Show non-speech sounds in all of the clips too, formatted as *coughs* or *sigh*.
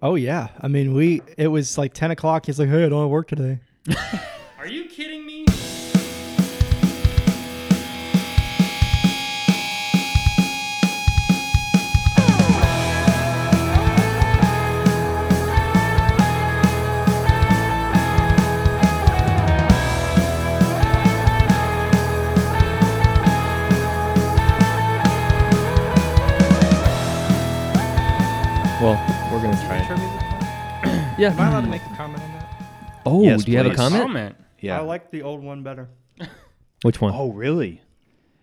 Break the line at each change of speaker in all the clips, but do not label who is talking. Oh yeah. I mean, we it was like ten o'clock. He's like, "Hey, I don't have work today."
Are you kidding me?
Well, we're gonna try it.
Am I
Yeah.
allowed to make a comment on that?
Oh,
Yes,
do you have a
please.
comment?
Comment.
Yeah.
I like the old one better.
Which one?
oh, really?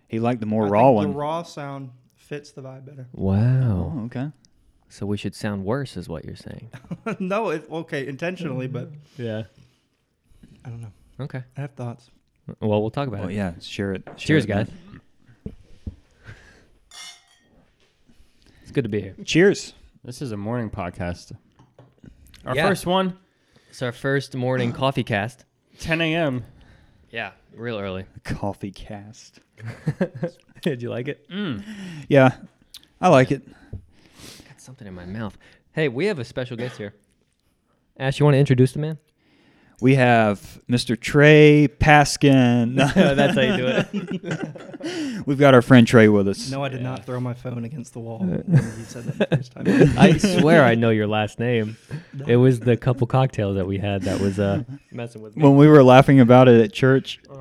He liked the more
I think
raw one.
The raw sound fits the vibe better. *laughs*
Wow.
Oh, okay.
So we should sound worse, is what you're saying?
no, it, okay, intentionally, but
Yeah.
I don't know.
Okay.
I have thoughts.
Well, we'll talk about
Well,
it.
yeah. Share it. share
Cheers,
it, man.
guys. it's good to be here.
Cheers.
This is a morning podcast. Our
Yeah.
first one,
It's our first *gasps* morning coffee cast.
10 a.m.
Yeah, real early.
*laughs* Coffee cast.
*laughs* Did you like it?
Mm.
Yeah, I like it.
Got something in my mouth. Hey, we have a special guest here. Ash, you want to introduce the man?
We have Mr. Trey
*laughs*
Paskin.
*laughs* That's how you do it.
We've got our friend Trey with us.
No, I did not throw my phone against the
*laughs*
wall when he said that the first time.
*laughs* I swear I know your last *laughs* name. It was the couple cocktails that we had that was uh, messing with
When we were laughing about it at church,
Uh.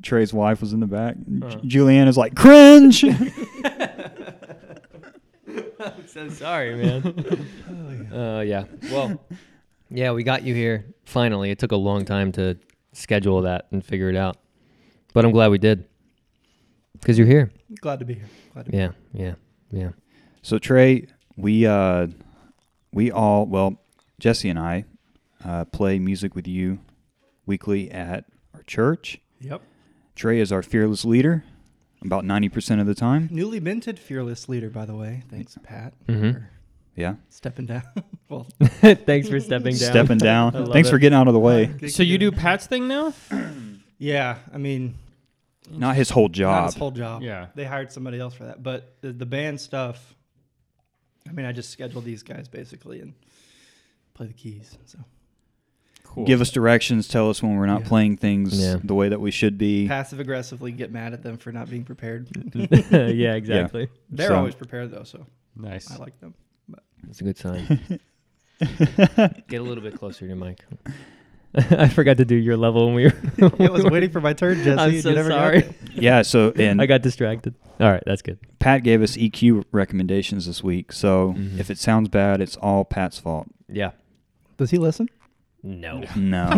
Trey's wife was in the back. J- Julianne is
*laughs*
like, cringe.
I'm so sorry, man. *laughs* Oh, yeah. Well, *laughs* yeah, we got you here finally. It took a long time to schedule that and figure it out, but I'm glad we did because you're here.
*laughs* Glad to be here. Glad to be
Yeah, yeah, yeah.
so Trey, we uh, we all well, Jesse and I uh, play music with you weekly at our church.
here. Yep.
Trey is our fearless leader, about ninety percent of the time.
Newly minted fearless leader, by the way. Thanks, Pat,
Mm.
Mhm.
for
Yeah,
stepping down. *laughs*
*laughs*
well,
*laughs* Thanks for stepping down.
stepping down.
*laughs* I love
Thanks for
it.
getting out of the way.
So you do Pat's thing now?
Yeah, I mean,
Not his whole
not
job.
his whole job.
Yeah.
They hired somebody else for that, but the, the band stuff. I mean, I just schedule these guys basically and play the keys. So
Cool.
Give us directions. Tell us when we're not
Yeah.
playing things
Yeah.
the way that we should be.
passive aggressively get mad at them for not being prepared.
*laughs* yeah, exactly.
They're
So-
always prepared though, so
nice.
I like them.
That's a good sign. Get a little bit closer to your mic. *laughs* I forgot to do your level when we were.
I was waiting for my turn, Jesse.
*laughs* I'm so sorry.
*laughs*
*laughs*
Yeah. So and
I got distracted. All right, that's good.
Pat gave us EQ recommendations this week. So
Mm-hmm.
Mhm.
if it sounds bad, it's all Pat's fault.
Yeah.
Does he listen?
*laughs* No.
No,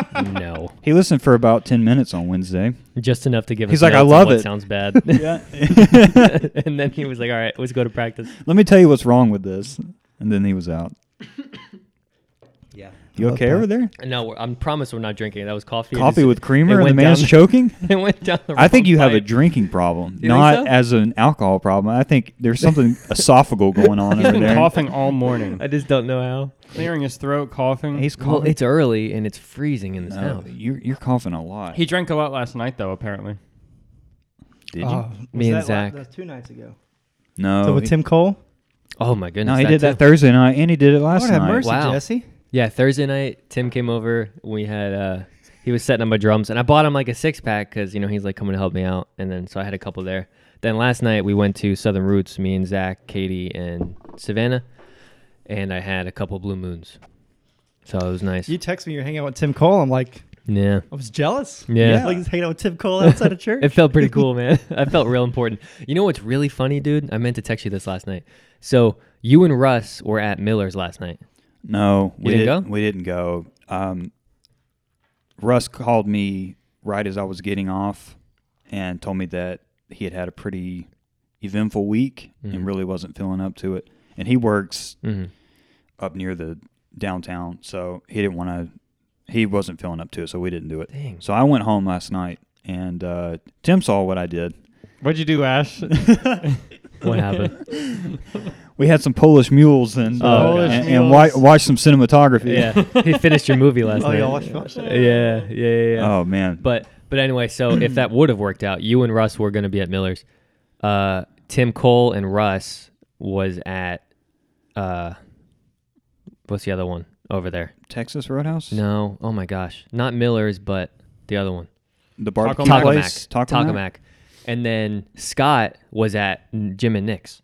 *laughs* no.
*laughs* he listened for about ten minutes on Wednesday.
*laughs* Just enough to give.
He's
us
like, I
notes on
love
what
it.
Sounds
*laughs*
bad. *laughs*
Yeah.
and then he was like, "All right, let's go to practice."
Let me tell you what's wrong with this. And then he was out.
*coughs* Yeah.
You
Love
okay
Pat.
over there?
No, we're, I'm promise we're not drinking. That was coffee. *laughs* It
Coffee
just-
with creamer
it
and the
went
man's
down-
choking.
It *laughs* went down the.
I think
wrong
you have a
pipe.
drinking problem,
You think
not
so?
as an alcohol problem. I think there's something esophageal going on
He's
over
been
there.
coughing all *laughs* morning,
I just don't know how.
clearing his throat, coughing.
He's
Well,
coughing.
it's early and it's freezing in this
No,
house.
you're, you're coughing a lot.
he drank a lot last night, though, apparently.
Did you?
Oh,
Me and Zach.
that's two nights ago.
no.
Ah. so with
he-
Tim Cole?
Oh my goodness.
no, he did that
too.
Thursday night, and he did it last
Lord have
night.
mercy,
Wow.
Jesse.
Yeah, Thursday night, Tim came over. We had uh he was setting up my drums, and I bought him like a six pack because you know he's like coming to help me out, and then so I had a couple there. Then last night we went to Southern Roots, me and Zach, Katie, and Savannah, and I had a couple Blue Moons, so it was nice.
You text me you're hanging out with Tim Cole. I'm like,
Yeah,
I was jealous.
Yeah.
Like he's hanging out with Tim Cole outside of
*laughs*
church.
it felt pretty cool, man. I felt real important. You know what's really funny, dude? I meant to text you this last night. So you and Russ were at Miller's last night.
No, we
didn't
We didn't go. Um, Russ called me right as I was getting off, and told me that he had had a pretty eventful week and really wasn't feeling up to it. And he works
Mm-hmm.
up near the downtown, so he didn't want to. He wasn't feeling up to it, so we didn't do it.
Dang.
So I went home last night, and uh, Tim saw what I did.
What'd you do, Ash?
What happened?
We had some Polish mules and
Oh,
uh,
Polish
and,
mules.
and wa- watched some cinematography.
*laughs* yeah, he finished your movie last
oh,
night. *laughs*
y'all watched watched it?
yeah, yeah, yeah. yeah.
Oh man.
But but anyway, so if that would have worked out, you and Russ were going to be at Miller's. Uh, Tim Cole and Russ was at uh, What's the other one over there?
Texas Roadhouse?
No. Oh my gosh. Not Miller's, but the other one.
The barbecue
Mac.
place?
Taco, Mac. And then Scott was at N- Jim and Nick's.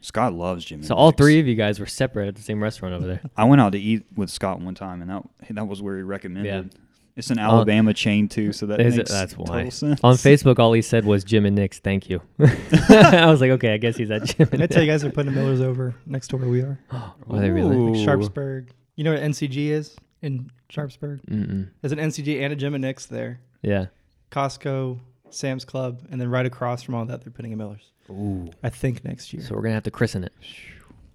Scott loves Jimmy.
So all
Nick's.
three of you guys were separate at the same restaurant over there.
I went out to eat with Scott one time, and that that was where he recommended. It's an
I'll-
Alabama chain too, so that
Is it-
makes
that's
total
why.
sense.
On Facebook, all he said was Jim and Nick's. Thank you. *laughs* I was like, okay, I guess he's at Jim
*laughs*
and
Can I
Nick's.
tell you guys they're putting the Millers over next to where we are?
Were they really?
Ooh.
Like Sharpsburg. You know what NCG is in Sharpsburg?
Mm-mm.
There's an NCG and a Jim and Nick's there.
Yeah.
Costco, Sam's Club, and then right across from all that, they're putting a Miller's.
Ooh.
I think next year.
So we're gonna have to christen it.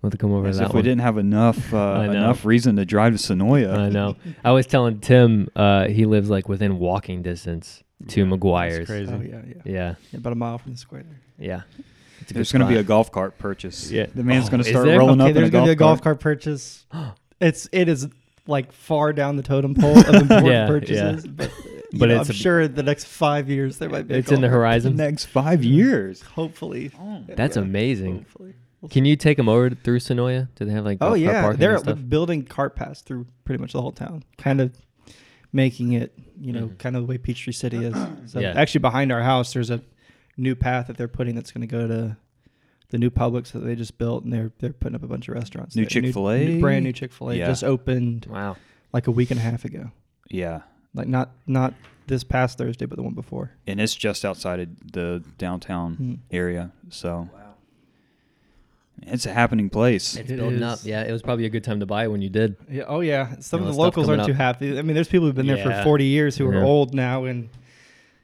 We'll have to come over
As
to that
if we
one.
didn't have enough uh,
I know.
enough reason to drive to Sonoya.
I know. I was telling Tim, uh, he lives like within walking distance to
That's
McGuire's.
crazy.
oh yeah, yeah,
Yeah,
Yeah, About a mile from the square there.
yeah. It's a
There's
good
going to be a
spot.
golf cart purchase.
Yeah.
the man's
Oh,
going
is
to start
there?
rolling
okay,
up in a
there's gonna
golf,
be a golf
cart.
cart
*gasps*
purchase. it's it is like far down the totem pole of important
*laughs* Yeah,
purchases.
*laughs*
But,
But
but know,
it's
I'm
a-
sure the next five years there might be. A
It's in the
golf cart. Oh.
The
horizon.
next five years.
Hopefully,
That's
Yeah,
amazing.
Hopefully.
Can you take them over through Sonoya? Do they have like
Oh
golf cart
yeah,
parking
they're
and stuff?
building cart paths through pretty much the whole town, kind of making it you know
Mhm.
kind of the way Peachtree City
*clears throat*
is. So
Yeah.
actually, behind our house, there's a new path that they're putting that's going to go to the new Publix that they just built, and they're they're putting up a bunch of restaurants.
New
there.
Chick-fil-A?
new- brand new Chick Fil A,
Yeah.
just opened
Wow.
like a week and a half ago.
Yeah,
Like not not this past Thursday, but the one before.
and it's just outside of the downtown
Hmm.
area, so it's a happening place.
It's
It
building up.
is.
Yeah, it was probably a good time to buy it when you did.
Yeah, oh yeah. Some
You
of
know,
the
stuff
locals
coming
aren't
up.
too happy. I mean, there's people who've been there
Yeah.
for 40 years who
Yeah.
are old now and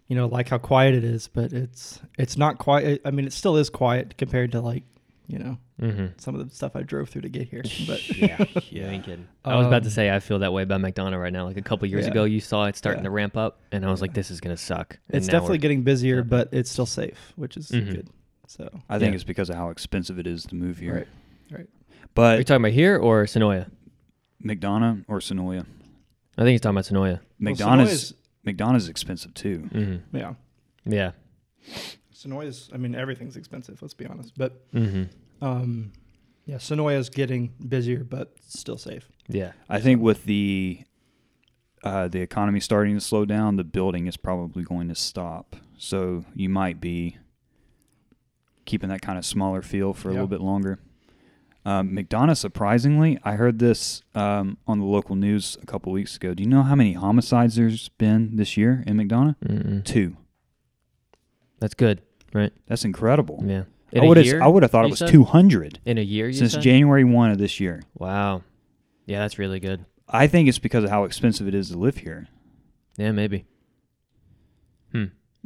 you know like how quiet it is, but it's it's not quiet. I mean, it still is quiet compared to like you know
Mm-hmm.
some of the stuff I drove through to get
*laughs*
here. *laughs* But
yeah, you ain't kidding. I was about to
Um,
say I feel that way about McDonough right now. Like a couple years
Yeah.
ago, you saw it starting
Yeah.
to ramp up, and I was like, "This is gonna suck." And
it's
now
definitely
we're-
getting busier,
Yeah.
but it's still safe, which is
Mhm.
good. So
I think
Yeah.
it's because of how expensive it is to move here.
Right. Right.
Are you
But
talking about here or Sonoya?
McDonough or Sonoya,
I think he's talking about Sonoya.
Well,
McDonough's McDonough's expensive too.
hmm
yeah.
Yeah.
Sonoya's. I mean, everything's expensive. Let's be honest, but
Mm-hmm.
hmm
um, yeah, Sonoya's getting busier, but still safe.
Yeah.
I think with the uh, the economy starting to slow down, the building is probably going to stop. So you might be keeping that kind of smaller feel for a
Yeah.
little bit longer. Um, McDonough, surprisingly, I heard this um, on the local news a couple weeks ago. Do you know how many homicides there's been this year in McDonough?
Mm-mm.
Two.
That's good.
That's incredible.
Yeah.
I would have I would have thought
you
it was
said?
two hundred
in a year. You
since
said?
January one of this year.
Wow. Yeah, that's really good.
I think it's because of how expensive it is to live here.
Yeah, maybe.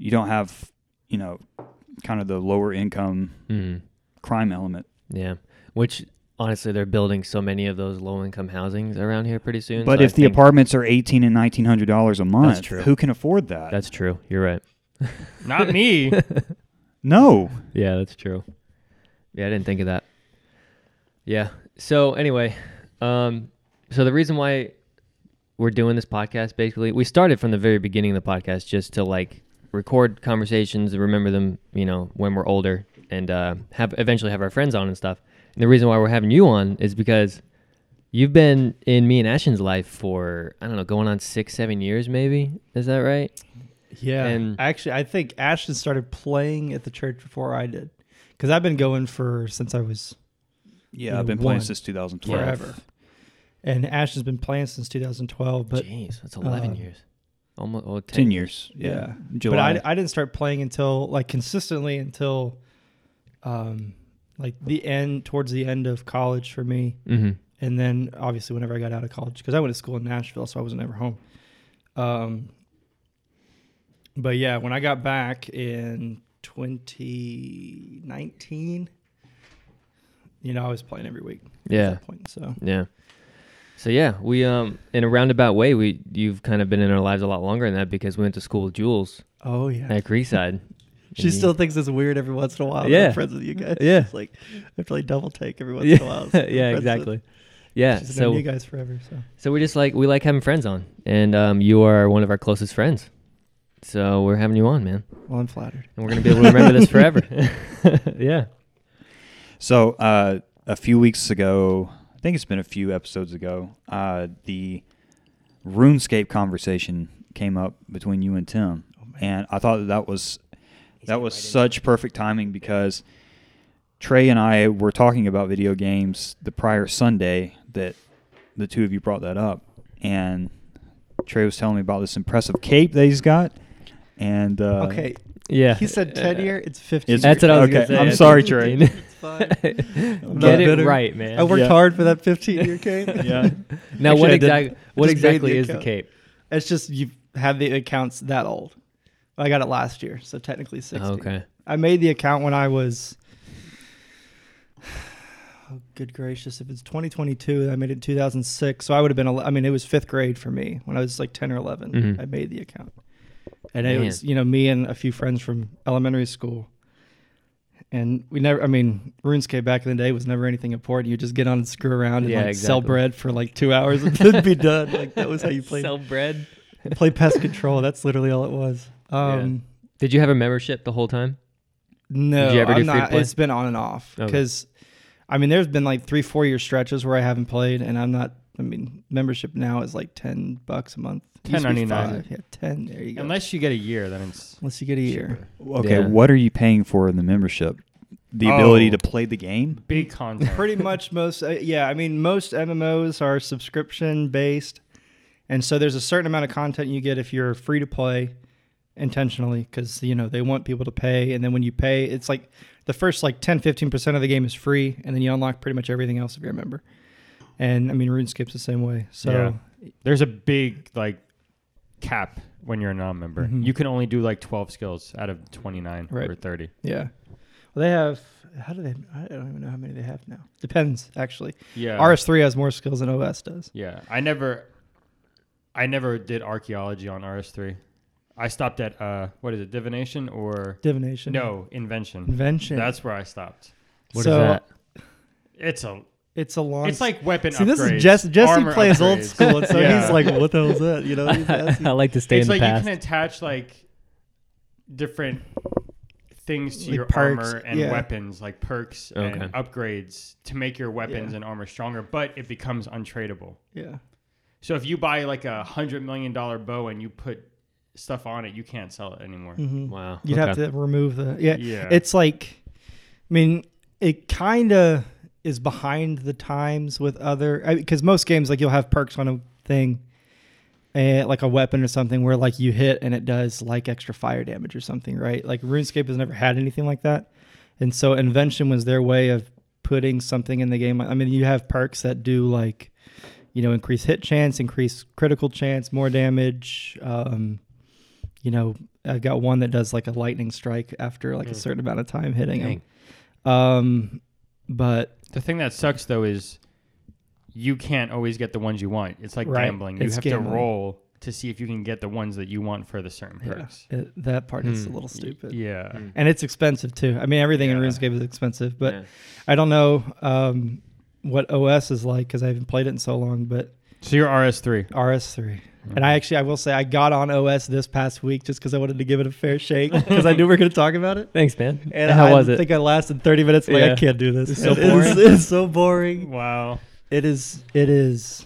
You don't have, you know, kind of the lower income
hmm
crime element.
Yeah. Which honestly, they're building so many of those low-income housings around here pretty soon.
But
so I
if the
think-
apartments are eighteen and nineteen hundred dollars a month,
true.
who can afford that?
that's true. You're right.
Not *laughs* me.
no.
Yeah, that's true. Yeah, I didn't think of that. Yeah. So anyway, um, so the reason why we're doing this podcast, basically, we started from the very beginning of the podcast just to like record conversations, remember them, you know, when we're older, and uh, have eventually have our friends on and stuff. And the reason why we're having you on is because you've been in me and Ashton's life for I don't know, going on six, seven years, maybe. Is that right?
Yeah.
And-
actually, I think Ashton started playing at the church before I did. Because I've been going for since I was
Yeah,
You
I've been
know,
playing
one.
since two thousand twelve.
forever. And Ashton's been playing since 2012. But
Jeez, that's eleven
uh,
years. Almost oh, 10,
Ten years. Yeah.
yeah.
July.
But I, I didn't start playing until, like, consistently until um, like the end, towards the end of college for me.
Mm-hmm.
and then obviously whenever I got out of college, because I went to school in Nashville, so I wasn't ever home. Um, but yeah, when I got back in 2019, you know, I was playing every week
Yeah.
at that point. So
Yeah. So yeah, we um in a roundabout way we you've kind of been in our lives a lot longer than that because we went to school with Jules
oh yeah,
at
*laughs*
Creekside.
she still thinks it's weird every once in a while.
Yeah.
that I'm friends with you guys.
Yeah.
it's like I have to like double take every once in a
*laughs* yeah,
while. so I'm
yeah
friends with-
exactly. Yeah.
She's known you
So
guys forever. So
so we just like we like having friends on, and um you are one of our closest friends, so we're having you on, man,
well, I'm flattered.
and we're gonna be able to remember
*laughs*
this forever. *laughs* yeah.
So uh, a few weeks ago,
I think it's been a few episodes ago. Uh, the RuneScape conversation came up between you and Tim, and I thought that, that was that was such perfect timing because Trey and I were talking about video games the prior Sunday that the two of you brought that up, and Trey was telling me about this impressive cape that he's got, and uh,
okay,
Yeah.
he said ten year. It's fifteen.
It's-
That's what I was
Okay,
gonna say.
I'm
It's
sorry,
15.
Trey.
It's
*laughs*
fine. I'm
Get
not
it
bitter.
right, man.
I worked
Yeah.
hard for that fifteen *laughs* year cape.
yeah,
now,
Actually,
what
I did-
exactly?
just
What
made
exactly
the
is the
account.
cape?
It's just you've had the accounts that old. I got it last year, so technically sixteen.
Okay.
I made the account when I was. *sighs* Oh, good gracious! If it's 2022, I made it in 2006, so I would have been. ele- I mean, it was fifth grade for me when I was like 10 or 11.
Mhm.
I made the account, and it
Man.
was you know me and a few friends from elementary school, and we never. I mean, RuneScape back in the day was never anything important. You just get on and screw around and
Yeah,
like sell
exactly.
bread for like two hours and *laughs* then be done. Like that was how you
*laughs*
played
Sell bread.
play pest control. That's literally all it was. Um,
Did you have a membership the whole time?
No,
Did you ever do
I'm
free to
not.
play?
It's been on and off
Okay.
because, I mean, there's been like three, four year stretches where I haven't played, and I'm not. I mean, membership now is like ten bucks a month. It used to be
10.99.
five. Yeah, ten. There you go. Unless,
Unless you get a year, then it's.
you get a year.
cheaper.
okay.
Yeah.
What are you paying for in the membership? The
Oh.
ability to play the game.
Big content. *laughs*
Pretty much most. Uh, yeah, I mean, most MMOs are subscription based, and so there's a certain amount of content you get if you're free to play intentionally because you know they want people to pay and then when you pay it's like the first like 10 15% of the game is free and then you unlock pretty much everything else if you're a member and i mean runescape's the same way so
There's a big like cap when you're a non-member.
Mhm.
You can only do like 12 skills out of 29
Right.
or 30.
yeah well they have how do they i don't even know how many they have now depends actually
Yeah.
rs3 has more skills than os does
yeah. I never I never did archaeology on RS3. I stopped at uh what is it? Divination or
divination
no, invention.
invention
That's where I stopped.
What is
So,
that?
It's a
it's a long
it's like weapon
See, this
upgrades,
is Jess. Jesse
armor
plays old
upgrades.
school, and so *laughs*
Yeah.
he's like, "What the hell's that?" You know, he's asking.
*laughs* I like to stay
it's
in
like
the past.
you can attach like different things to
Like
your
perks,
armor and
yeah.
weapons, like perks
Okay.
and upgrades to make your weapons
Yeah.
and armor stronger, but it becomes untradeable.
yeah,
So if you buy like a hundred million dollar bow and you put stuff on it, you can't sell it anymore.
Mhm.
Wow.
You'd have
okay.
to remove the yeah.
Yeah.
It's like, I mean, it kind of is behind the times with other because most games like you'll have perks on a thing, eh, like a weapon or something where like you hit and it does like extra fire damage or something, right? Like RuneScape has never had anything like that, and so Invention was their way of putting something in the game. I mean, you have perks that do like, you know, increase hit chance, increase critical chance, more damage. Um, you know, I've got one that does like a lightning strike after
Mm.
like a certain amount of time hitting him. Um, but
The thing that sucks though is you can't always get the ones you want. It's like
Right.
gambling. You
It's
have to
gambling.
roll to see if you can get the ones that you want for the certain
yeah,
perks.
it- that part is a
Hmm.
little stupid.
Yeah.
Mm.
And it's expensive too. I mean, everything in
Yeah.
RuneScape is expensive, but
Yeah.
I don't know um, what OS is like because I haven't played it in so long. But
So you're RS three.
RS3, and I actually I will say I got on OS this past week just because I wanted to give it a fair shake because I knew we were going to talk about it.
Thanks, man.
And
How
I
was it?
think I lasted 30 minutes. Like I
Yeah.
can't do this.
It's so
It is-
boring.
It's so boring.
Wow.
It is. It is.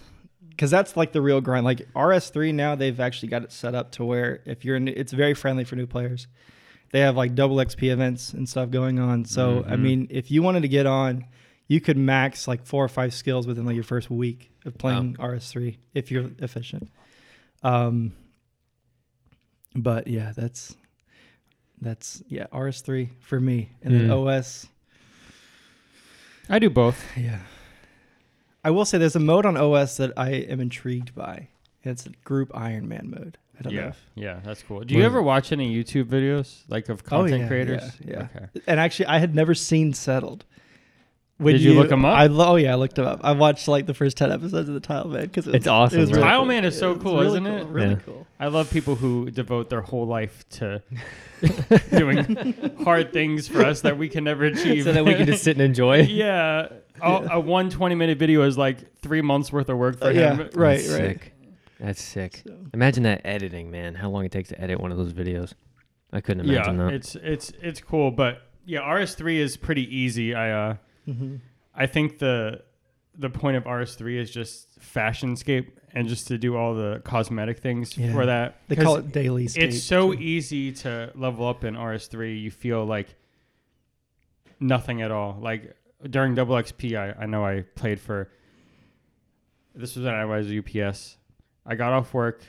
Because that's like the real grind. Like RS3 now, they've actually got it set up to where if you're, new, it's very friendly for new players. They have like double XP events and stuff going on. So I
Mhm.
mean, if you wanted to get on, you could max like four or five skills within like your first week of playing RS3 if you're efficient. Um, but yeah, that's that's yeah RS3 for me, and then
Mm.
OS.
I do both.
Yeah. I will say there's a mode on OS that I am intrigued by. It's group Iron Man mode. I don't know.
Yeah.
If,
Yeah, that's cool. Do you
What is
ever watch any YouTube videos like of
Oh,
content
yeah,
creators?
yeah, yeah.
Okay.
and actually, I had never seen Settled. When
Did you look 'em up?
I lo- oh yeah, I looked them up. I watched like the first ten episodes of the Tile Man because
It's awesome, right?
Tile Man is so cool, isn't it?
Really
Yeah.
cool.
I love people who devote their whole life to *laughs* doing hard things for us that we can never achieve.
*laughs* so that we can
*laughs*
just sit and enjoy.
yeah. Oh, A one 20 minute video is like three months worth of work for
Uh, yeah,
him.
right, right.
That's Sick. That's sick.
So,
Imagine that editing, man. How long it takes to edit one of those videos. I couldn't
Yeah,
imagine that.
it's it's it's cool, but yeah, RS3 is pretty easy. I uh
mhm.
I think the the point of RS3 is just fashionscape and just to do all the cosmetic things
Yeah.
for that.
They call
'Cause
it daily.
It's so easy to level up in RS3. You feel like nothing at all. Like during Double XP, I, I know I played for. This was when I was UPS. I got off work,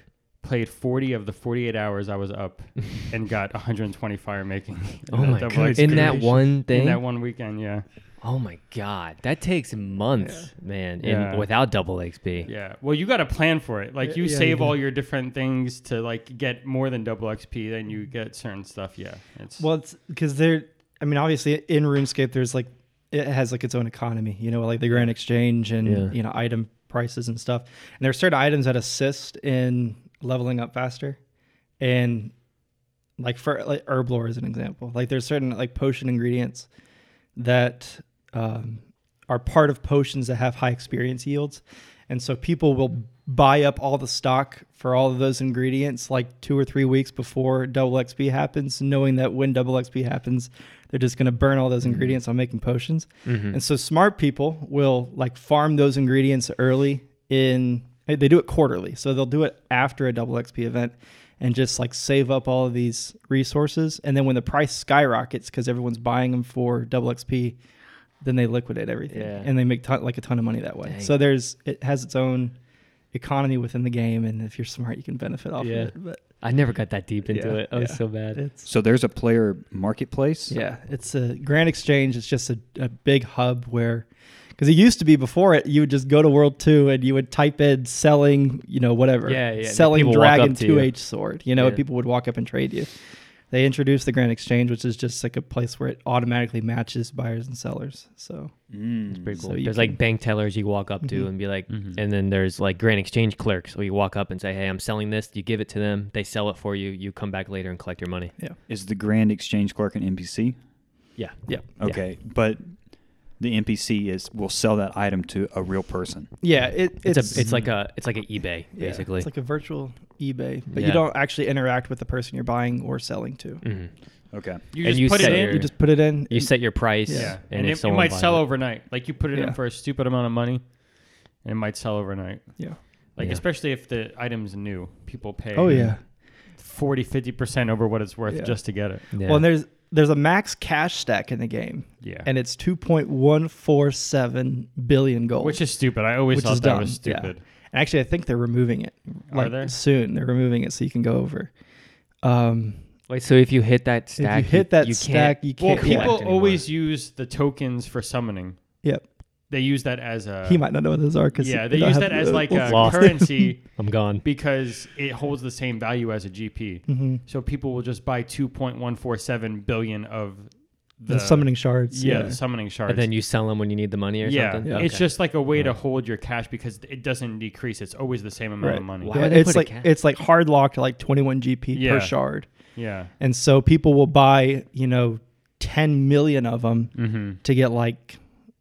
played 40 of the 48 hours I was
*laughs*
up, and got 120 fire making. *laughs*
Oh my
Double
god!
XP.
In that one thing.
In that one weekend, yeah.
Oh my god! That takes months, man. in-
Yeah.
without double XP.
Yeah. Well, you got to plan for it. Like
Y-
you
yeah,
save
you
all your different things to like get more than double XP, then you get certain stuff. Yeah. It's
Well, it's because they're. I mean, obviously, in RuneScape, there's like it has like its own economy. You know, like the Grand Exchange and
Yeah.
you know item prices and stuff. And there's certain items that assist in leveling up faster, and like for like herblore as an example, like there's certain like potion ingredients that um, are part of potions that have high experience yields, and so people will buy up all the stock for all of those ingredients like two or three weeks before double XP happens, knowing that when double XP happens, they're just going to burn all those ingredients on making potions. And so smart people will like farm those ingredients early in they they do it quarterly. So they'll do it after a double XP event and just like save up all of these resources and then when the price skyrockets cuz everyone's buying them for double XP then they liquidate everything
Yeah.
and they make ton, like a ton of money that way.
Dang.
So there's it has its own economy within the game and if you're smart you can benefit off
Yeah.
of it. But
I never got that deep into
Yeah,
it. I was
yeah.
so bad.
it's
So there's a player marketplace.
Yeah, it's a Grand Exchange. It's just a, a big hub where, because it used to be before it, you would just go to World Two and you would type in selling, you know, whatever.
Yeah, yeah, and
Selling
people walk up
dragon
to you.
two H sword. You know,
Yeah.
people would walk up and trade you. They introduced the Grand Exchange, which is just like a place where it automatically matches buyers and sellers. So
Mm.
Pretty
So
cool.
you
there's
can-
like bank tellers you walk up to
Mhm.
and be like,
Mhm.
and then there's like grand exchange clerks where you walk up and say, hey, I'm selling this. You give it to them. They sell it for you. You come back later and collect your money.
Is the Grand Exchange Clerk an NPC?
Yeah.
Yeah.
Okay, but the NPC is will sell that item to a real person.
yeah, it,
It's, a, it's like a, it's like an eBay
Mhm. yeah,
basically.
it's like a virtual eBay, but
Yeah.
you don't actually interact with the person you're buying or selling to.
Mhm.
Okay.
you
and
just
you
put it
set
in.
your-
You just put it in.
You set your price.
Yeah.
yeah.
Yeah.
And,
if
it, it
someone
might
buys
sell
it-
overnight. Like you put it
Yeah.
in for a stupid amount of money and it might sell overnight.
yeah.
Like
Yeah.
especially if the item's new, people pay
Oh yeah.
40 50% over what it's worth
Yeah.
just to get it.
Yeah.
Well, and there's there's a max cash stack in the game,
Yeah.
and it's 2.147 billion gold.
which is stupid. I always
which
thought
is
that
dumb,
was
yeah.
stupid.
and actually, I think they're removing it.
Are
Like,
they?
soon? They're removing it so you can go over. Um,
Wait, so if you hit that
if
stack,
you hit that
you
stack,
Can't,
you
Well,
can't.
collect
people
anymore.
always use the tokens for summoning.
Yep.
They use that as a
he might not know what those are because
Uh, Yeah, they use that as like a
Lost. *laughs*
currency
I'm gone.
because it holds the same value as a GP.
hmm
So people will just buy 2.147 billion of
the,
the,
summoning shards.
Yeah, the summoning shards.
And then you sell them when you need the money or
yeah,
something.
Yeah.
it's
Okay.
just like a way to
Right.
hold your cash because it doesn't decrease. It's always the same amount of
Right.
money.
Wow.
Yeah,
would they
it's
put a
like
ca-
it's like hard locked at like 21 GP
Yeah.
per shard,
Yeah.
and so people will buy you know 10 million of them
Mm-hmm.
to get like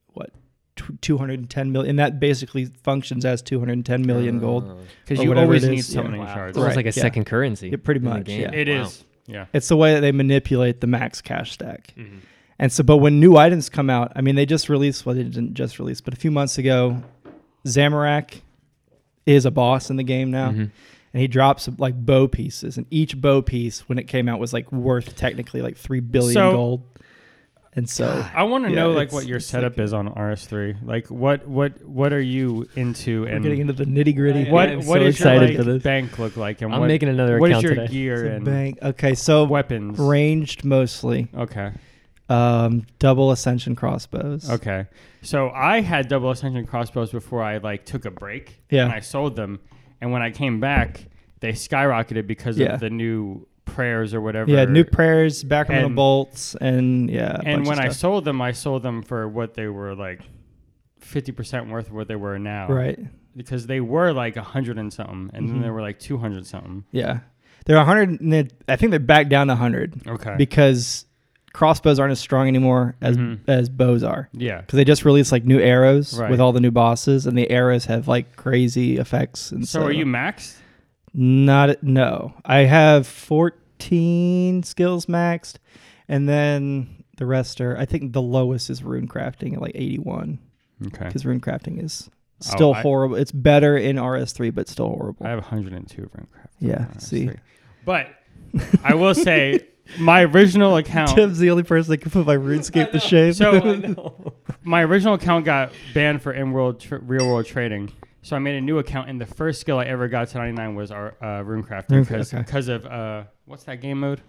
what tw- 210 million and that basically functions as 210 million gold
Oh.
Because
Or
you
whatever
always
it
need
is, yeah.
summoning
Wow. It's
shards.
almost
Right,
like a
yeah.
second currency.
Yeah, pretty
in the
much,
game.
yeah.
It
Wow.
is. Yeah.
it's the way that they manipulate the max cash stack
Mhm.
and so but when new items come out i mean they just released well they didn't just release but a few months ago zamorak is a boss in the game now
Mhm.
and he drops like bow pieces and each bow piece when it came out was like worth technically like 3 billion
So-
gold and so
I want to
Yeah,
know like
it's-
what your
it's
setup is on RS3. Like what what what are you into
we're
and
getting into the nitty gritty.
what
I'm
what
so
is
excited
your
for
like,
this.
bank look like and
I'm
what,
making another
what is
account
your
today.
gear and
Okay, so
weapons?
ranged mostly.
Okay.
Um, double ascension crossbows.
Okay. So I had double ascension crossbows before I like took a break.
Yeah.
And I sold them. And when I came back, they skyrocketed because
Yeah.
of the new prayers or whatever.
Yeah, new prayers, backroomial
And-
bolts, and yeah. a
And
bunch
when
of
I
stuff.
sold them, I sold them for what they were like fifty percent worth of what they were now.
right,
Because they were like a hundred and something and
Mhm.
then they were like two hundred something.
yeah, they're hundred. I think they're back down to hundred
Okay.
because crossbows aren't as strong anymore as
Mhm.
as bows are
yeah.
because they just released like new arrows
Right.
with all the new bosses, and the arrows have like crazy effects. And so,
So are you maxed?
Not no. I have 14 skills maxed and then the rest are I think the lowest is rune crafting at like 81.
Okay.
because runecrafting is
Oh,
still
I-
horrible. It's better in RS3, but still horrible. *laughs*
I have 102 of Runecraft.
Yeah,
honestly.
see.
But I
*laughs*
will say my original account
Tim's the only person that can put my RuneScape to shame. *laughs*
So uh, my original account got banned for in world tr real world trading. So I made a new account, and the first skill I ever got to 99 was our uh, Runecraft
Runecraft,
because
okay.
of uh, what's that game mode?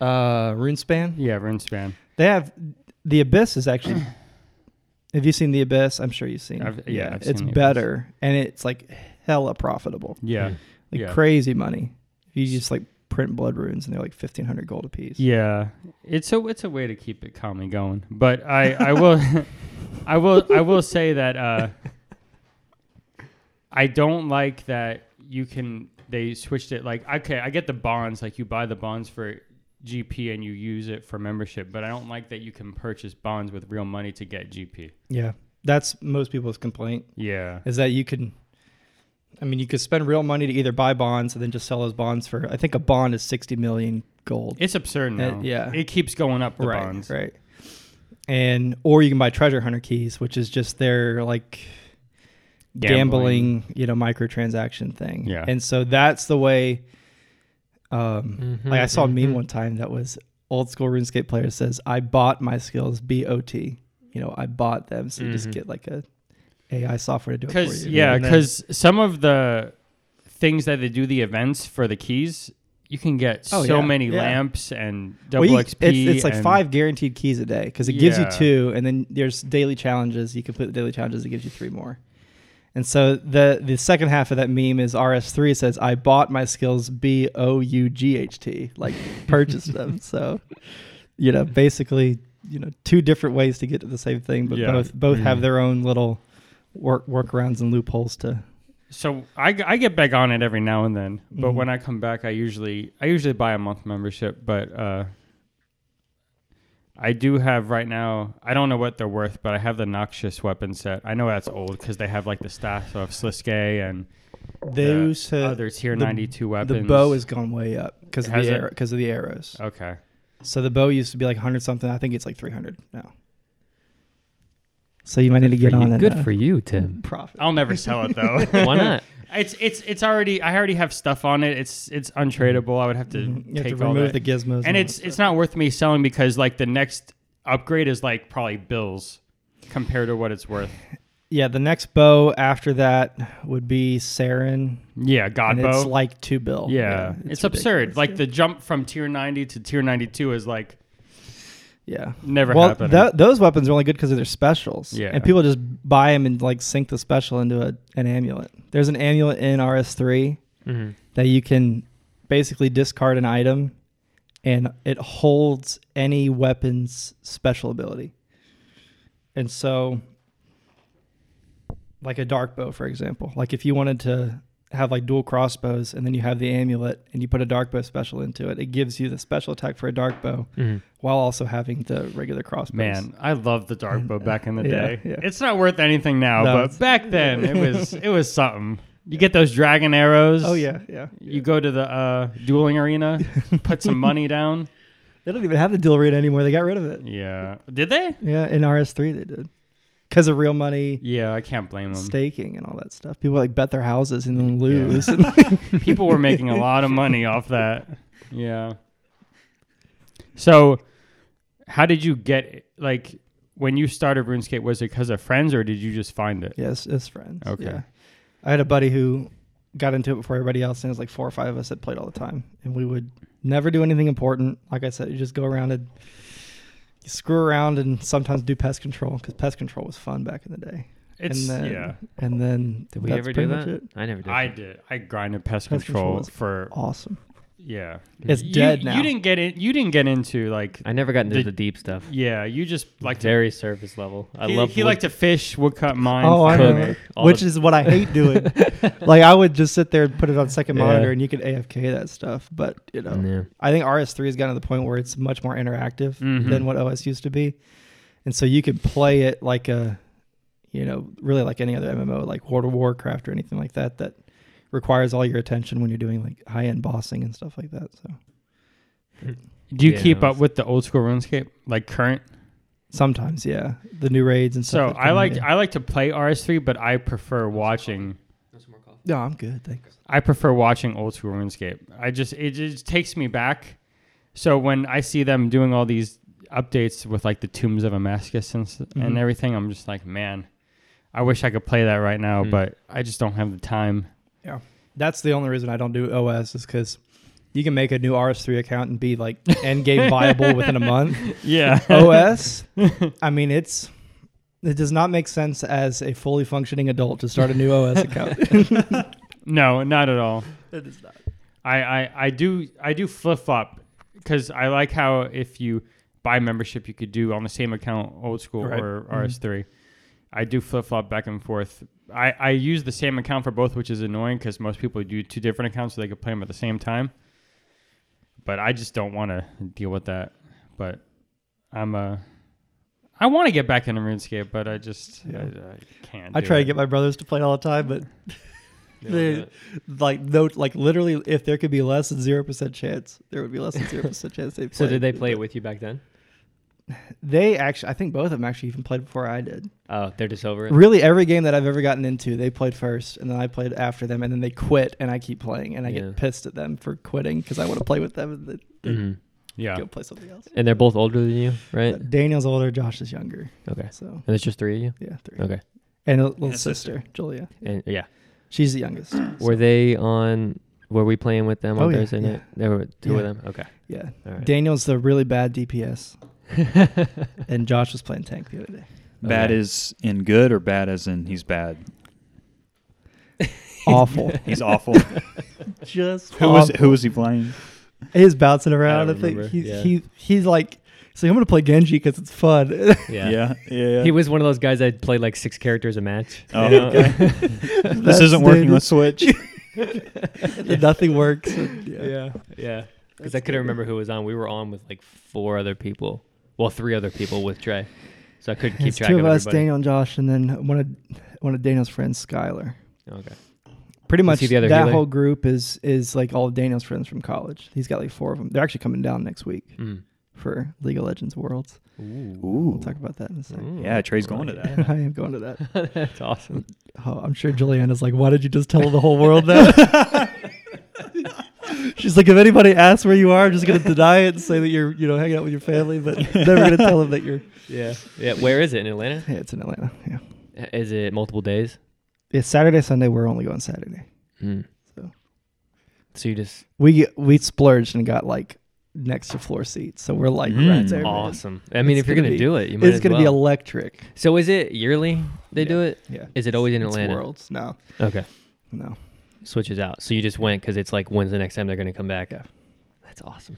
uh, RuneSpan.
Yeah, RuneSpan.
They have the Abyss is actually. have you seen the Abyss? I'm sure you've seen.
I've- yeah, I've
it's
seen The Abyss.
better, and it's like hella profitable,
Yeah,
like
Yeah.
crazy money. You just like print blood runes, and they're like 1,500 gold apiece.
yeah. It's a it's a way to keep it calmly going. But I I will *laughs* I will I will say that uh, I don't like that you can they switched it like okay I get the bonds like you buy the bonds for GP and you use it for membership, but I don't like that you can purchase bonds with real money to get GP.
yeah, that's most people's complaint.
Yeah.
is that you can I mean you could spend real money to either buy bonds and then just sell those bonds for I think a bond is 60 million gold.
It's absurd now.
Uh, yeah.
It keeps going up the
right,
bonds.
right. And or you can buy treasure hunter keys, which is just their like gambling, you know, microtransaction thing.
Yeah.
And so that's the way um
Mhm,
like I saw a meme
mhm.
one time that was old school RuneScape player says, I bought my skills B O T. You know, I bought them. So you just
Mhm.
get like a AI software to do it for
Mm-hmm. Because
you.
yeah,
And then-
because some of the things that they do the events for the keys, you can get
Oh,
so
yeah,
many
yeah.
lamps and
Well,
double
you-
XP.
It's, it's like
and-
five guaranteed keys a day because it gives you
Yeah.
two, and then there's daily challenges. You complete the daily challenges, it gives you three more. And so the the second half of that meme is RS3 says, "I bought my skills B O U G H T,
*laughs*
like purchased them." So, you know, basically, you know, two different ways to get to the same thing, but
Yeah. Mm.
both both have
Mhm.
their own little work workarounds and loopholes to.
So I, I get back on it every now and then, but
Mhm.
when I come back, I usually I usually buy a month membership, but uh, I do have right now. I don't know what they're worth, but I have the Noxious weapon set. I know that's old because they have like the staff of Sliske and
Those
the
have,
other tier
the-
ninety two weapons.
the bow has gone way up because of
Has
the
it?
arrow, because of the arrows.
okay.
So the bow used to be like 100 something. I think it's like 300 now. So you might need to get
for
on
you.
it.
Good
uh,
for you, Tim.
profit.
I'll never sell
*laughs*
it though.
*laughs* Why not?
It's it's it's already. I already have stuff on it. It's it's untradeable. I would have to
Mhm. You
take
have to
all
remove
that.
the gizmos. all
and it's
that stuff.
it's not worth me selling because like the next upgrade is like probably bills compared to what it's worth.
yeah. The next bow after that would be Saren.
Yeah,
and
God
it's
bow.
like two bill.
yeah. it's, absurd.
ridiculous,
Like
yeah.
the jump from tier ninety to tier ninety two is like
yeah.
never
well,
happened.
tha- those weapons are only good because of their specials.
Yeah.
And people just buy them and like sync the special into a, an amulet. There's an amulet in RS3
Mhm.
that you can basically discard an item and it holds any weapon's special ability. And so like a dark bow for example, like if you wanted to have like dual crossbows and then you have the amulet and you put a dark bow special into it, it gives you the special attack for a dark bow
Mhm.
while also having the regular crossbows.
Man, I loved the dark bow back in the
Yeah,
day.
yeah.
It's not worth anything now,
No,
but
it's-
back
*laughs*
then it was it was something. You get those dragon arrows.
Oh yeah, yeah.
You go to the uh, dueling arena,
*laughs*
put some money down.
They don't even have the dual read anymore. They got rid of it.
Yeah. Did they?
Yeah, in RS3 they did. Cuz of real money.
Yeah, I can't blame
Um,
them.
staking and all that stuff. People like bet their houses and then
*laughs*
lose.
People were making a lot of money off that. Yeah. So, how did you get like when you started RuneScape? Was it because of friends, or did you just find it?
yes, it's friends.
Okay.
Yeah. I had a buddy who got into it before everybody else, and it was like four or five of us that played all the time, and we would never do anything important. Like I said, you just go around and screw around, and sometimes do pest control because pest control was fun back in the day.
It's
and then,
yeah.
And then
Did we
that's
ever do
pretty much
that?
it.
I never did.
I did. I grinded pest,
Pest control
control,
is
for
Awesome.
yeah.
It's
You-
dead now.
You didn't get in. You didn't get into like
I never got into
The-
the, deep stuff.
yeah. You just
Like
liked to.
very surface level. I
he,
love.
he
wood-
liked to fish, woodcut, mine,
Oh, I
farm.
cook,
know.
all
Which
the-
is what I
*laughs*
hate doing. like I would just sit there and put it on second
Yeah.
monitor, and you could AFK that stuff. But you know,
Yeah.
I think RS3 has gotten to the point where it's much more interactive
Mhm.
than what OS used to be. And so you can play it like a, you know, really like any other MMO, like World of Warcraft or anything like that, that requires all your attention when you're doing like high end bossing and stuff like that. So
Do you
Yeah,
keep
no,
up
it's-
with the old school RuneScape, like current?
Sometimes, yeah, the new raids and
So
stuff. that
I
come
like
in.
I like to play RS3, but I prefer watching.
no, I'm good. Thanks.
I prefer watching old school RuneScape. I just it just takes me back. So when I see them doing all these updates with like the tombs of Damascus and, s and
Mhm.
everything, I'm just like, man, I wish I could play that right now,
Hmm.
but I just don't have the time.
That's the only reason I don't do OS is because you can make a new RS3 account and be like end game
*laughs*
viable within a month.
Yeah.
OS,
*laughs*
I mean, it's it does not make sense as a fully functioning adult to start a new
*laughs*
OS account.
No, not
*laughs*
at all. It is not. I, I, I do I do flip flop because I like how if you buy membership you could do on the same account old school
Right.
or
Mhm.
RS3. I do flip flop back and forth. I, I use the same account for both, which is annoying because most people do two different accounts so they could play them at the same time. But I just don't want to deal with that. But I'm uh, I want to get back into RuneScape, but I just
Yeah.
I, I can't.
I
do
try to
it.
get my brothers to play all the time, but they, like no, like literally, if there could be less than zero percent chance, there would be less than zero percent chance they.
*laughs* So did they play it with you back then?
They actually, I think both of them actually even played before I did.
Oh, they're just over it.
Really, every game that I've ever gotten into, they played first, and then I played after them, and then they quit, and I keep playing, and I
Yeah.
get pissed at them for quitting because I want to play with them and then
Mhm.
Yeah.
go play something else.
And they're both older than you, right?
Daniel's older, Josh is younger,
Okay.
so
And it's just three of you.
yeah, three.
Okay.
And a little
And a
sister, Julia.
And yeah,
She's the youngest.
were they on? Were we playing with them on
Oh, yeah,
Thursday
yeah.
night? There were two of
Yeah.
them. Okay.
Yeah.
All right.
Daniel's the really bad DPS, and Josh was playing tank the other
*laughs*
day.
Bad
Okay.
is in good or bad as in he's bad.
*laughs*
Awful.
He's awful. *laughs*
Just
who was who was he playing?
He's bouncing around. I,
I don't
think
remember.
he's
Yeah.
he he's like, so I'm gonna play Genji because it's fun.
*laughs*
*laughs*
yeah.
yeah. yeah.
He was one of those guys that played like six characters a match.
Oh,
you know?
okay.
*laughs*
this
That's
isn't working.
David.
Let's switch.
And *laughs* Nothing works. and- yeah.
yeah. Yeah. Because I couldn't remember who was on. We were on with like four other people. Well, three other people with Trey. So I couldn't keep
It's
track
two
of
of us,
everybody.
Daniel and Josh, and then one of one of Daniel's friends, Skylar.
Okay.
Pretty much
he the other
that
healer?
whole group is is like all of Daniel's friends from college. He's got like four of them. They're actually coming down next week
Mm.
for League of Legends Worlds.
Ooh.
We'll talk about that in a second.
Ooh.
Yeah, Trey's going to that.
Mm-hmm.
*laughs* I am going to that.
*laughs* That's awesome.
Oh, I'm sure Juliana's like, why did you just tell the whole world that? *laughs* She's like, if anybody asks where you are, I'm just gonna deny it and say that you're, you know, hanging out with your family, *laughs* but never gonna tell them that you're.
Yeah. Yeah. Where is it in Atlanta?
Yeah, it's in Atlanta. Yeah,
Is it multiple days?
it's Saturday, Sunday. We're only going Saturday.
Mm.
So.
So you just
We we splurged and got like next to floor seats, so we're like
Mm.
right there. man.
awesome. I mean,
It's
if you're
gonna
gonna
be-
do it, you might
It's
as
gonna be
well.
electric.
So is it yearly they do it?
Yeah.
Is it always in
It's
Atlanta?
Worlds. No,
Okay. *laughs*
no.
Switches out. So you just went because it's like when's the next time they're gonna come back?
Yeah.
That's awesome.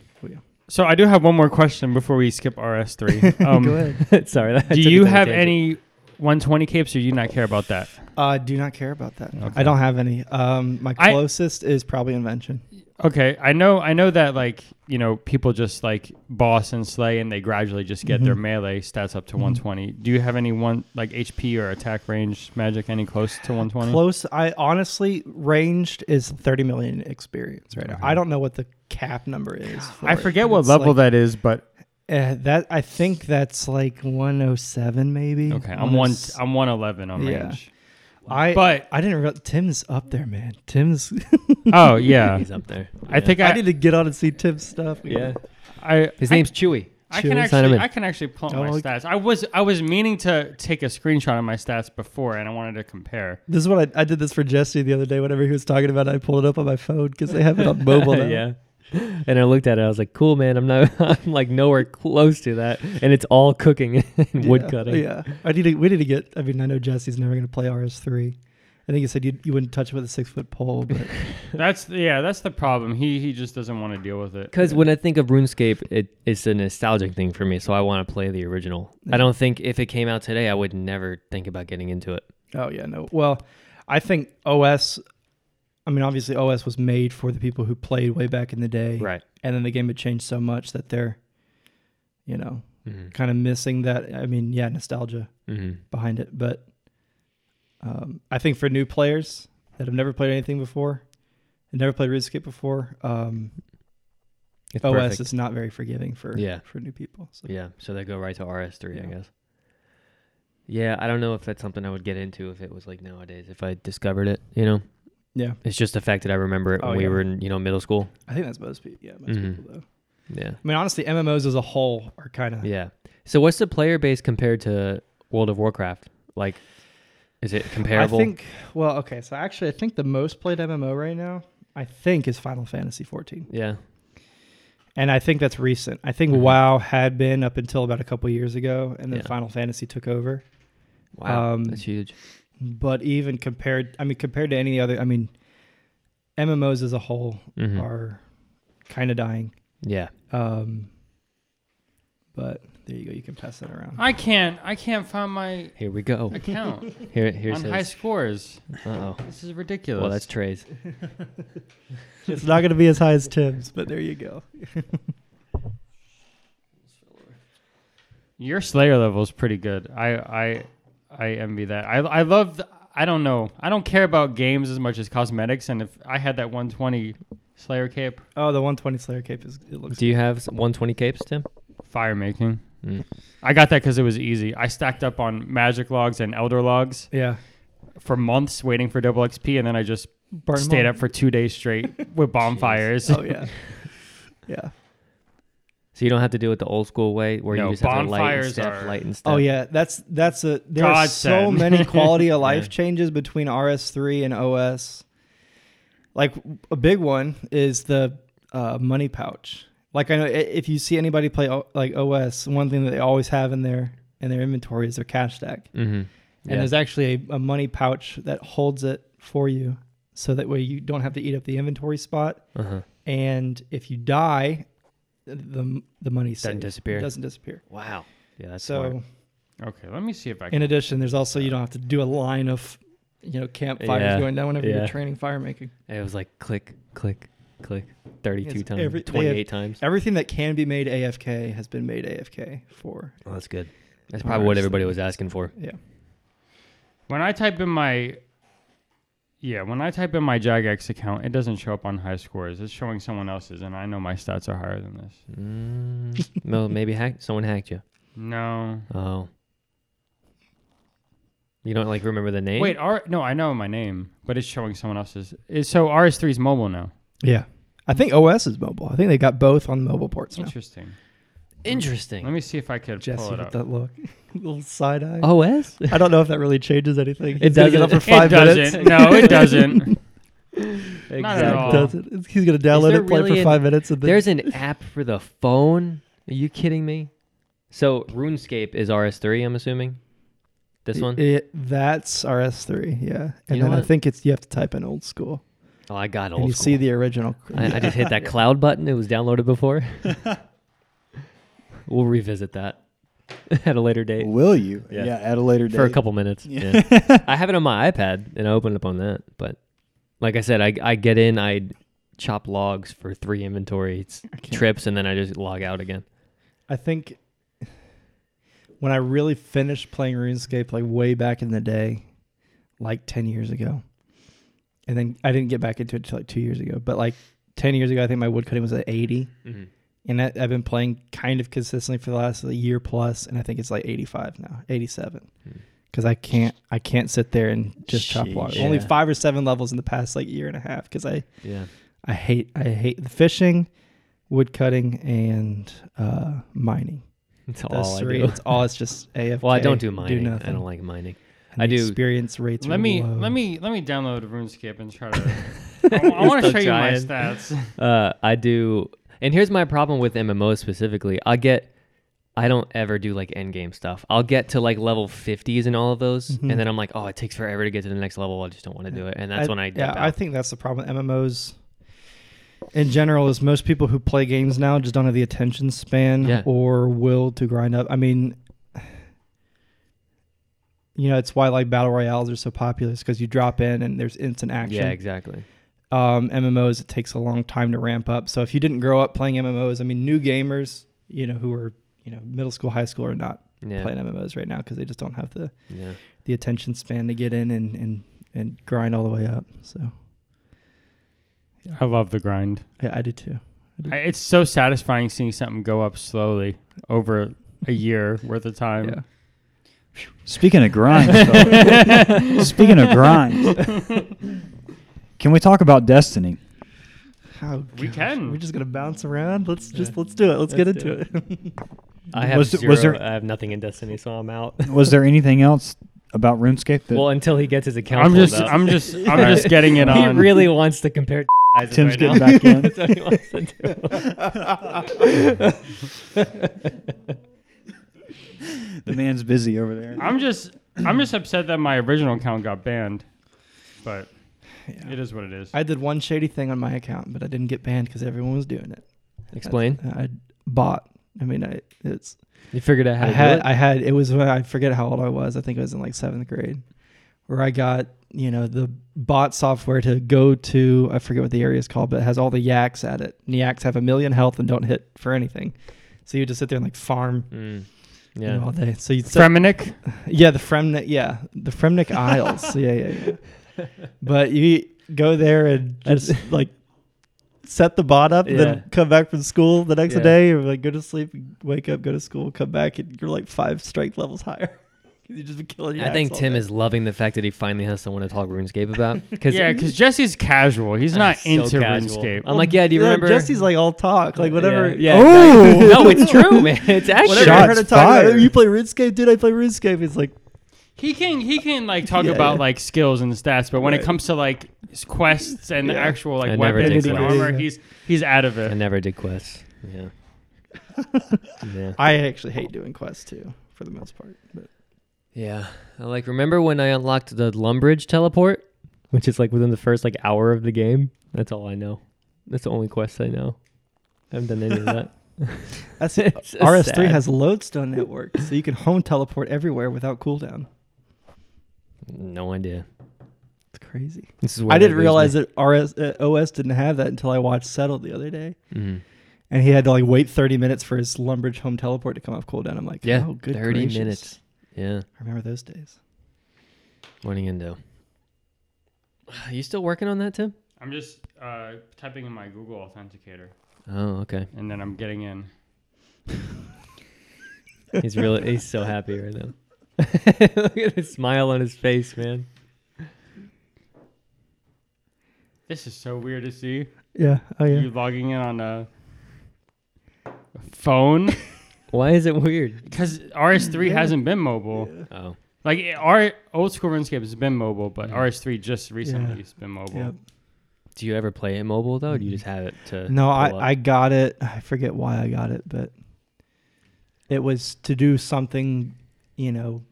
So I do have one more question before we skip
*laughs*
RS3. Um,
Go ahead.
*laughs* Sorry. That
Do
took
you
us on a
have
tangent.
any 120 capes, or you not care about that?
I Uh, do not care about
*laughs*
that.
Okay.
I don't have any. Um, my
I-
closest is probably Invention.
Okay, I know, I know that like you know people just like boss and slay, and they gradually just get their
Mhm.
melee stats up to
Mhm.
120. Do you have any one like HP or attack range magic any close to 120?
Close. I honestly ranged is 30 million experience right now.
Okay.
I don't know what the cap number is.
I forget what level that is, but
that. Uh, that I think that's like 107 maybe.
okay, I'm one,
s-
I'm 111 on
Yeah.
range.
I
but
I didn't realize Tim's up there, man. Tim's.
oh
*laughs*
yeah,
*laughs* He's up there.
I think
I
I,
need to get on and see Tim's stuff.
*laughs* Yeah.
I
His
I-
name's Chewy.
I can
Chewy. Sign him
actually,
in.
I can actually plump
Oh,
my
okay.
stats. I was, I was meaning to take a screenshot of my stats before, and I wanted to compare.
*laughs* This is what I, I did this for Jesse the other day. Whenever he was talking about it, I pulled it up on my phone because they have it on
*laughs*
mobile now.
yeah. And I looked at it. I was like, "Cool, man. I'm not. *laughs* I'm like nowhere close to that." And it's all cooking *laughs* and
Yeah,
wood cutting.
Yeah, I need to. We need to get. I mean, I know Jesse's never going to play RS three. I think you said you you wouldn't touch it with a six foot pole, but
That's yeah, that's the problem. He he just doesn't want to deal with it.
Because when I think of RuneScape, it, it's a nostalgic thing for me, so I want to play the original. I
Yeah.
don't think if it came out today, I would never think about getting into it.
oh yeah, no. Well, I think OS. I mean, obviously OS was made for the people who played way back in the day,
Right.
And then the game had changed so much that they're, you know,
hmm
kind of missing that. I mean, yeah, nostalgia
hmm
behind it, but um, I think for new players that have never played anything before, and never played RuneScape before, um,
It's
OS
perfect.
is not very forgiving for
Yeah.
for new people. So
Yeah, so they go right to RS3, I
Yeah.
guess. Yeah, I don't know if that's something I would get into if it was like nowadays. If I discovered it, you know,
yeah,
it's just the fact that I remember it
Oh,
when we
yeah.
were in, you know, middle school.
I think that's most people. Yeah, most
Mhm.
people though.
Yeah,
I mean, honestly, MMOs as a whole are kind of
yeah. So what's the player base compared to World of Warcraft? Like, is it comparable?
I think. Well, okay. So actually, I think the most played MMO right now, I think, is Final Fantasy 14,
yeah,
and I think that's recent. I think
Mhm.
Mm-hmm.
WoW had been up until about a couple years ago, and then
Yeah.
Final Fantasy took over.
wow,
Um,
that's huge.
But even compared, I mean, compared to any other, I mean, MMOs as a whole
Mm.
Mhm.
are kind of dying.
Yeah,
Um, but there you go. You can pass that around.
I can't. I can't find my
here we go.
account
Here, *laughs* here's
on high
his.
scores.
Uh oh.
This is ridiculous.
Well, that's Trey's.
*laughs* it's not going to be as high as Tim's, but there you go.
Your Slayer level is pretty good. I I I envy that. I I love. th- I don't know. I don't care about games as much as cosmetics. And if I had that 120 Slayer cape,
Oh, the 120 Slayer cape is. It looks.
Do you have s- 120 capes, Tim?
fire making.
Mm.
I got that because it was easy. I stacked up on magic logs and elder logs
yeah.
for months waiting for double XP, and then I just
Burn 'em
stayed
all.
up for two days
*laughs*
straight with bonfires.
Oh yeah, yeah.
So you don't have to do it the old school way where
No,
you just have to light and
bonfires
step,
are-
light and step.
Oh yeah, that's that's a there are
God
so
send.
many quality
*laughs*
of life
Yeah.
changes between RS3 and OS. Like a big one is the uh, money pouch. Like I know i- if you see anybody play O- like OS, one thing that they always have in their in their inventory is their cash stack,
Mm-hmm.
and there's actually a, a money pouch that holds it for you, so that way you don't have to eat up the inventory spot.
uh-huh.
And if you die, the the money
Doesn't disappear.
Doesn't disappear.
Wow. Yeah, that's
so
smart.
*laughs* Okay, let me see if I can.
in addition there's also you don't have to do a line of you know campfires
Yeah.
going down whenever
Yeah.
you're training fire making
It was like click, click, click, 32
It's
times,
every- they have-
28 times.
everything that can be made afk has been made afk for
Oh, that's good. That's probably what
Honestly.
everybody was asking for.
yeah
When I type in my yeah, when I type in my Jagex account, it doesn't show up on high scores. It's showing someone else's, and I know my stats are higher than this.
Mm, no, maybe hack, someone hacked you.
No.
Oh. You don't like remember the name?
Wait, R no, I know my name, but it's showing someone else's. It's, so RS3 is mobile now.
yeah i think os is mobile i think they got both on mobile ports now
Interesting.
Interesting.
Let me see if I could
jesse
pull it
with
up.
that look *laughs* little side eye
OS?
Oh. i don't know if that really changes anything
It
he's gonna get
doesn't.
up for five
*laughs* it
minutes
doesn't. No, it
*laughs*
doesn't. Not at
It
all.
doesn't. he's gonna download
there
it play
really
it for
an-
five minutes and then
There's an app for the phone. Are you kidding me? So RuneScape is RS3, I'm assuming. This one?
It- that's rs3 yeah and
You know
then i
what?
think it's you have to type in old school
oh, I got old
and you
school.
see the original
I, I just hit
*laughs*
that cloud button. It was downloaded before. we'll revisit that *laughs* at a later date
Will you?
Yeah.
Yeah, at a later date.
for a couple minutes. Yeah.
*laughs*
I have it on my iPad and I opened up on that. But like I said, I, I get in, I chop logs for three inventory s-
can't-
trips, and then I just log out again.
I think when I really finished playing RuneScape, like way back in the day, like 10 years ago, and then I didn't get back into it until like two years ago, but like 10 years ago, I think my woodcutting was at 80. And I, I've been playing kind of consistently for the last like, year plus, and I think it's like 85 now, 87.
Hmm.
Because I can't, I can't sit there and just chop
Sheesh.
water. Only
Yeah.
five or seven levels in the past like year and a half. Because I,
Yeah.
I hate, I hate the fishing, wood cutting, and uh, mining.
That's
That's
all I
three.
do.
It's all. It's just AFK.
*laughs* Well, I don't do mining.
nothing.
I don't like mining.
And
I
the
do-
Experience rates.
Let
are
me
low.
let me let me download RuneScape and try to. I, want to
Still
show you my
trying.
stats.
Uh, I do, and here's my problem with MMOs specifically. I get, I don't ever do like end game stuff. I'll get to like level 50s and all of those,
Mhm.
and then I'm like, oh, it takes forever to get to the next level. I just don't want to do it, and that's when I dip
Yeah,
out.
I think that's the problem. with MMOs in general is most people who play games now just don't have the attention span
Yeah.
or will to grind up. I mean, you know, it's why like battle royales are so popular. It's because you drop in and there's instant action.
yeah, exactly.
um, MMOs, it takes a long time to ramp up. So if you didn't grow up playing MMOs, I mean, new gamers, you know, who are you know middle school, high school, are not
Yeah,
playing MMOs right now because they just don't have the
yeah.
the attention span to get in and and and grind all the way up. So
I love the grind.
yeah, I do too.
I, it's so satisfying seeing something go up slowly over a year worth of time.
Yeah.
Speaking
*laughs*
of grinds,
*laughs*
though- speaking of grinds, can we talk about Destiny?
How
We
gosh,
can.
We're just gonna bounce around. Let's just
Yeah.
let's do it. Let's, get
Let's
into it.
*laughs* I have
Was th-
zero,
was there-
I have nothing in Destiny, so I'm out. *laughs*
Was there anything else about RuneScape that
well, until he gets his account.
I'm
pulled
just,
up.
I'm just,
*laughs*
I'm just getting it
he
on.
really wants to compare. sizes
Tim's
right
getting
now.
back in?
*laughs* That's what he wants to *laughs* do.
the man's busy over there?
I'm just, I'm just upset that my original account got banned, but
Yeah.
it is what it is.
I did one shady thing on my account, but I didn't get banned because everyone was doing it.
*laughs* Explain.
I, I bought. I mean, I it's
You figured out how
I
to
had
do it.
I had it was when I forget how old I was. I think it was in like seventh grade, where I got you know the bot software to go to. I forget what the area is called, but it has all the yaks at it. And yaks have a million health and don't hit for anything. So you just sit there and like farm
Mm.
you
Yeah.
know, all day. So you set
Fremenic,
Yeah, the Fremnik. Yeah, the Fremnik Isles. yeah, yeah, yeah. *laughs* But you go there and
That's-
just like set the bot up,
Yeah.
then come back from school the next
Yeah.
day, or like go to sleep, wake up, go to school, come back, and you're like five strength levels higher. *laughs* 'Cause you just been killing. Your
I think
axe all
Tim
day.
is loving the fact that he finally has someone to talk RuneScape *laughs* about. Cause
yeah, because Jesse's casual. He's not
So
into
casual.
RuneScape.
I'm like, yeah, do you remember?
Jesse's like all talk, like whatever.
Yeah.
Oh!
*laughs*
exactly. *laughs* no, it's true, man. It's accurate.
Whatever I heard
Shots
of talking
fired.
about, you play RuneScape, dude. I play RuneScape. It's like
He can he can like
*laughs*
talk
Yeah,
about
yeah.
like skills and stats, but when it
Right.
comes to like his quests and
Yeah.
actual
I
like
never
weapons
did
and
quests.
armor, he's he's out of
I
it.
never did quests. *laughs* Yeah. yeah.
I actually hate doing quests too, for the most part. But
Yeah. I like remember when I unlocked the Lumbridge teleport, which is like within the first like hour of the game. That's all I know. That's the only quest I know. I haven't done any of *laughs* that. *laughs*
that's
It's so
RS3
sad.
has lodestone network, so you can home teleport everywhere without cooldown.
no idea.
It's crazy.
This is
I didn't realize that RS uh, OS didn't have that until I watched Settle the other day,
Mm.
and he had to like wait 30 minutes for his Lumbridge home teleport to come off cooldown. I'm like,
Yeah,
oh, good
30
gracious.
minutes. Yeah.
I remember those days.
What are you gonna do? *sighs* Are you still working on that, Tim?
I'm just uh, typing in my Google Authenticator,
Oh, okay.
and then I'm getting in.
He's really he's so happy right now. *laughs* Look at the smile on his face, man.
This is so weird to see
Yeah. Oh
you logging in on a *laughs* phone
Why is it weird?
because RS3 hasn't been mobile.
Oh.
Like it- our old school RuneScape has been mobile, but
Yeah.
RS3 just recently has been mobile.
Yep.
Do you ever play it mobile though? Or do you just have it to
No,
pull
I,
up?
I got it. I forget why I got it, but it was to do something, you know,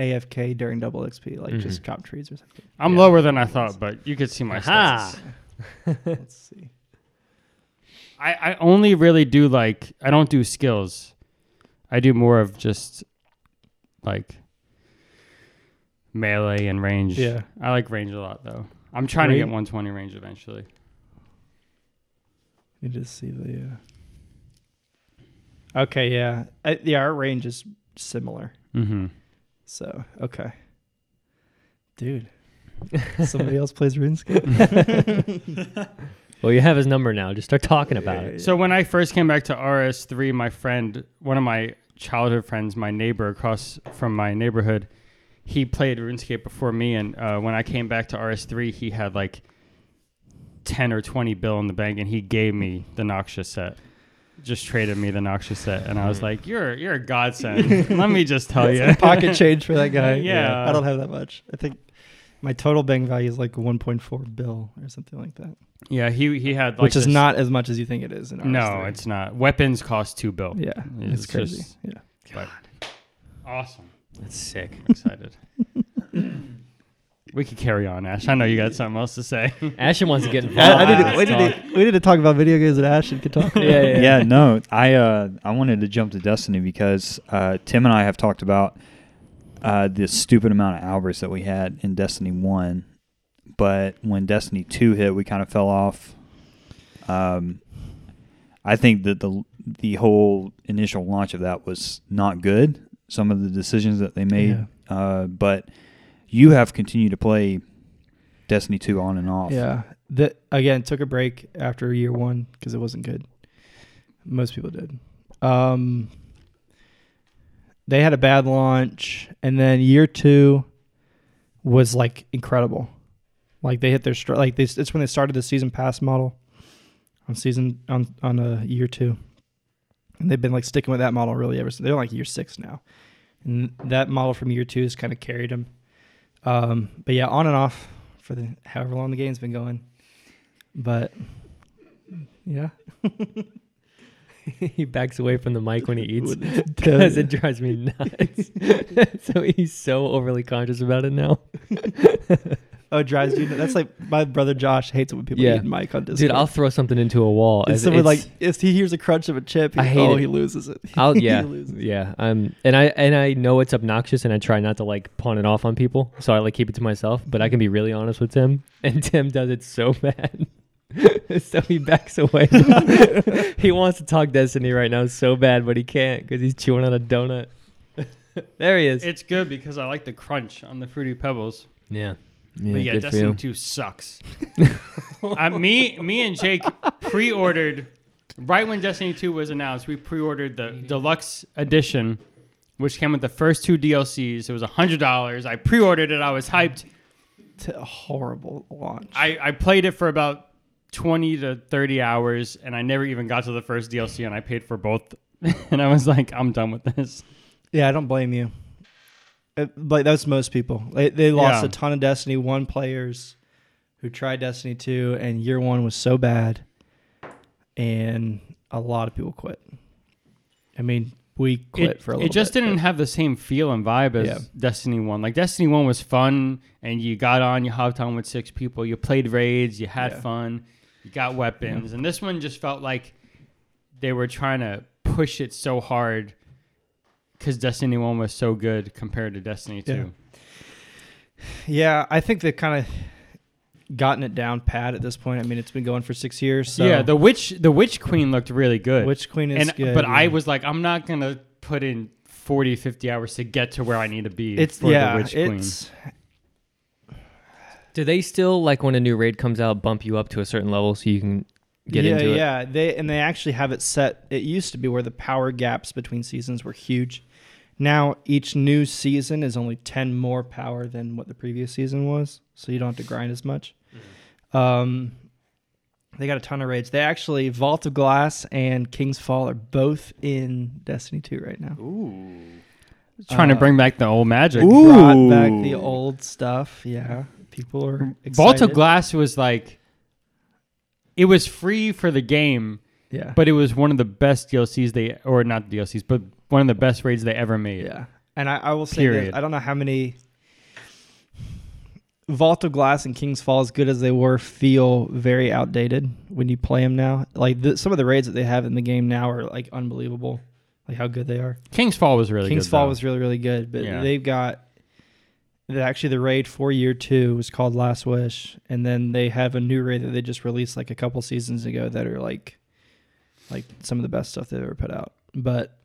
AFK during double XP, like just
Mhm.
chop trees or
*laughs*
something.
I'm
Yeah.
lower than I thought, but you could see my stats.
Aha!
Let's see.
I, I only really do like I don't do skills. I do more of just like melee and range.
Yeah.
I like range a lot though. I'm trying to get
Range-
120 range eventually.
You just see the. Uh... Okay, yeah, uh, yeah. Our range is similar,
Mm-hmm.
so okay.
*laughs*
Dude, somebody else plays RuneScape.
Well, you have his number now. Just start talking about
Yeah,
it.
Uh, So when I first came back to RS3, my friend, one of my childhood friends, my neighbor across from my neighborhood, he played RuneScape before me, and uh, when I came back to RS3, he had like 10 or 20 bill in the bank, and he gave me the Noxious set. Just traded me the Noxious set, and I was like, "You're you're a godsend." Let me just
*laughs*
tell you, *laughs*
Pocket change for that guy.
Yeah.
I don't have that much. I think my total bang value is like 1.4 bill or something like that,
yeah, he he had like
which is
this-
not as much as you think it is. In
no,
RS3.
it's not. Weapons cost two bill.
yeah, it's,
it's
crazy.
just-
yeah.
but- awesome.
That's sick.
I'm excited. we could carry on, Ash. I know you got something else to say. *laughs*
Ashton wants to get involved.
*laughs* I, I
in
need
Let's
to, we,
this
need
talk.
to, we need to talk about video games that Ash and can *laughs* talk. About.
Yeah, yeah.
yeah, no, I uh, I wanted to jump to Destiny because uh, Tim and I have talked about uh, the stupid amount of hours that we had in Destiny One, but when Destiny Two hit, we kind of fell off. Um, I think that the the whole initial launch of that was not good. Some of the decisions that they made, uh, but you have continued to play Destiny Two on and off.
Yeah. That again took a break after year one because it wasn't good. most people did. Um, they had a bad launch, and then year two was like incredible. Like they hit their str- like they, it's when they started the season pass model on season on on a uh, year two, and they've been like sticking with that model really ever since. They're like year six now, and that model from year two has kind of carried them. Um, but yeah, on and off for the however long the game's been going, but yeah.
*laughs* he backs away from the mic when he eats *laughs* because
*laughs* Does
it drives me nuts. *laughs* so he's so overly conscious about it now.
Oh, it drives you. That's like my brother Josh hates it when people
Yeah.
eat Mike on Discord.
Dude, I'll throw something into a wall.
And
as
someone
it's-
like if he hears a crunch of a chip, he,
I hate
oh,
it.
he loses it. *laughs*
I'll
He
yeah
loses it.
yeah um and I and I know it's obnoxious and I try not to like pawn it off on people so I like keep it to myself but
Mm-hmm.
I can be really honest with Tim and *laughs* Tim does it so bad *laughs* so he backs away *laughs* he wants to talk Destiny right now so bad but he can't because he's chewing on a donut *laughs* there he is
It's good because I like the crunch on the fruity pebbles.
yeah
but yeah, Destiny Two sucks. uh, me, me and Jake pre-ordered right when Destiny Two was announced. We pre-ordered the deluxe edition, which came with the first two DLCs. It was hundred dollars. I pre-ordered it. I was hyped.
It's a horrible launch.
I, I played it for about twenty to thirty hours, and I never even got to the first DLC, and I paid for both. *laughs* and I was like, I'm done with this.
yeah, I don't blame you. It, like that's most people. They, they lost
Yeah.
a ton of Destiny One players who tried Destiny Two, and year one was so bad, and a lot of people quit. I mean, we quit
it,
for a
it
little.
just
bit,
didn't
but-
have the same feel and vibe as
Yeah.
Destiny One. Like Destiny One was fun, and you got on, you hopped on with six people, you played raids, you had
Yeah.
fun, you got weapons, and this one just felt like they were trying to push it so hard because Destiny One was so good compared to Destiny
Yeah.
Two.
Yeah, I think they've kind of gotten it down pat at this point. I mean, it's been going for six years. So
Yeah, the witch, the witch queen looked really good.
Witch Queen is
and
good.
but I
yeah.
was like, I'm not gonna put in 40, 50 hours to get to where I need to be.
It's
for
yeah.
the witch queen.
it's
do they still like when a new raid comes out bump you up to a certain level so you can get
yeah,
into it
yeah. They and they actually have it set. It used to be where the power gaps between seasons were huge. Now each new season is only ten more power than what the previous season was, so you don't have to grind as much.
Mm-hmm.
Um, they got a ton of raids. They actually Vault of Glass and King's Fall are both in Destiny Two right now.
trying
uh,
to bring back the old magic.
Brought back the
Ooh.
old stuff. Yeah, people are excited.
Vault of Glass was like it was free for the game,
Yeah,
but it was one of the best DLCs they or not DLCs, but one of the best raids they ever made.
Yeah. And I, I will say
Period.
this, I don't know how many Vault of Glass and King's Fall, as good as they were, feel very outdated when you play them now. Like the, some of the raids that they have in the game now are like unbelievable, like how good they are.
King's Fall was really
King's
good.
Fall
though.
was really really good, but
Yeah.
they've got the- actually the raid for year two was called Last Wish, and then they have a new raid that they just released like a couple seasons ago that are like like some of the best stuff they've ever put out. But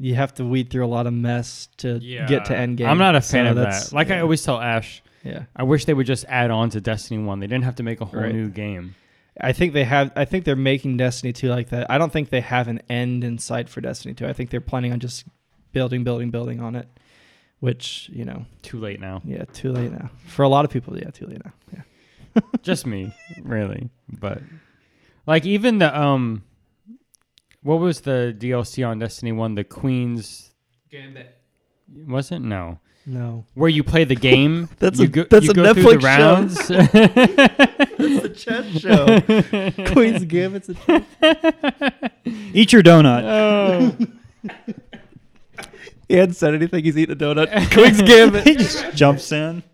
you have to weed through a lot of mess to get to end game.
I'm not a fan
So
of
that's-
that. Like I
yeah,
always tell Ash,
yeah.
I wish they would just add on to Destiny One. They didn't have to make a whole
Right.
new game.
I think they have. I think they're making Destiny two like that. I don't think they have an end in sight for Destiny two. I think they're planning on just building, building, building on it, which you know
Too late now.
Yeah, too late now. For a lot of people, yeah, too late now. Yeah.
just me, really. But like even the um, what was the DLC on Destiny One? The Queen's Gambit. Was it no?
No.
where you play the game.
*laughs* That's
you
a- that's a Netflix
rounds.
The *laughs* chess show. Queen's *laughs* Gambit's a
Eat your donut.
He hadn't said anything. He's eating a donut. Queen's Gambit.
Jumps in.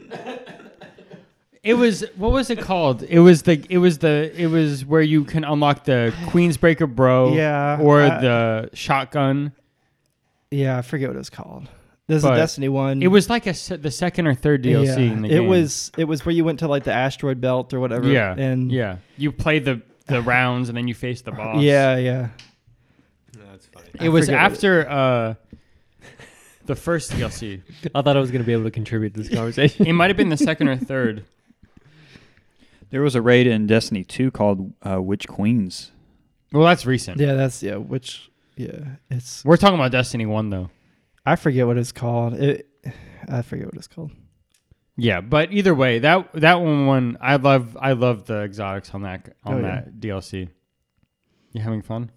*laughs* it was what was it called? It was the it was the it was where you can unlock the Queensbreaker Bro,
Yeah,
or
I-
the shotgun.
yeah, I forget what it was called. This is
But
Destiny one.
It was like a se- the second or third DLC
Yeah.
in the
It
game.
was it was where you went to like the asteroid belt or whatever.
yeah
And
yeah you play the the rounds and then you face the boss.
Yeah, yeah.
it was
forget what it-
after uh the first DLC.
*laughs* I thought I was gonna be able to contribute
*laughs*
to this conversation
It might have been the second or third.
There was a raid in Destiny 2 called uh, Witch Queens.
Well, that's recent.
Yeah, that's yeah. Which yeah, it's
We're talking about Destiny One though.
I forget what it's called. It I forget what it's called.
Yeah, but either way, that that one one I love I love the exotics on that on
Oh, yeah.
that DLC. You having fun?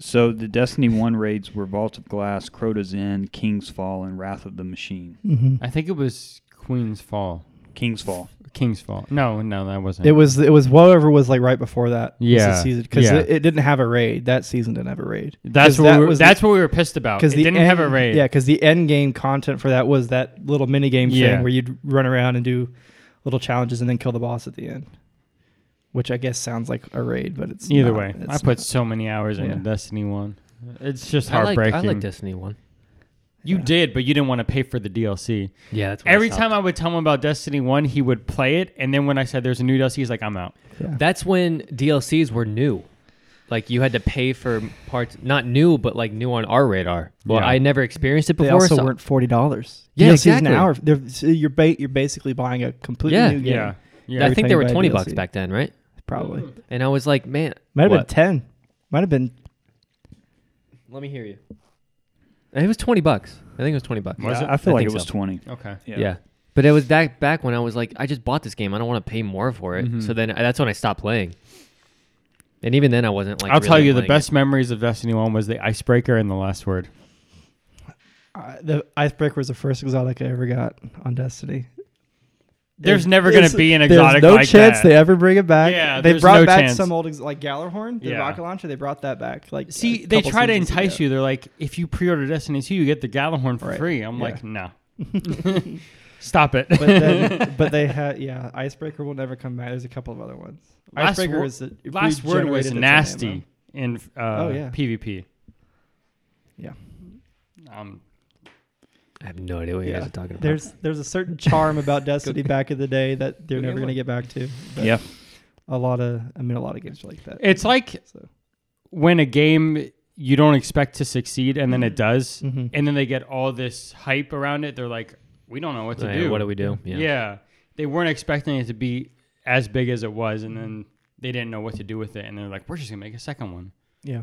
So the Destiny One raids were Vault of Glass, Crota's Inn, King's Fall, and Wrath of the Machine.
Mm-hmm.
I think it was Queen's Fall,
King's Fall.
King's Fall. No, no, that wasn't.
It was it was whatever was like right before that. was the
Yeah,
season because
yeah.
it, it didn't have a raid. That season didn't have a raid.
that's
'Cause
what
that
we were,
was the-
that's what we were pissed about. Because
Because
Oh, it didn't
end,
have a raid.
Yeah, because the end game content for that was that little mini game
Yeah.
thing where you'd run around and do little challenges and then kill the boss at the end. Which I guess sounds like a raid, but it's
Either
not.
way,
It's
I put so many hours into
Yeah.
Destiny One. It's just
I like,
heartbreaking.
I like Destiny one.
You
Yeah.
did, but you didn't want to pay for the DLC.
Yeah, that's
Every time I would tell him about Destiny One, he would play it, and then when I said there's a new DLC, he's like, "I'm out."
yeah.
That's when DLCs were new. Like you had to pay for parts, not new, but like new on our radar. Well,
Yeah.
I never experienced it
they
before.
also
so-
weren't forty dollars.
Yeah,
An
exactly.
hour. They're, so you're ba- you're basically buying a completely
Yeah.
new game.
Yeah, yeah.
I think they
everything
were
by
twenty
DLC.
bucks back then, right?
probably.
And I was like, man,
Might have
What?
been ten. Might have been.
let me hear you. It was twenty bucks. I think it was twenty bucks.
Was
I,
it?
I feel
I
like
think
it was
so.
twenty.
Okay.
Yeah. But it was back back when I was like, I just bought this game. I don't want to pay more for it.
Mm-hmm.
Mhm.
So then uh, that's when I stopped playing. And even then, I wasn't like.
I'll
really
tell you, the
playing it.
best memories of Destiny One was the icebreaker and the last word.
Uh, the Icebreaker was the first exotic I ever got on Destiny.
There's
It's-
never gonna
it's-
be an
there's
exotic
no
like
chance
that.
they ever bring it back.
Yeah,
they
there's
brought
no
back
chance.
some old ex- like Gallarhorn, the
Yeah.
rocket launcher. They brought that back. Like
See, they try to entice you. They're like, if you pre-order Destiny Two, you get the Galahorn for
Right.
free. I'm
Yeah. *laughs*
like, no, stop it.
but,
*laughs*
then, but they had yeah, Icebreaker will never come back. There's a couple of other ones.
Last
Icebreaker
wo-
is the, it
last word
regenerated
was
its own ammo.
nasty in uh,
Oh, yeah.
PvP.
Yeah.
Um,
I have no idea what you guys
Yeah.
are talking about.
There's there's a certain charm about
*laughs*
Destiny back in the day that they're
Go
never
get
gonna
one.
get back to. But
Yeah.
a lot of I mean a lot of games are like that.
it's like
so
when a game you don't expect to succeed and then it does,
Mhm.
and then they get all this hype around it. They're like, we don't know what to
Like,
do.
What do we do?
Yeah. they weren't expecting it to be as big as it was, and then they didn't know what to do with it, and they're like, we're just gonna make a second one.
yeah.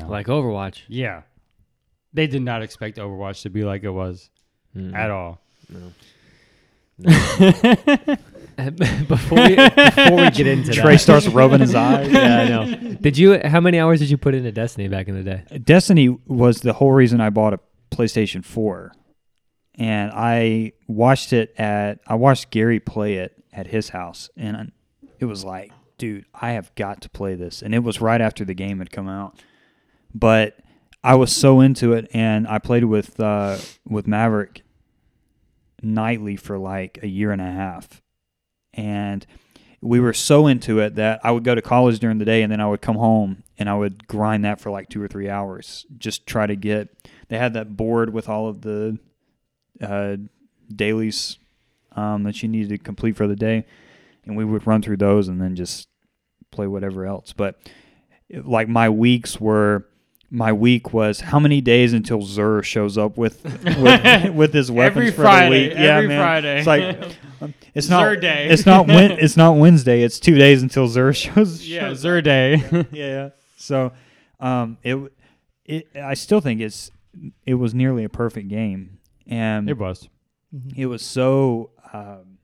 No,
Like Overwatch.
yeah, they did not expect Overwatch to be like it was
Mm.
at all.
No. *laughs* before we before we get into
Trey
that,
starts rubbing his eyes.
*laughs* yeah, I *laughs* know. Did you? How many hours did you put into Destiny back in the day?
Destiny was the whole reason I bought a PlayStation 4. And I watched it at I watched Gary play it at his house and I- it was like, dude, I have got to play this. And it was right after the game had come out. But I was so into it and I played with uh with Maverick nightly for like a year and a half. And we were so into it that I would go to college during the day and then I would come home and I would grind that for like two or three hours. Just try to get. They had that board with all of the uh, dailies um, that you needed to complete for the day, and we would run through those and then just play whatever else. But it- like my weeks were. My week was how many days until Zur shows
*laughs*
up with with, with his weapons
Every
for
Friday,
the week? Yeah,
every
man.
Friday.
It's like
*laughs*
um, it's
Zur
not
day.
it's not Wed- it's not Wednesday. It's two days until Zur shows.
Yeah,
shows-
Zerday.
yeah, yeah. So, um, it w- it I still think it's it was nearly a perfect game,
*laughs*
and
it
Mm.
was.
Mm-hmm.
it was so um,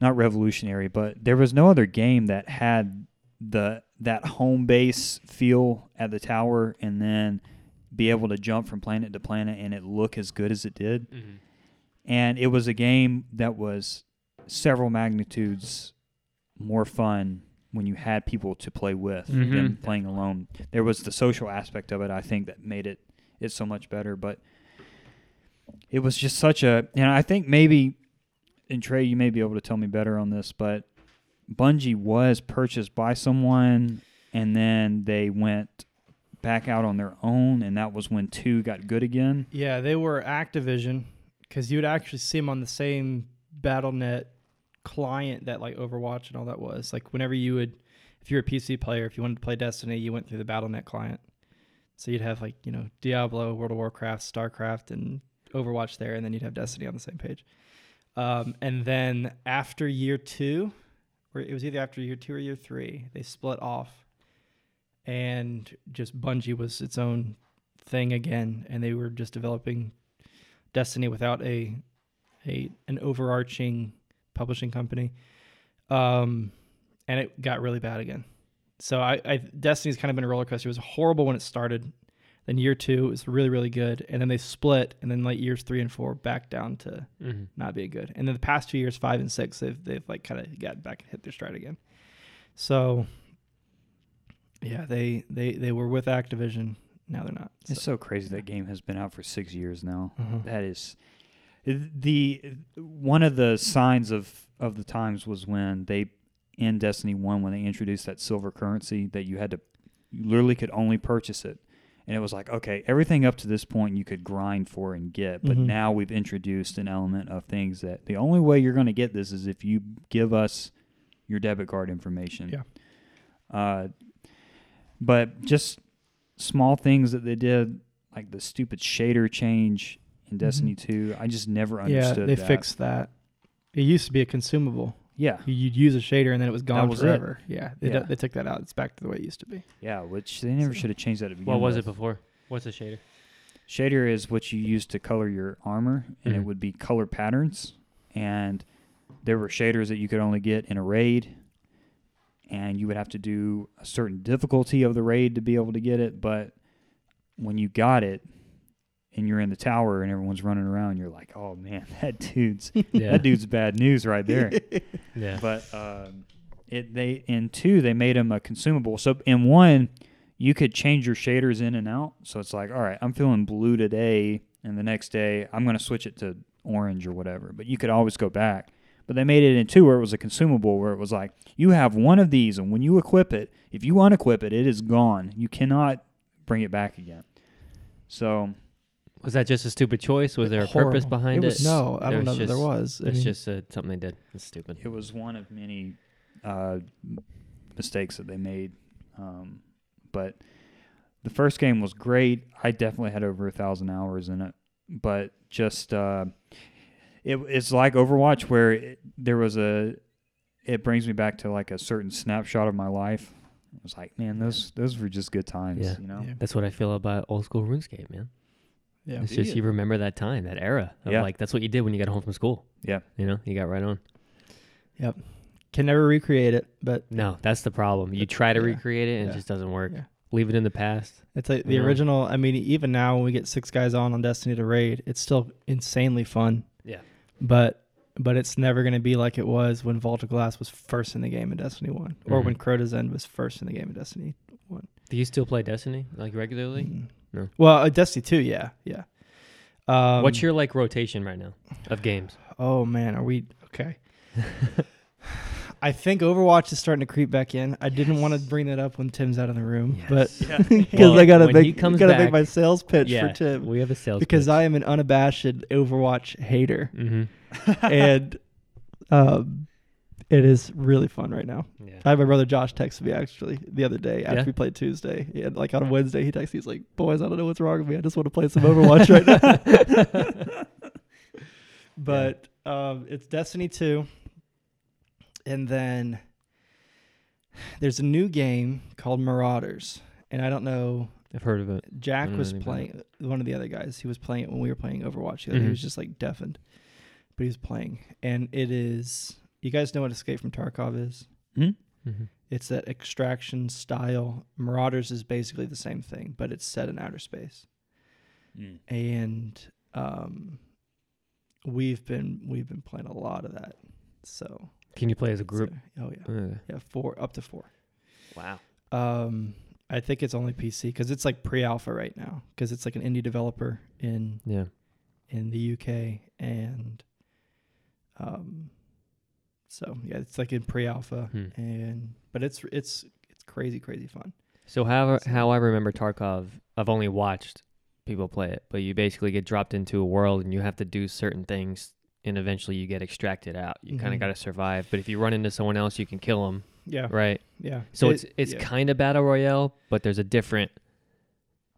not revolutionary, but there was no other game that had the that home base feel at the tower, and then be able to jump from planet to planet and it look as good as it did and it was a game that was several magnitudes more fun when you had people to play with than
Mhm.
playing alone. There was the social aspect of it, I think, that made it it so much better. But it was just such a, and I think maybe, and Trey, you may be able to tell me better on this, but Bungie was purchased by someone, and then they went back out on their own, and that was when two got good again.
Yeah, they were Activision because you would actually see them on the same BattleNet client that like Overwatch and all that was. Like whenever you would, if you were a PC player, if you wanted to play Destiny, you went through the BattleNet client. So you'd have like you know Diablo, World of Warcraft, StarCraft, and Overwatch there, and then you'd have Destiny on the same page. Um, and then after year two, or it was either after year two or year three. They split off, and just Bungie was its own thing again, and they were just developing Destiny without a a an overarching publishing company. Um, and it got really bad again. So I, I Destiny's kind of been a roller coaster. It was horrible when it started. Then year two it was really really good, and then they split, and then like years three and four back down to
Mm-hmm.
not being good. And then the past two years, five and six, they've they've like kind of got back and hit their stride again. So yeah, they they they were with Activision. Now they're not. So,
It's so crazy that game has been out for six years now.
Mhm.
That is the one of the signs of of the times was when they in Destiny One when they introduced that silver currency that you had to you literally could only purchase it. And it was like, okay, everything up to this point you could grind for and get, but
Mhm.
now we've introduced an element of things that the only way you're going to get this is if you give us your debit card information.
Yeah.
Uh, but just small things that they did, like the stupid shader change in Destiny 2, I just never
Mm-hmm. yeah,
understood
they
that.
fixed that. It used to be a consumable.
Yeah,
You- You'd use a shader and then it was gone
was it.
forever. Yeah, they,
Yeah.
they took that out. It's back to the way it used to be.
yeah, which they never should have changed that. To begin
What was it
with.
before? What's a shader?
Shader is what you use to color your armor, and it
Mhm.
would be color patterns. And there were shaders that you could only get in a raid, and you would have to do a certain difficulty of the raid to be able to get it. But when you got it, and you're in the tower, and everyone's running around, you're like, "Oh man, *laughs* that dude's
Yeah.
that dude's bad news
*laughs*
right there."
Yeah.
but um, it they in two they made them a consumable. So in one, you could change your shaders in and out. So it's like, all right, I'm feeling blue today, and the next day I'm going to switch it to orange or whatever. But you could always go back. But they made it in two where it was a consumable, where it was like you have one of these, and when you equip it, if you unequip it, it is gone. You cannot bring it back again. So
*laughs* Was that just a stupid choice? Was there a purpose
Horrible.
behind
it? Was,
it?
no, I
There
don't know
was
that there
just-
was. I
It's
mean,
just uh, something they did. It's stupid.
it was one of many uh, mistakes that they made. Um, but the first game was great. I definitely had over a thousand hours in it, but just uh, it, it's like Overwatch, where it, there was a. It brings me back to like a certain snapshot of my life. It was like, man, those those were just good times,
Yeah.
you know.
yeah.
That's what I feel about old school RuneScape, man.
Yeah.
It's just
Yeah.
you remember that time, that era. Of
Yeah.
Like that's what you did when you got home from school.
Yeah.
You know, you got right on.
Can never recreate it, but
No, that's the problem. You try to
yeah.
recreate it and
Yeah.
it just doesn't work.
Yeah.
Leave it in the past.
It's like the
Yeah.
original. I mean, even now when we get six guys on on Destiny to raid, it's still insanely fun.
Yeah.
But but it's never going to be like it was when Vault of Glass was first in the game in Destiny One, or
Mhm.
when Crota's End was first in the game in Destiny One.
Do you still play Destiny like regularly?
Mm.
No.
Well, uh, Destiny Two, yeah, yeah. Um,
What's your like rotation right now of games?
Oh man, are we
*laughs*
okay? I think Overwatch is starting to creep back in. I didn't want to bring that up when Tim's out of the room, but *laughs*
*laughs*
because
Well,
I gotta
when he
make
comes
gotta
back-
make my sales pitch
yeah,
for Tim.
we have a sales
because I am an unabashed Overwatch
*laughs*
hater,
hmm
and um, it is really fun right now.
Yeah.
I had my brother Josh text me actually the other day after
Yeah?
we played Tuesday, and like on Wednesday he texted, he's like, "Boys, I don't know what's wrong with me. I just want to play some Overwatch right now."
*laughs*
but um, it's Destiny two, and then there's a new game called Marauders, and I don't know
I've heard of it.
Jack
Mm,
was
I think I
playing one of the other guys. He was playing it when we were playing Overwatch. The other day.
Mhm.
He was just like deafened, but he was playing, and it is. You guys know what Escape from Tarkov is?
hmm
It's that extraction style. Marauders is basically the same thing, but it's set in outer space.
Mm.
And um, we've been we've been playing a lot of that. So
Can you play as a group?
so- oh yeah,
Uh,
yeah, four up to four.
wow.
Um, I think it's only PC because it's like pre-alpha right now because it's like an indie developer in
Yeah.
in the UK and um so yeah it's like in pre-alpha
Hmm.
and but it's it's it's crazy crazy fun.
So how
So-
how I remember Tarkov, I've only watched people play it, but you basically get dropped into a world and you have to do certain things, and eventually you get extracted out. You kind
Mhm.
of got to survive, but if you run into someone else, you can kill them,
Yeah.
right?
Yeah.
So
It-
it's it's
yeah.
kind of battle royale, but there's a different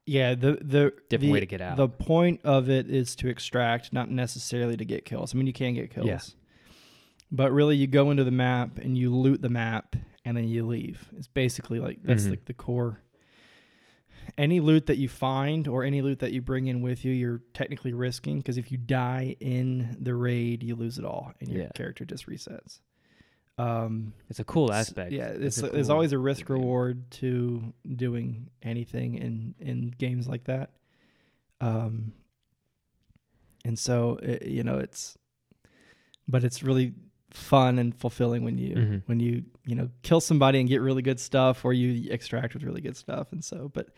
yeah, the the
different
the,
way to get out.
The point of it is to extract, not necessarily to get kills. I mean, you can get kills.
Yeah.
But really, you go into the map and you loot the map and then you leave. It's basically like that's
Mhm.
like the core. Any loot that you find or any loot that you bring in with you, you're technically risking because if you die in the raid, you lose it all and your
Yeah.
character just resets. Um,
It's a cool
s-
aspect.
Yeah, it's,
a
there's
cool-
always a risk
thing.
reward to doing anything in in games like that. Um, and so it, you know it's, but it's really fun and fulfilling when you
Mhm.
when you you know kill somebody and get really good stuff, or you extract with really good stuff, and so but.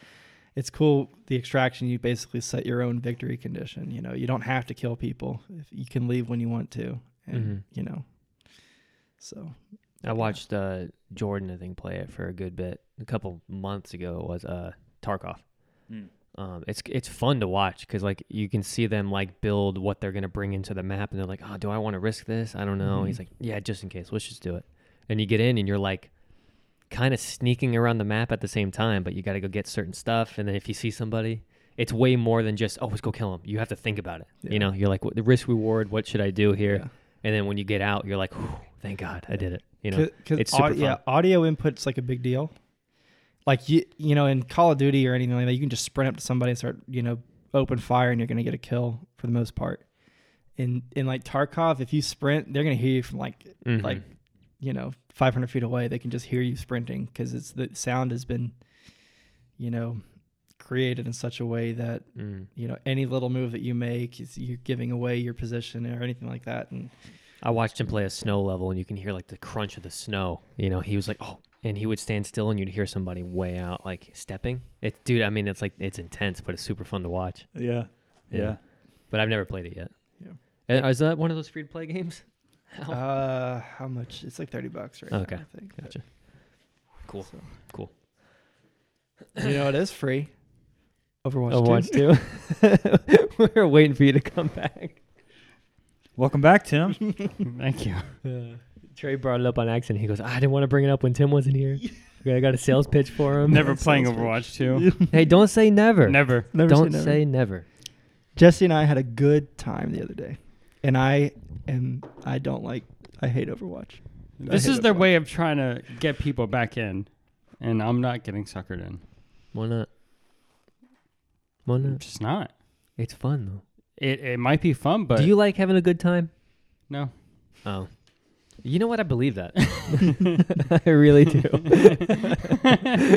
It's cool the extraction you basically set your own victory condition, you know. You don't have to kill people. If you can leave when you want to and
Mhm.
you know. So
I watched uh, Jordan, I think, play it for a good bit a couple months ago. It was uh, Tarkov.
Mm.
Um, it's it's fun to watch because like you can see them like build what they're gonna bring into the map, and they're like, oh, do I want to risk this? I don't know. He's
Mhm.
like, yeah, just in case, let's just do it. And you get in, and you're like, kind of sneaking around the map at the same time, but you got to go get certain stuff, and then if you see somebody. It's way more than just oh, let's go kill him. You have to think about it.
Yeah.
You know, you're like, what, the risk reward. What should I do here?
Yeah.
And then when you get out, you're like, "Whew, thank God, I did it. You know,
Cause, 'cause
it's
au-
super
yeah,
fun.
audio input's like a big deal. Like you, you know, in Call of Duty or anything like that, you can just sprint up to somebody and start, you know, open fire, and you're gonna get a kill for the most part. In in like Tarkov, if you sprint, they're gonna hear you from like
Mhm.
like you know 500 feet away. They can just hear you sprinting because it's the sound has been, you know, created in such a way that
Mm.
you know any little move that you make is you're giving away your position or anything like that. And
I watched him play a snow level, and you can hear like the crunch of the snow. You know, he was like, oh, and he would stand still, and you'd hear somebody way out like stepping. It's dude, I mean, it's like it's intense, but it's super fun to watch.
Yeah. Yeah.
but I've never played it yet.
Yeah.
Yeah, is that one of those free to play games? How-
Uh, how much? It's like thirty bucks right
Okay.
now. I think.
Gotcha. Cool.
So.
Cool.
You know it is free. Overwatch.
*laughs* Overwatch
2.
two. *laughs* we were waiting for you to come back.
Welcome back, Tim.
Thank you.
Trey brought it up on accident. He goes, I didn't want to bring it up when Tim wasn't here. I got a sales pitch for him.
Never
that
playing
sounds
Overwatch 2.
Hey, don't say never.
Never.
Never
don't
say never.
say never.
Jesse and I had a good time the other day, and I am I don't like I hate Overwatch. I
This
hate
is their
Overwatch.
way of trying to get people back in, and I'm not getting suckered in.
Why not? Why
I'm
not?
just not.
It's fun though.
It it might be fun, but
Do you like having a good time?
no.
Oh. You know what? I believe that. *laughs* I really
*laughs*
do.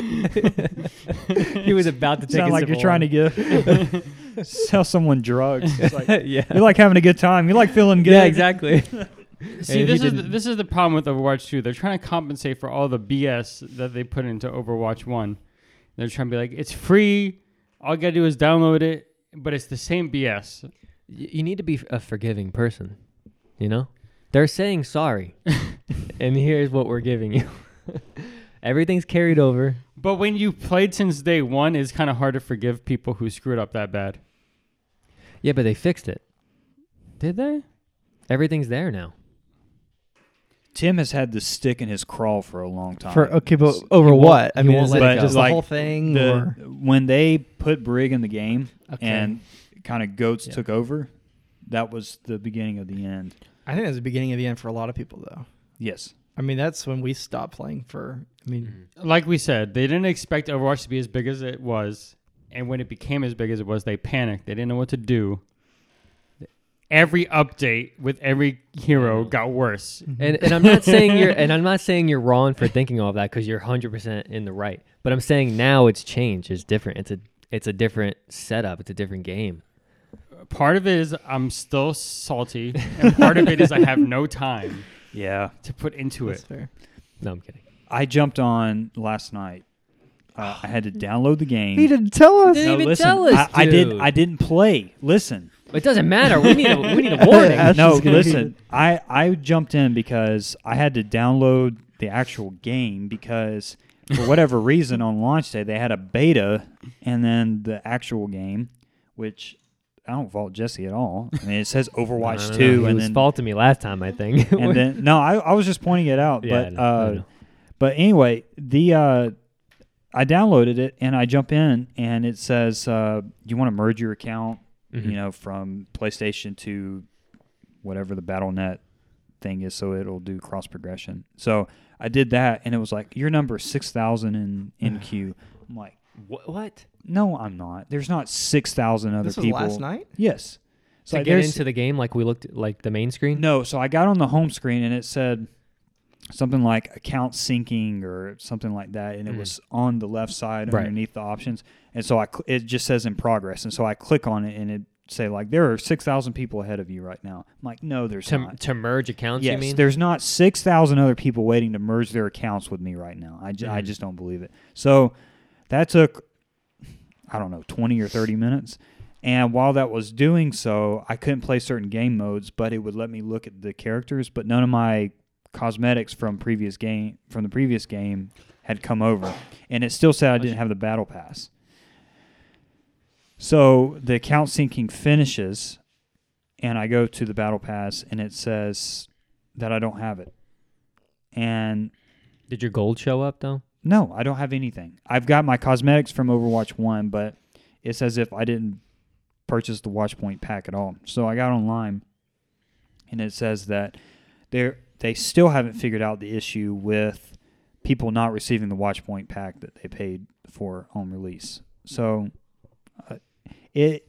*laughs* he was about to take
*laughs* Sound
a
like
sip
you're
of
trying to
wine.
give *laughs* sell someone drugs. It's
*laughs*
like,
yeah.
you like having a good time. You like feeling good.
Yeah,
*laughs*
exactly.
See,
if
this
you
is the,
didn't-
this is the problem with Overwatch 2. They're trying to compensate for all the BS that they put into Overwatch 1. They're trying to be like, it's free. All you gotta do is download it, but it's the same BS.
Y- you need to be a forgiving person. You know, they're saying
*laughs*
sorry, and here's what we're giving you. *laughs* Everything's carried over.
But when you played since day one, it's kind of hard to forgive people who screwed up that bad.
Yeah, but they fixed it.
Did they?
Everything's there now.
Tim has had the stick in his craw for a long time.
For okay, but
It's-
over
won't-
what? I
he
mean,
won't
is
let
it
it go.
just the
Like,
whole thing,
the,
or
when they put Brig in the game
okay.
and kind of goats
Yeah.
took over, that was the beginning of the end.
I think that's the beginning of the end for a lot of people, though.
Yes.
I mean, that's when we stopped playing for. I mean,
Like we said, they didn't expect Overwatch to be as big as it was, and when it became as big as it was, they panicked. They didn't know what to do. Every update with every hero got worse.
Mm-hmm.
And, and I'm not saying you're and I'm not saying you're wrong for thinking all of that because you're 100 percent in the right. But I'm saying now it's changed. It's different. It's a it's a different setup. It's a different game.
Part of it is I'm still salty, and part of it is I have no time
Yeah.
to put into
that's
it.
fair.
No, I'm kidding.
I jumped on last night. Uh, I had to download the game.
didn't tell us.
Didn't
no,
even
listen,
tell us,
I, I did.
dude.
I didn't play. Listen,
It doesn't matter. We need a, we need
*laughs*
a *laughs* warning.
Ash
no,
is gonna be
*laughs* listen. I I jumped in because I had to download the actual game because for
*laughs*
whatever reason on launch day they had a beta and then the actual game, which I don't fault Jesse at all. I mean,
*laughs*
it says
I
Overwatch
don't know.
Two,
He
and
was
then
faulting me last time. I think. *laughs*
*laughs* and then no, I, I was just pointing it out.
Yeah, I
but
know, I
uh,
know.
but anyway, the uh, I downloaded it and I jump in and it says uh, you want to merge your account,
Mhm.
you know, from PlayStation to whatever the BattleNet thing is, so it'll do cross progression. So I did that, and it was like your number six thousand in
*sighs*
in queue. I'm like,
What? what?
no, I'm not. There's not six thousand other
This was
people.
last night.
Yes.
To
So like,
get
there's-
into the game, like we looked, like the main screen.
no, so I got on the home screen and it said something like account syncing or something like that, and it
Mm.
was on the left side
Right.
underneath the options. And so I cl- it just says in progress, and so I click on it and it say like there are six thousand people ahead of you right now. I'm like, no, there's
To,
not.
to merge accounts,
yes,
you mean?
there's not six thousand other people waiting to merge their accounts with me right now. I ju- I
Mhm.
just don't believe it. So that took I don't know twenty or thirty minutes. And while that was doing so, I couldn't play certain game modes, but it would let me look at the characters. But none of my cosmetics from previous game from the previous game had come over, and it still said I didn't have the battle pass. So the account syncing finishes, and I go to the battle pass, and it says that I don't have it. And
Did your gold show up though?
no, I don't have anything. I've got my cosmetics from Overwatch 1, but it's as if I didn't purchase the Watchpoint pack at all. So I got online and it says that they they still haven't figured out the issue with people not receiving the Watchpoint pack that they paid for on release. So uh, it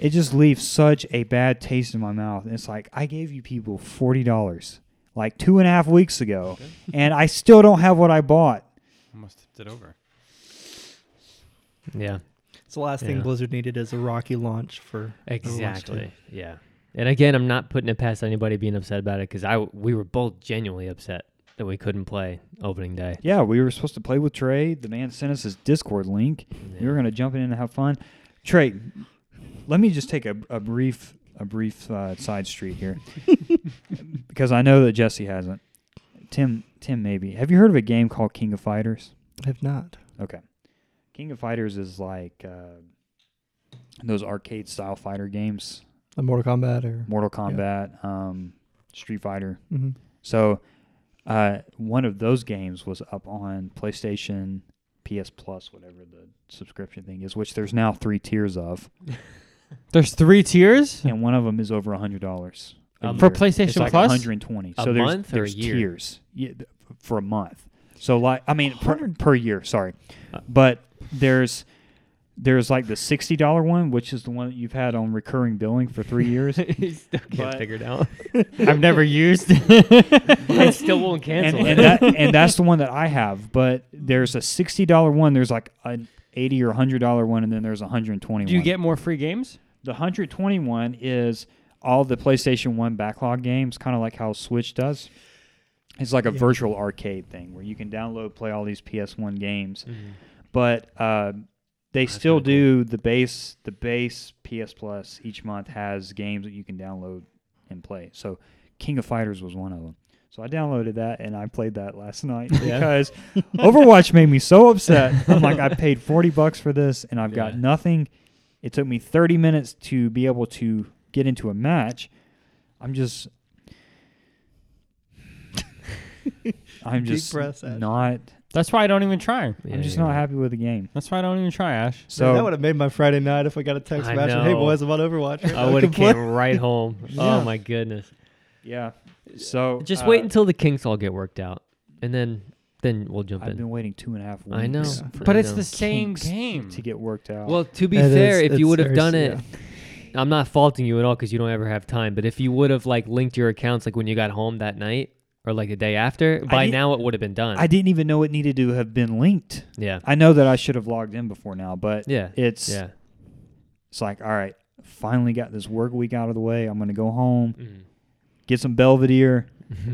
it just leaves such a bad taste in my mouth. And it's like I gave you people forty dollars like two and a half weeks ago, and I still don't have what I bought.
Almost tipped it over.
Yeah,
It's the last thing
Yeah.
Blizzard needed is a rocky launch for Overwatch 2.
exactly. Yeah, and again, I'm not putting it past anybody being upset about it because I we were both genuinely upset that we couldn't play opening day.
Yeah, we were supposed to play with Trey. The man sent us his Discord link.
*laughs*
We were going to jump in and have fun. Trey, let me just take a, a brief a brief uh, side street here *laughs* because I know that Jesse hasn't. Tim Tim maybe. Have you heard of a game called King of Fighters?
Have not.
Okay. King of Fighters is like uh, those arcade style fighter games,
The Mortal Kombat or
Mortal Kombat, um, Street Fighter,
Mhm.
so, uh, one of those games was up on PlayStation, PS Plus, whatever the subscription thing is, which there's now three tiers of,
There's three tiers
and one of them is over a hundred dollars
Um,
for
For
It's
PlayStation
like
Plus.
120.
A
so there's,
month or a
there's
year?
tiers yeah, th- for a month. So like I mean per,
100.
per year, sorry.
Uh,
But there's there's like the sixty dollar one, which is the one that you've had on recurring billing for three years.
still can't
But-
figure it *laughs* out.
I've *laughs* never used. *laughs*
it still *laughs* won't
and,
cancel
and
it.
that and that's the one that I have. But there's a sixty dollar one. There's like an eighty or hundred dollar one, and then there's a hundred twenty.
Do you get more free games?
the hundred twenty one is all the PlayStation One backlog games, kind of like how Switch does. It's like a
Yeah.
virtual arcade thing where you can download, play all these PS One games, but uh, they
That's
still
kinda
do the base. The base PS Plus each month has games that you can download and play. So King of Fighters was one of them. So I downloaded that and I played that last night
Yeah.
because Overwatch made me so upset. I'm like, I paid 40 bucks for this and I've got
Yeah.
nothing. It took me 30 minutes to be able to get into a match. I'm just I'm
Deep
just
breath, Ash.
not
That's why I don't even try.
I'm just not happy with the game.
That's why I don't even try, Ash.
So that would
So
have made my Friday night if I got a text
I
message. Hey
know.
boys, I'm on Overwatch. right
I
now.
would have
Come play."
came right
*laughs*
home.
Yeah.
Oh my goodness!
yeah. So
Just
uh,
wait until the kinks all get worked out, and then then we'll jump
I've
in.
been waiting two and a half weeks
I know,
Yeah.
But
I
it's
know.
the same
kinks
game.
to get worked out.
Well, to be
It
fair,
is-
if
it's
you would have
very-
done it,
yeah.
I'm not faulting you at all because you don't ever have time. But if you would have like linked your accounts like when you got home that night or like the day after, by
did-
now it would have been done.
I didn't even know it needed to have been linked.
yeah,
I know that I should have logged in before now, but
yeah,
it's
yeah.
it's like all right, finally got this work week out of the way. I'm gonna go home,
Mm.
get some
*laughs*
Belvedere,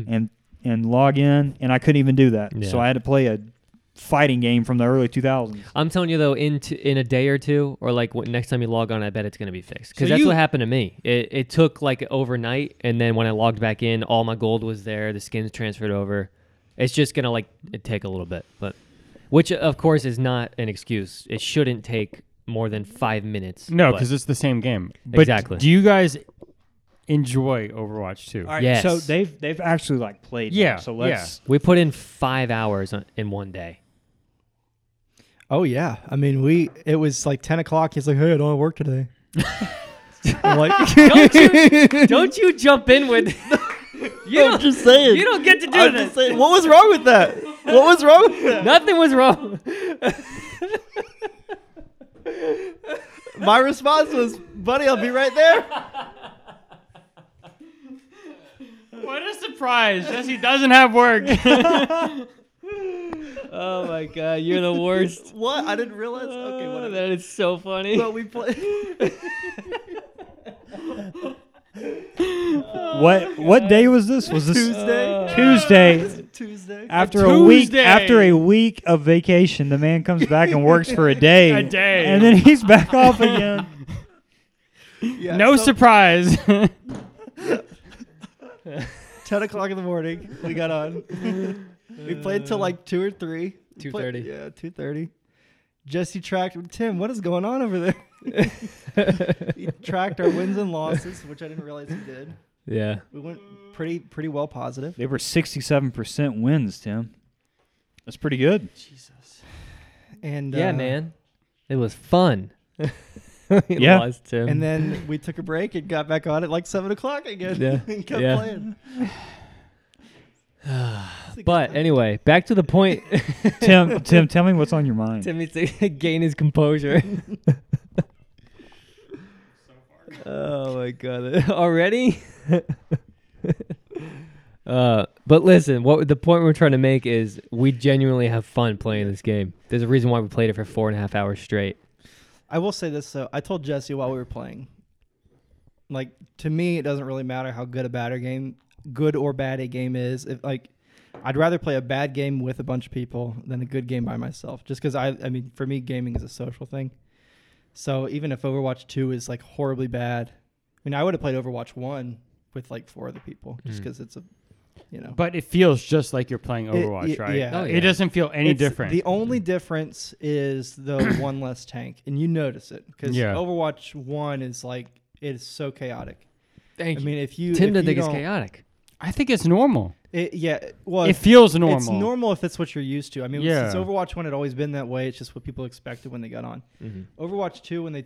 and and log in. And I couldn't even do that, so
Yeah.
I had to play a fighting game from the early 2000s.
I'm telling you though, in t- in a day or two, or like what, next time you log on, I bet it's gonna be fixed. Because
So
that's
you-
what happened to me. It, it took like overnight, and then when I logged back in, all my gold was there. The skins transferred over. It's just gonna like it take a little bit, but which of course is not an excuse. It shouldn't take more than five minutes.
No,
but-
because it's the same game.
Exactly.
Do you guys enjoy Overwatch too?
All right,
Yes.
so they've they've actually like played. now,
Yeah,
so let's.
we put in five hours on, in one *laughs* day.
Oh yeah. I mean, we it was like 10 o'clock. He's like, Hey, I don't wanna
*laughs*
work today. I'm like, *laughs*
*laughs* Don't you, don't you jump in with You
I'm just saying.
You don't get to do
I'm
this.
just saying, What was wrong with that? What was wrong with that?
Nothing was wrong.
My response was, buddy, I'll be right there.
What a surprise! *laughs* Jesse doesn't have
*laughs*
work.
*laughs* oh my god, you're the *laughs* worst.
What? I didn't realize. Okay,
Oh,
whatever.
that is so funny.
But we play. *laughs*
What what day was this? Was this
Tuesday?
Tuesday?
*laughs* Tuesday.
After a week
Tuesday.
after a week of vacation, the man comes back and works
*laughs*
for a day.
A day.
And then he's back off again.
Yeah,
no
so
surprise. *laughs*
Ten o'clock in the morning. We got on. we played till like two or three. We played-
2:30.
Yeah, two thirty. Jesse tracked Tim. What is going on over there?
*laughs*
*laughs* he tracked our wins and losses, which I didn't realize he did.
yeah.
We went pretty pretty well positive.
They were sixty seven percent wins, Tim. That's pretty good.
And
Yeah,
uh,
man. It was fun. *laughs* We
Yeah.
lost to him.
And then we took a break and got back on at like seven o'clock again.
Yeah,
and *laughs* kept
yeah. *sighs*
playing. It's a good
but
time.
anyway, back to the point.
Tim Tim, tell me what's on your mind.
Tim needs *laughs* to *laughs* gain his composure.
Uh,
oh my god! *laughs* Already? uh, but listen, what the point we're trying to make is we genuinely have fun playing this game. There's a reason why we played it for four and a half hours straight.
I will say this though. I told Jesse while we were playing. Like to me, it doesn't really matter how good a bad a game, good or bad a game is. If like, I'd rather play a bad game with a bunch of people than a good game by myself. Just because I, I mean, for me, gaming is a social thing. So even if Overwatch Two is like horribly bad, I mean, I would have played Overwatch One with like four other people just
Mm.
because it's a, you know,
but it feels just like you're playing
It-
Overwatch,
y-
right?
yeah.
Oh, yeah.
It doesn't feel any
It's-
different.
The only difference is the one less tank, and you notice it because
Yeah.
Overwatch One is like it is so chaotic.
Thank
I mean, if you
Tim
if
doesn't
you
think it's
don't-
chaotic.
I think it's normal.
it- yeah, well,
It
if-
feels normal.
it's normal if it's what you're used to. I mean,
Yeah.
since Overwatch One had always been that way. It's just what people expected when they got on.
Mm-hmm.
Overwatch Two, when they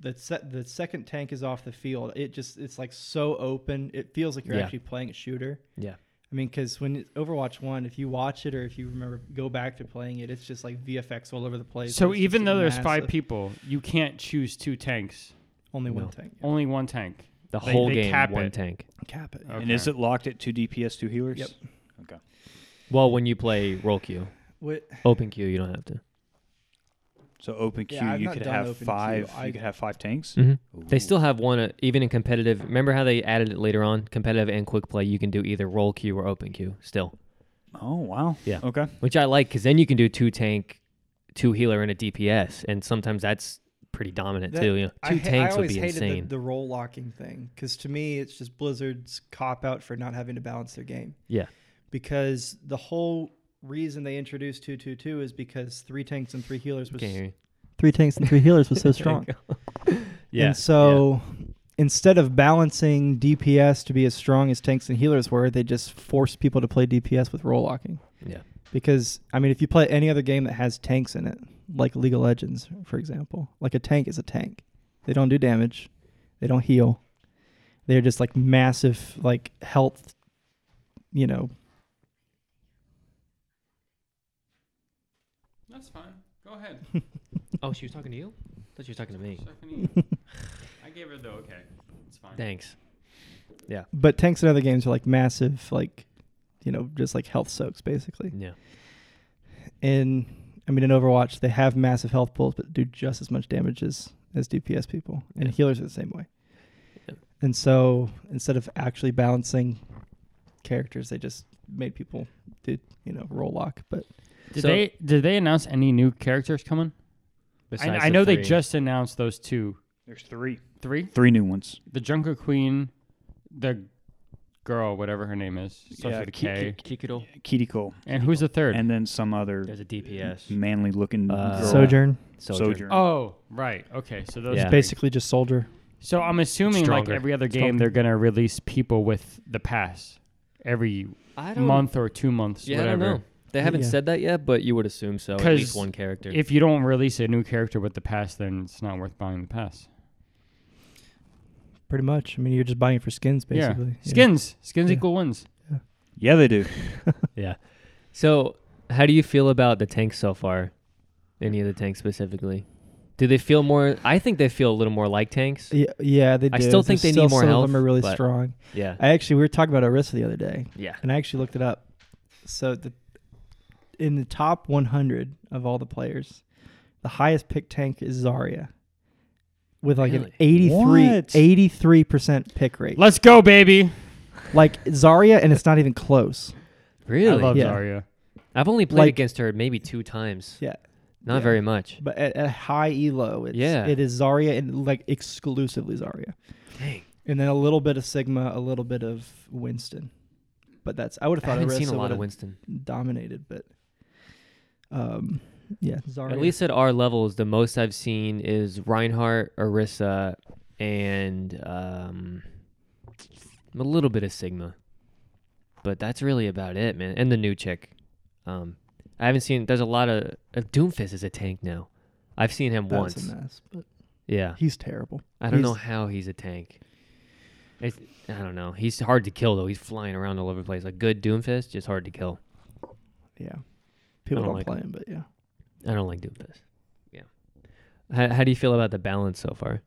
the set the second tank is off the field, it just it's like so open. It feels like you're
Yeah.
actually playing a shooter.
Yeah.
I mean, because when it's Overwatch One, if you watch it or if you remember, go back to playing it, it's just like VFX all over the place.
So
It's
even
just
though there's
massive.
five people, you can't choose two tanks.
only one
No.
tank,
Only one tank.
The
They-
whole
they
game,
cap
one
it.
tank.
cap it.
Okay.
And is it locked at two DPS, two healers?
Yep.
Okay.
Well, when you play roll queue,
Wait,
open queue, you don't have to.
So open queue,
Yeah, I've
you
not
could
done
have
open queue.
five.
I-
You could have five tanks.
They still have one, uh, even in competitive. Remember how they added it later on? Competitive and quick play, you can do either roll queue or open queue still,
Oh wow.
Yeah.
Okay.
which I like because then you can do two tank, two healer, and a DPS, and sometimes that's pretty dominant
That-
too. You know,
I
two
ha-
tanks
I
would
always
be
hated
insane.
The, the role locking thing because to me, it's just Blizzard's cop out for not having to balance their game.
yeah,
because the whole reason they introduced 222 is because three tanks and three healers was
can't hear you.
three tanks and three healers *laughs* was so strong.
Yeah.
And so instead of balancing DPS to be as strong as tanks and healers were, they just forced people to play DPS with roll locking.
yeah, yeah.
Because I mean, if you play any other game that has tanks in it, like League of Legends, for example, like a tank is a tank. They don't do damage. They don't heal. They're just like massive, like health, you know,
That's fine. Go
*laughs*
ahead.
Oh, she was talking to you. thought she was talking to me. *laughs*
I gave her the okay. It's fine.
Thanks.
but tanks in other games are like massive, like you know, just like health soaks basically.
Yeah.
In I mean, in Overwatch, they have massive health pulls, but do just as much damage as as DPS people, and
Yeah.
healers are the same way.
Yeah.
And so instead of actually balancing characters, they just made people do you know roll lock. But
Did
So-
they did they announce any new characters coming? I,
Besides
I
the
know they
three.
just announced those two,
There's three.
three.
Three new ones.
The Junker Queen, the girl, whatever her name is, starts
Yeah,
with a
Ki-
K.
Kikudo.
Kiriko,
and who's the third?
and then some other
There's a DPS.
manly looking
Uh,
girl.
Sojourn
Soldier.
Sojourn.
oh, right. Okay, so those.
Yeah.
three.
basically just soldier.
So I'm assuming like
Stronger.
every other game,
Stronger.
they're gonna release people with the pass every
I don't.
month or two months,
Yeah,
whatever.
I don't know. They haven't
Yeah.
said that yet, but you would assume so. At least
'Cause
one character.
If you don't release a new character with the pass, then it's not worth buying the pass.
pretty much. I mean, you're just buying it for skins,
Yeah.
basically. Yeah.
Skins. Skins
Yeah.
equal wins.
Yeah, they do.
Yeah. So, how do you feel about the tanks so far? Any of the tanks specifically? Do they feel more? I think they feel a little more like
*laughs*
tanks.
Yeah, yeah, they. Do.
I still
There's
think they need more
some
health,
of them are really
but-
strong.
Yeah.
I actually we were talking about Orisa the other day,
Yeah.
and I actually looked it up. So the in the top 100 of all the players, the highest pick tank is Zarya, with like an
Really?
83
What?
83 percent pick rate.
Let's go, baby.
Like Zarya, and it's not even close.
Really?
I love
Yeah.
Zarya.
I've only played
Like-
against her maybe two times.
Yeah.
Not
Yeah.
very much.
But at, at high elo, it's,
Yeah.
it is Zarya and like exclusively Zarya,
Dang.
and then a little bit of Sigma, a little bit of Winston. But that's I would have
I
thought
haven't
Orisa
seen a lot
would've
of Winston.
dominated, but um, yeah, Zarya.
At least at our levels, the most I've seen is Reinhardt, Orisa, and um, a little bit of Sigma. But that's really about it, man. And the new chick. Um, I haven't seen. There's a lot of uh, Doomfist is a tank now. I've seen him
That's
once.
a mess. But
Yeah,
he's terrible.
I don't
he's-
know how he's a tank. It's, I don't know. He's hard to kill though. He's flying around all over the place. A good Doomfist, just hard to kill.
Yeah, people don't,
I don't like
play him, but yeah,
I don't like Doomfist. Yeah. How, how do you feel about the balance so far?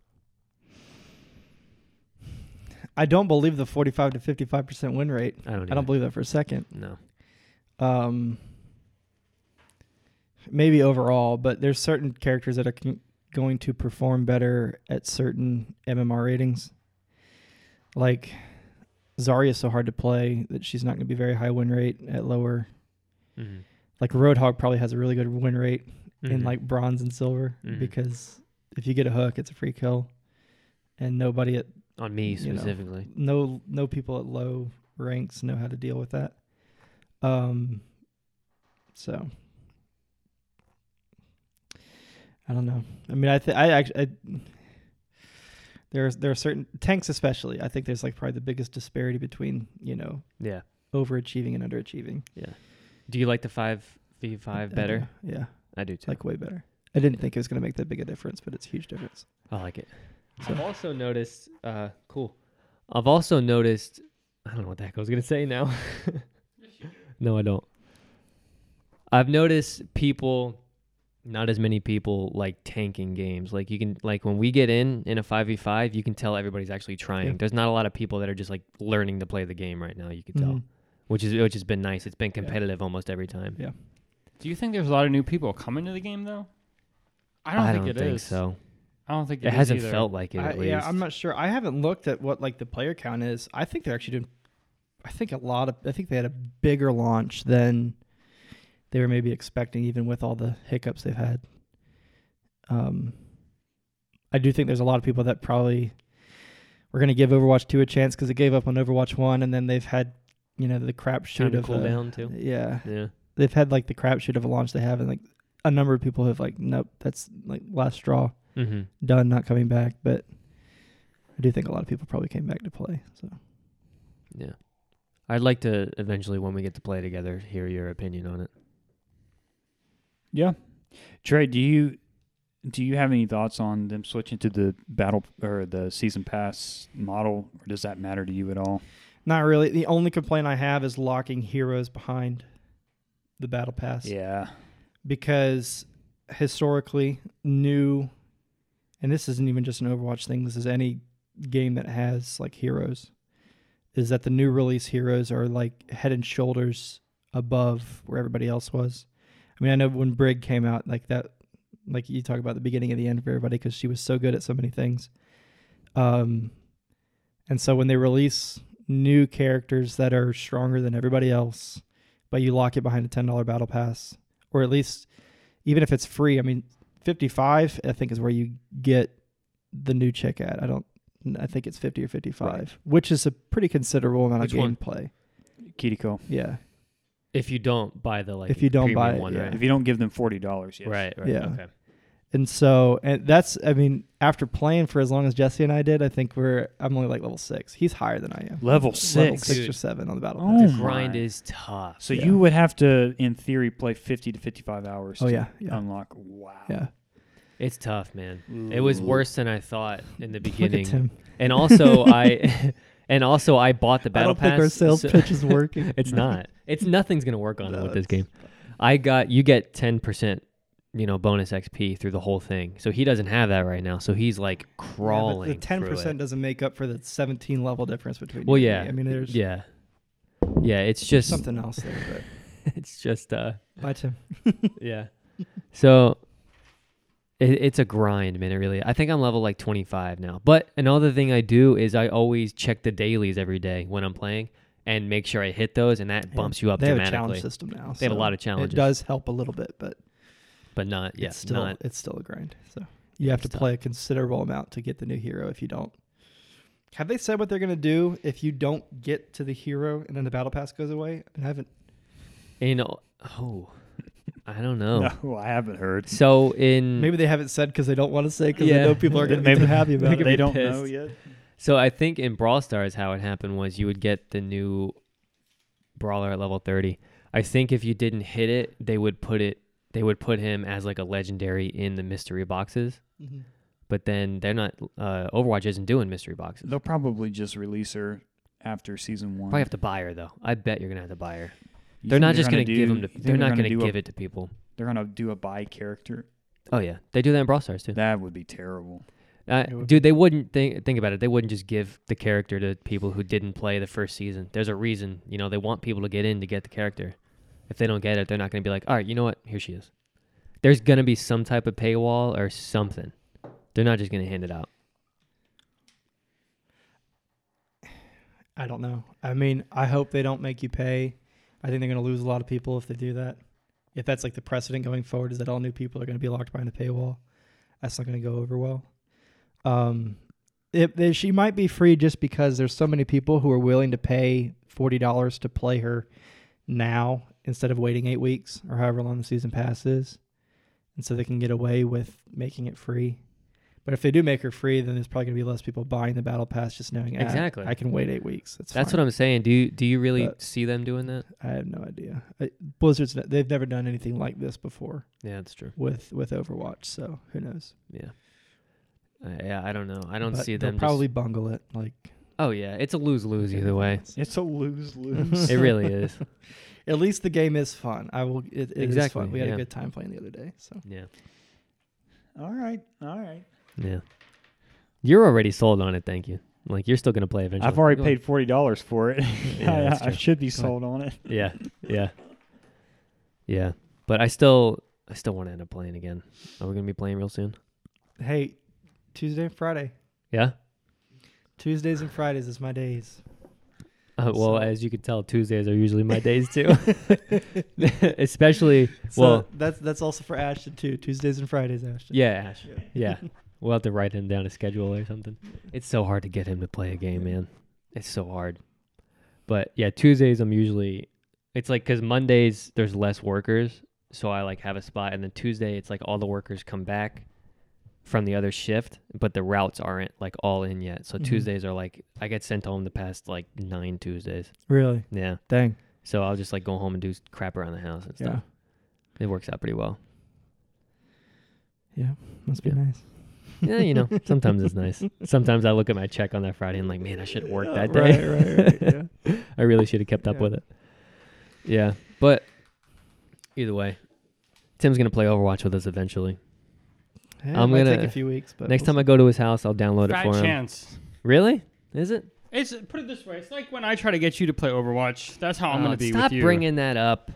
I don't believe the forty-five to fifty-five percent win rate.
I don't.
I
either.
don't believe that for a second.
No.
Um, maybe overall, but there's certain characters that are con- going to perform better at certain MMR ratings. Like Zarya's so hard to play that she's not going to be very high win rate at lower. Like Roadhog probably has a really good win rate in
Mhm.
like bronze and silver
Mhm.
because if you get a hook, it's a free kill, and nobody at
Mm-hmm. on me
you know.
specifically.
no no people at low ranks know how to deal with that. Um, so I don't know. I mean, I think I actually I, there's there are certain tanks especially. I think there's like probably the biggest disparity between you know
Yeah.
overachieving and underachieving.
Do you like the five v five
I
better?
do, uh, Yeah,
I do too.
like way better. I didn't think it was going to make that big a difference, but it's a huge difference.
I like it.
So-
I've also noticed. Uh, cool. I've also noticed. I don't know what the heck I was gonna say now. *laughs* no, I don't. I've noticed people, not as many people like tanking games. Like you can, like when we get in in a five v five, you can tell everybody's actually trying.
Yeah.
There's not a lot of people that are just like learning to play the game right now. You can tell,
Mhm.
which is which has been nice. It's been competitive almost every time.
Do you think there's a lot of new people coming to the game though? I don't think it is.
so.
I don't think
It
is
hasn't
either.
felt like it.
I-
At least.
yeah, I'm not sure. I haven't looked at what like the player count is. I think they're actually doing. I think a lot of. I think they had a bigger launch than they were maybe expecting, even with all the hiccups they've had. Um, I do think there's a lot of people that probably were going to give Overwatch two a chance because it gave up on Overwatch one, and then they've had you know the crapshoot
Time to
of a-
cool down too.
Yeah,
Yeah.
they've had like the crapshoot of a launch they have, and like a number of people have like, nope, that's like last straw
Mm-hmm.
done, not coming back. But I do think a lot of people probably came back to play. So
Yeah. I'd like to eventually, when we get to play together, hear your opinion on it.
Yeah. Trey, do you do you have any thoughts on them switching to the battle or the season pass model? Or does that matter to you at all?
not really. The only complaint I have is locking heroes behind the battle pass
Yeah.
because historically new, and this isn't even just an Overwatch thing. This is any game that has like heroes. Is that the new release heroes are like head and shoulders above where everybody else was? I mean, I know when Brig came out, like that like you talk about the beginning and the end for everybody because she was so good at so many things. Um, and so when they release new characters that are stronger than everybody else, but you lock it behind a ten dollar battle pass, or at least even if it's free, I mean, fifty five I think is where you get the new chick at. I don't. I think it's fifty or fifty five, which is a pretty considerable amount
Which
of
one?
gameplay.
Kiriko.
Yeah,
If you don't buy the like,
If you don't buy
premium
it,
one,
yeah.
right?
If you don't give them forty dollars, yes.
right, right,
Yeah.
okay.
and so and that's. I mean, after playing for as long as Jesse and I did, I think we're. I'm only like level six. He's higher than I am.
Level
level
six.
six or
Dude.
seven on the battle
Oh
pass.
my.
Grind is tough.
So
Yeah.
you would have to, in theory, play fifty to fifty-five hours.
Oh
to
yeah, yeah,
Unlock. Wow.
yeah.
It's tough, man. It was worse than I thought in
*laughs*
the
Look at
beginning.
Tim. *laughs*
And also I *laughs* and also I bought the
I
battle
don't think our
pass.
sales
so-
pitch is working.
*laughs*
*laughs*
it's not. It's nothing's gonna work on it
No,
with this
it's-
game. I got you get ten percent, you know, bonus XP through the whole thing. So he doesn't have that right now. So he's like crawling.
the ten percent
Through it.
doesn't make up for the seventeen level difference between.
Well,
you
yeah.
and me. I mean, there's
yeah, yeah. It's just
something else there.
*laughs* It's just
*laughs*
uh,
But bye, Tim.
yeah. so it, it's a grind, man. It really. I think I'm level like 25 now. But another thing I do is I always check the dailies every day when I'm playing and make sure I hit those, and that bumps you up
They have a
dramatically.
challenge system now.
They have a
so
lot of challenges.
It does help a little bit, but
but not
it's
yes,
still
not
it's still a grind. So you have to
It's tough.
play a considerable amount to get the new hero. If you don't, have they said what they're gonna do if you don't get to the hero and then the battle pass goes away? I haven't.
in. Oh,
*laughs*
I don't know.
*laughs* No, I haven't heard.
So in
Maybe they haven't said because they don't want to say because
Hmm. Yeah.
they know people are
*laughs*
gonna be
Maybe-
too happy about
could
it.
be
They don't
pissed.
know yet.
So I think in Brawl Stars, how it happened was you would get the new brawler at level thirty. I think if you didn't hit it, they would put it. They would put him as like a legendary in the mystery boxes.
Mhm.
But then they're not. Uh, Overwatch isn't doing mystery boxes.
They'll probably just release her after season one.
Probably have to buy her though. I bet you're gonna have to buy her.
You
They're
think
not just gonna,
do-
give them.
you
To,
think
they're not gonna,
do
give
a,
it to people.
They're gonna do a buy character.
Oh yeah, they do that in Brawl Stars too.
That would be terrible.
Uh,
It would-
dude, they wouldn't think think about it. They wouldn't just give the character to people who didn't play the first season. There's a reason, you know. They want people to get in to get the character. If they don't get it, they're not going to be like, all right, you know what? Here she is. There's going to be some type of paywall or something. They're not just going to hand it out.
I don't know. I mean, I hope they don't make you pay. I think they're going to lose a lot of people if they do that. If that's like the precedent going forward, is that all new people are going to be locked behind a paywall? That's not going to go over well. Um, it, it- she might be free just because there's so many people who are willing to pay forty dollars to play her now instead of waiting eight weeks or however long the season pass is, and so they can get away with making it free. But if they do make her free, then there's probably going to be less people buying the battle pass, just knowing "Ah,
Exactly.
I can wait eight weeks. That's
That's what I'm saying. Do you do you really
But-
see them doing that?
I'm. I have no idea. I, Blizzard's ne- they've never done anything like this before
Yeah, that's true.
with with Overwatch, so who knows?
Yeah. Uh, yeah, I don't know. I don't
But
see
they'll
them. just-
probably bungle it. Like
oh yeah, it's a lose lose either way.
*laughs*
It's a lose
*laughs*
lose.
It really is.
At least the game is fun. I will. It, it is
Exactly,
fun. We had
yeah.
a good time playing the other day. So
Yeah.
all right, all right.
Yeah. You're already sold on it. Thank you. Like you're still gonna play eventually.
I've already
Go
paid forty dollars for it. *laughs*
Yeah, that's
I,
true.
should be
Go ahead.
sold on it. *laughs*
yeah, yeah, yeah. But I still, I still want to end up playing again. Are we gonna be playing real soon?
hey, Tuesday and Friday.
Yeah.
Tuesdays and Fridays is my days.
Uh, well,
So-
as you can tell, Tuesdays are usually my days
*laughs*
too. Especially,
So
*laughs* well,
that's that's also for Ashton too. Tuesdays and Fridays, Ashton.
yeah, Ash.
Yeah. *laughs*
yeah. We'll have to write him down a schedule or something. It's so hard to get him to play a game, man. It's so hard. But yeah, Tuesdays I'm usually. It's like because Mondays there's less workers, so I like have a spot, and then Tuesday it's like all the workers come back from the other shift, but the routes aren't like all in yet. So
Mhm.
Tuesdays are like I get sent home the past like nine Tuesdays.
Really?
Yeah.
Dang.
So I'll just like go home and do crap around the house and
Yeah.
stuff. It works out pretty well.
Yeah. Must be
Yeah.
nice.
yeah,
*laughs*
you know, sometimes it's nice. Sometimes I look at my check on that Friday and like, man, I should work that day.
*laughs* Right. Right. right yeah.
*laughs* I really should have kept up
Yeah.
with it. Yeah, but either way, Tim's gonna play Overwatch with us eventually.
Hey,
I'm
it might
gonna-
take a few weeks, but
Next
we'll
time I go to his house, I'll download it
Fat
for him.
chance.
Really? Is it?
It's put it this way. It's like when I try to get you to play Overwatch. That's how I'm
Oh,
gonna be
Stop
with you.
bringing that up.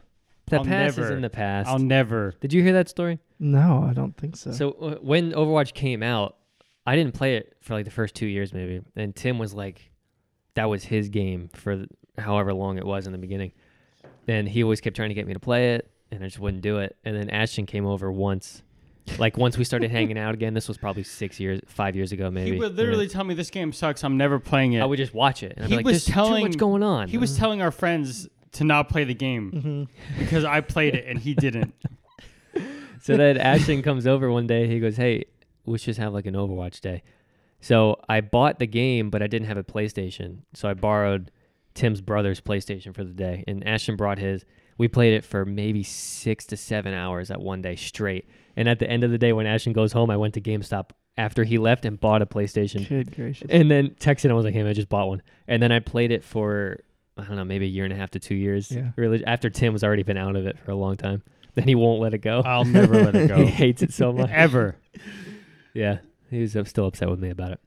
The
I'll
past is
never-
in the past.
I'll never.
Did you hear that story?
No, I don't think so.
So uh, when Overwatch came out, I didn't play it for like the first two years maybe, and Tim was like, that was his game for th- however long it was in the beginning, and he always kept trying to get me to play it, and I just wouldn't do it. And then Ashton came over once, like once we
*laughs*
started hanging out again. This was probably six years, five years ago maybe.
He would
you know.
literally tell me this game sucks. I'm never playing it.
I would just watch it, and I'd be
He
like,
was
"There's too
telling-
much going on."
he
*laughs*
was telling our friends to not play the game
Mhm.
because I played it and he
*laughs*
didn't.
So then Ashton comes over one day. He goes, "Hey, let's just have like an Overwatch day." So I bought the game, but I didn't have a PlayStation. So I borrowed Tim's brother's PlayStation for the day, and Ashton brought his. We played it for maybe six to seven hours at one day straight. And at the end of the day, when Ashton goes home, I went to GameStop after he left and bought
*laughs*
a PlayStation.
Good gracious.
And then texted, I was like, hey, man, I just bought one. And then I played it for, I don't know, maybe a year and a half to two years.
Yeah.
Really, after Tim was already been out of it for a long time. Then he won't let it go.
I'll never let
*laughs*
it
He
go
hates it so much.
ever.
yeah. He was uh, still upset with me about it.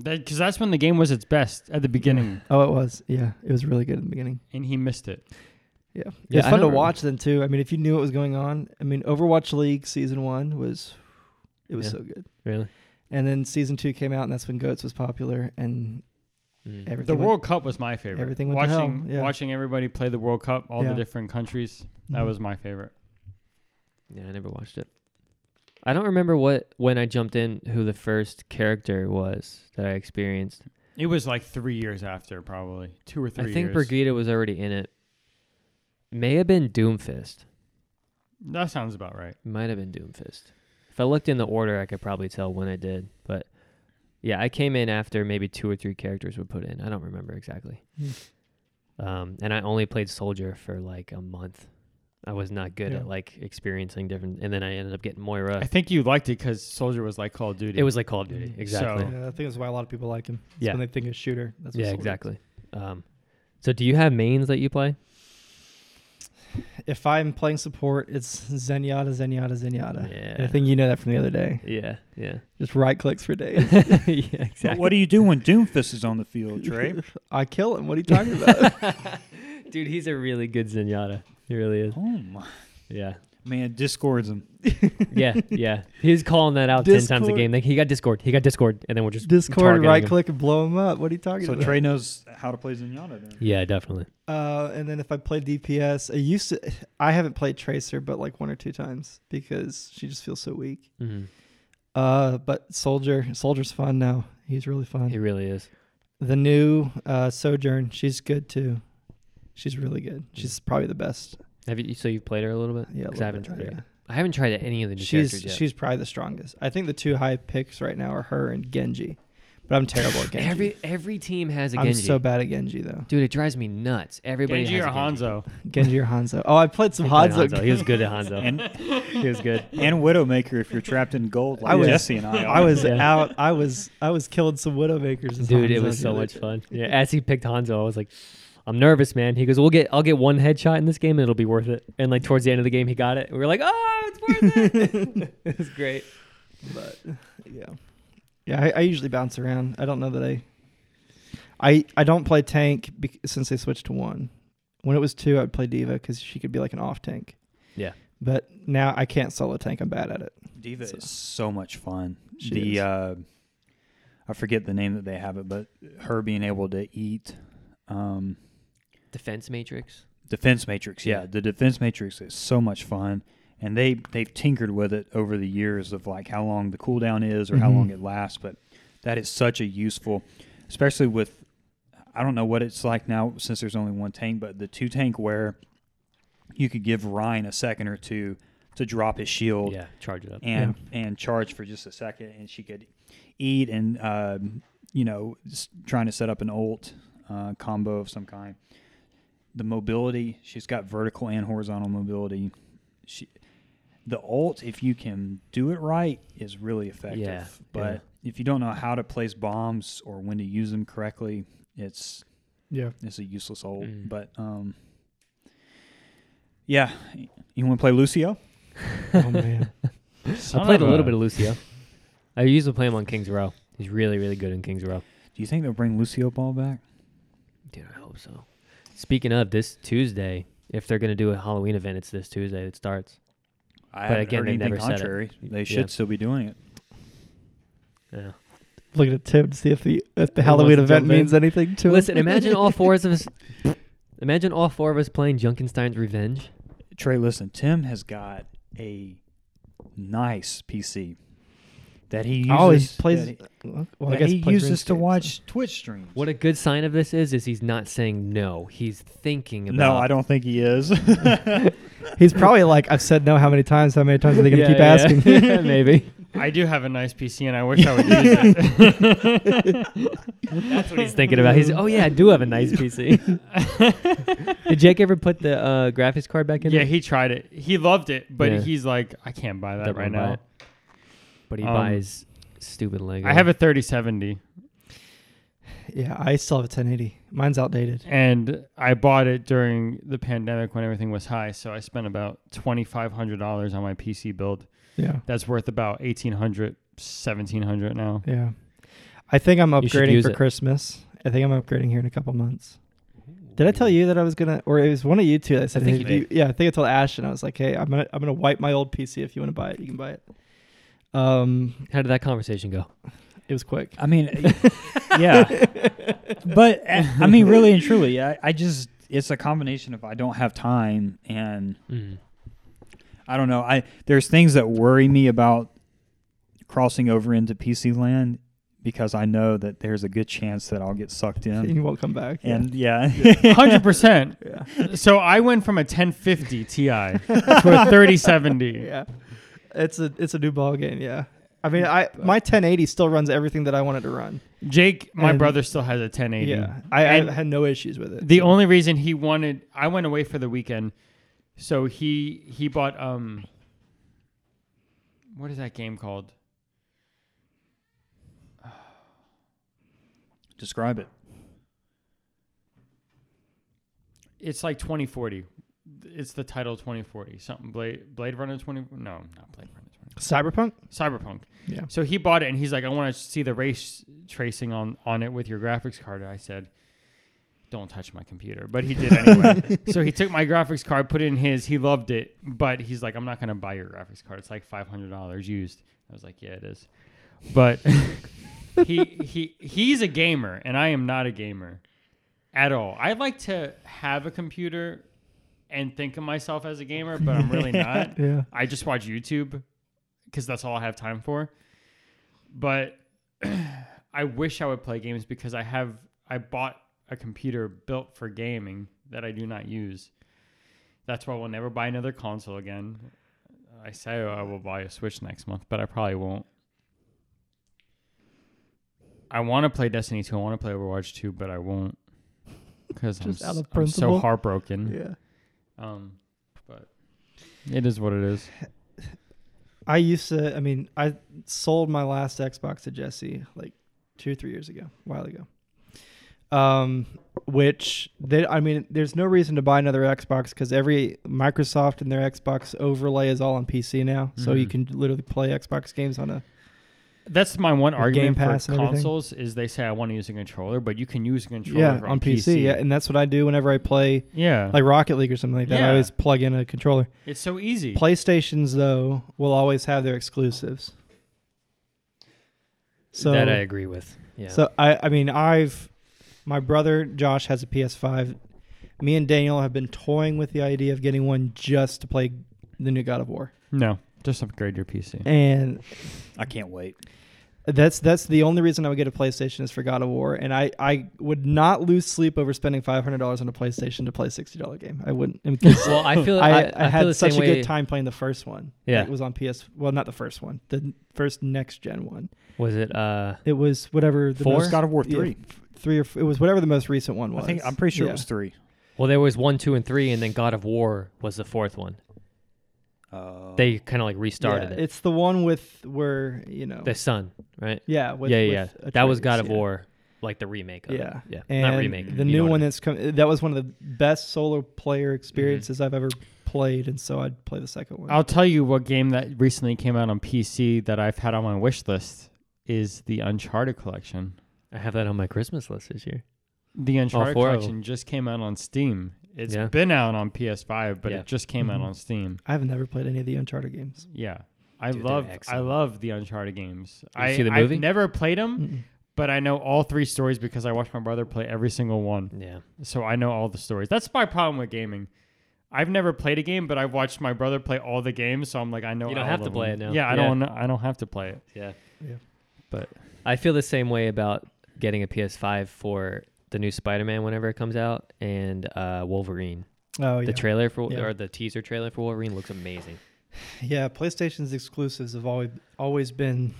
Because that's when the game was its best at the beginning,
Oh, it was. Yeah, it was really good in the beginning.
and he missed it.
Yeah, it
Yeah,
was
I
fun to
don't-
watch then too. I mean, if you knew what was going on, I mean, Overwatch League season one was, it was
Yeah.
so good.
Really?
And then season two came out, and that's when Goats was popular, and
Mm.
everything.
The
went-
World Cup was my favorite.
everything went to
watching
hell, yeah.
watching everybody play the World Cup, all
Yeah.
the different countries. That
Mm-hmm.
Mhm.
was my favorite.
Yeah, I never watched it. I don't remember what when I jumped in who the first character was that I experienced.
It was like three years after, probably two or three.
I think
years.
Brigida was already in it. May have been Doomfist.
That sounds about right.
Might have been Doomfist. If I looked in the order, I could probably tell when I did. But yeah, I came in after maybe two or three characters were put in. I don't remember exactly.
Hmm.
um, and I only played Soldier for like a month. I was not good
Yeah.
at like experiencing different. And then I ended up getting Moira.
I think you liked it because Soldier was like Call of Duty.
Uh, It was like Call of Duty. Exactly.
Yeah, I think that's why a lot of people like him. It's
Yeah.
when they think of shooter. That's what
yeah,
sold it.
exactly. Um, so do you have mains that you play?
If I'm playing support, it's Zenyatta, Zenyatta, Zenyatta. And
Yeah.
I think you know that from the other day.
Yeah. Yeah.
*laughs*
*laughs*
Just right clicks for days.
yeah. Exactly.
*laughs*
*laughs*
But what do you do when Doomfist is on the
*laughs*
field, Trey?
I kill him. What are you talking about?
Dude, he's a really good Zenyatta. He really is.
oh my
Yeah.
man, discords him.
*laughs* Yeah,
*laughs*
yeah. He's calling that out ten times a
Discord.
game. Like he got Discord. He got Discord, and then we're just
Discord,
targeting
right
him.
click and blow him up. What are you talking
So
about?
Trey knows how to play Zenyatta. Then.
Yeah, definitely.
Uh, and then if I play DPS, I used to. *sighs* I haven't played Tracer, but like one or two times because she just feels so weak.
hmm
Uh, but Soldier, Soldier's fun now. He's really fun.
He really is.
the new uh, Sojourn, she's good too. She's really good. She's probably the best.
Have you? So you've played her a little bit?
Yeah, a
'Cause
little
I haven't
bit,
tried it.
yeah.
yet. I haven't tried any of the new
She's
characters yet.
she's probably the strongest. I think the two high picks right now are her and Genji, but I'm terrible
*laughs*
at Genji.
every every team has a
I'm
Genji.
so bad at Genji though.
Dude, it drives me nuts. Everybody
Genji
has
or
a Genji.
Hanzo.
Genji or Hanzo. Oh, I played some
He played
Hanzo.
Hanzo. He was good at Hanzo.
And
he was good.
and Widowmaker if you're trapped in gold like
I was-
Jesse and
*laughs*
I.
I was
*laughs* Yeah.
out. I was I was killing some Widowmakers. as
*laughs* Dude, it
Hanzo
was so
the other
much
day.
fun. Yeah, as he picked Hanzo, I was like, "I'm nervous, man." He goes, "We'll get, I'll get one headshot in this game, and it'll be worth it." And like towards the end of the game, he got it. We were like, "Oh, it's
*laughs*
worth it." *laughs* it was great.
But yeah, yeah. I, I usually bounce around. I don't know that I. I I don't play tank bec- since they switched to one. When it was two, I'd play diva because she could be like an off tank.
Yeah.
But now I can't solo tank. I'm bad
*laughs*
at it.
Diva
So-
is so much fun.
She
the
is.
uh I forget the name that they have it, but her being able to eat um
Defense Matrix.
defense matrix. Yeah, the defense matrix is so much fun. And they they've tinkered with it over the years of like how long the cooldown is or how
Mhm.
long it lasts, but that is such a useful especially with I don't know what it's like now since there's only one tank, but the two tank where you could give Ryan a second or two to drop his shield
Yeah, charge it up. *laughs*
and and charge for just a second, and she could eat and um, you know s- trying to set up an ult uh, combo of some kind. The mobility she's got vertical and horizontal mobility. She the ult if you can do it right is really effective.
Yeah,
but if you don't know how to place bombs or when to use them correctly, it's
Yeah.
it's a useless ult.
Mm.
But um, yeah, you want to play Lucio?
Oh man.
*laughs*
Uh,
I played a little bit of Lucio. I used to play him on Kings Row. He's really, really good in Kings Row.
Do you think they'll bring Lucio Ball back?
Dude, I hope so. Speaking of this Tuesday, if they're gonna do a Halloween event, it's this Tuesday that starts.
I
But
haven't
again,
heard
they
anything
never said it.
contrary. They should
Yeah.
still be doing it.
Yeah.
Looking at Tim to see if the if the
Who
Halloween
wants to
event
jump in?
means anything to
Listen,
him.
imagine all four of us. *laughs* Imagine all four of us playing Junkenstein's Revenge.
Trey, listen, Tim has got a nice PC that he uses.
Oh, he plays.
that he,
well, I
that
guess
he
he plays
uses to
RuneScape, so-
watch Twitch streams.
What a good sign of this is, is he's not saying no. He's thinking about.
no, I don't think
*laughs*
he is. *laughs*
He's probably like, I've said no how many times? How many times are they going to
*laughs* Yeah,
keep
yeah.
asking?
Maybe.
I do have a nice PC,
*laughs*
and I wish I would use it.
*laughs*
That's what he's thinking about. He's oh yeah, I do have a nice *laughs* PC. Did Jake ever put the uh, graphics card back in?
yeah,
there?
he tried it. He loved it, but
Yeah.
he's like, I can't buy that
Don't
right
buy
now.
it. but he
um,
buys stupid Lego.
I have a 3070,
Yeah, I still have a 1080. Mine's outdated.
and I bought it during the pandemic when everything was high. So I spent about twenty five hundred dollars on my PC build.
Yeah,
That's worth about 1800 1700 now.
yeah. I think I'm
You should
upgrading
use
for
it.
Christmas. I think I'm upgrading here in a couple months. Did I tell you that I was gonna, or it was one of you two that said,
I think
"Hey,
you
do you- yeah, I think I told Ashton. I was like, hey, I'm gonna, I'm gonna wipe my old PC. If you want to buy it, you can buy it. Um,
How did that conversation go?
it was quick.
I mean, yeah.
*laughs*
But uh, I mean, really and truly, I, I just it's a combination of I don't have time and
Mm,
I don't know. I there's things that worry me about crossing over into PC land because I know that there's a good chance that I'll get sucked
And
in.
you won't come back. *laughs* *laughs* Yeah.
And yeah,
*laughs*
100%. So I went from a 1050 Ti to a
*laughs*
3070.
yeah, it's a, it's a new ball game. Yeah. I mean, I my 1080 still runs everything that I wanted to run.
Jake, my
And-
brother, still has a 1080.
Yeah, I,
And-
I had no issues with it.
The only reason he wanted, I went away for the weekend, so he he bought um, what is that game called?
*laughs* describe it.
It's like 2040. It's the title 2040 something. Blade Blade Runner 20. No, not Blade Runner 20.
Cyberpunk.
Cyberpunk.
Yeah.
So he bought it and he's like, I want to see the race tracing on on it with your graphics card. I said, Don't touch my computer, but he did anyway. so he took my graphics card, put it in his. He loved it, but he's like, I'm not gonna buy your graphics card. It's like five hundred dollars used. I was like, Yeah, it is. But *laughs* he he he's a gamer and I am not a gamer at all. I like to have a computer and think of myself as a gamer, but I'm really
*laughs*
not.
Yeah.
I just watch YouTube because that's all I have time for. But *clears throat* I wish I would play games because I have I bought a computer built for gaming that I do not use. That's why I will never buy another console again. I say I will buy a Switch next month, but I probably won't. I want to play Destiny 2. I want to play Overwatch 2, but I won't because I'm,
Just out
s-
of
I'm so
principle?
heartbroken.
Yeah.
Um, but it is what it is.
I used to. I mean, I sold my last Xbox to Jesse like two, three years ago, a while ago. Um, which they, I mean, there's no reason to buy another Xbox because every Microsoft and their Xbox overlay is all on PC now, so you
Mhm.
can literally play Xbox games on a.
That's my one
With
argument
Game Pass
for
and everything.
consols is they say I want to use a controller, but you can use a controller
Yeah, on PC. Yeah, and that's what I do whenever I play
yeah.
like Rocket League or something like that.
Yeah.
I always plug in a controller.
it's so easy.
PlayStations though will always have their exclusives. So
that I agree with. Yeah.
So I, I mean, I've my brother Josh has a PS5. Me and Daniel have been toying with the idea of getting one just to play the new God of War,
no, just upgrade your PC.
and
I can't wait.
that's that's the only reason I would get a PlayStation is for God of War, and I I would not lose sleep over spending five hundred dollars on a PlayStation to play a sixty dollar game. I wouldn't. *laughs* I mean, 'cause
well, I feel I,
I,
I,
I
feel the
had such a
same way.
good time playing the first one.
Yeah.
it was on PS. Well, not the first one, the first next gen one.
Was it? Uh,
It was whatever the
Four?
most-
God of War
yeah,
three.
three or f- it was whatever the most recent one
I
was.
think I'm pretty sure
Yeah.
it was three.
well, there was one, two, and three, and then God of War was the fourth one.
Uh,
They kind of like restarted
Yeah,
it.
It's the one with where you know.
The sun, right?
yeah, with,
yeah,
with
yeah. yeah. That was
Atreus,
God of
yeah.
War, like the remake. Of
Yeah,
it. yeah.
And
Not remake.
The
you know
new
what I
one
mean.
that's come. That was one of the best solo player experiences I've ever played, and so I'd play the second one.
I'll tell you what game that recently came out on PC that I've had on my wish list is the Uncharted collection.
I have that on my Christmas list this year.
The
Oh,
Uncharted
four of
collection just came out on Steam. It's
Yeah.
been out on PS5, but
Yeah.
it just came
Mm-hmm.
out on Steam.
I've never played any of the Uncharted games.
Yeah. I
Dude, they're
love I
excellent.
love the Uncharted games.
you
I
see the movie?
I've never played them,
Mm-mm.
but I know all three stories because I watched my brother play every single one.
Yeah.
so I know all the stories. That's my problem with gaming. I've never played a game, but I've watched my brother play all the games, so I'm like, I know.
You don't
all
have
of
to play
them.
it now.
Yeah, I
Yeah.
don't. I don't have to play it.
Yeah.
Yeah.
But
I feel the same way about getting a PS5 for the new Spider-Man whenever it comes out and uh, Wolverine.
Oh yeah.
The trailer for
Yeah.
or the teaser trailer for Wolverine looks amazing.
Yeah, PlayStation's exclusives have always always been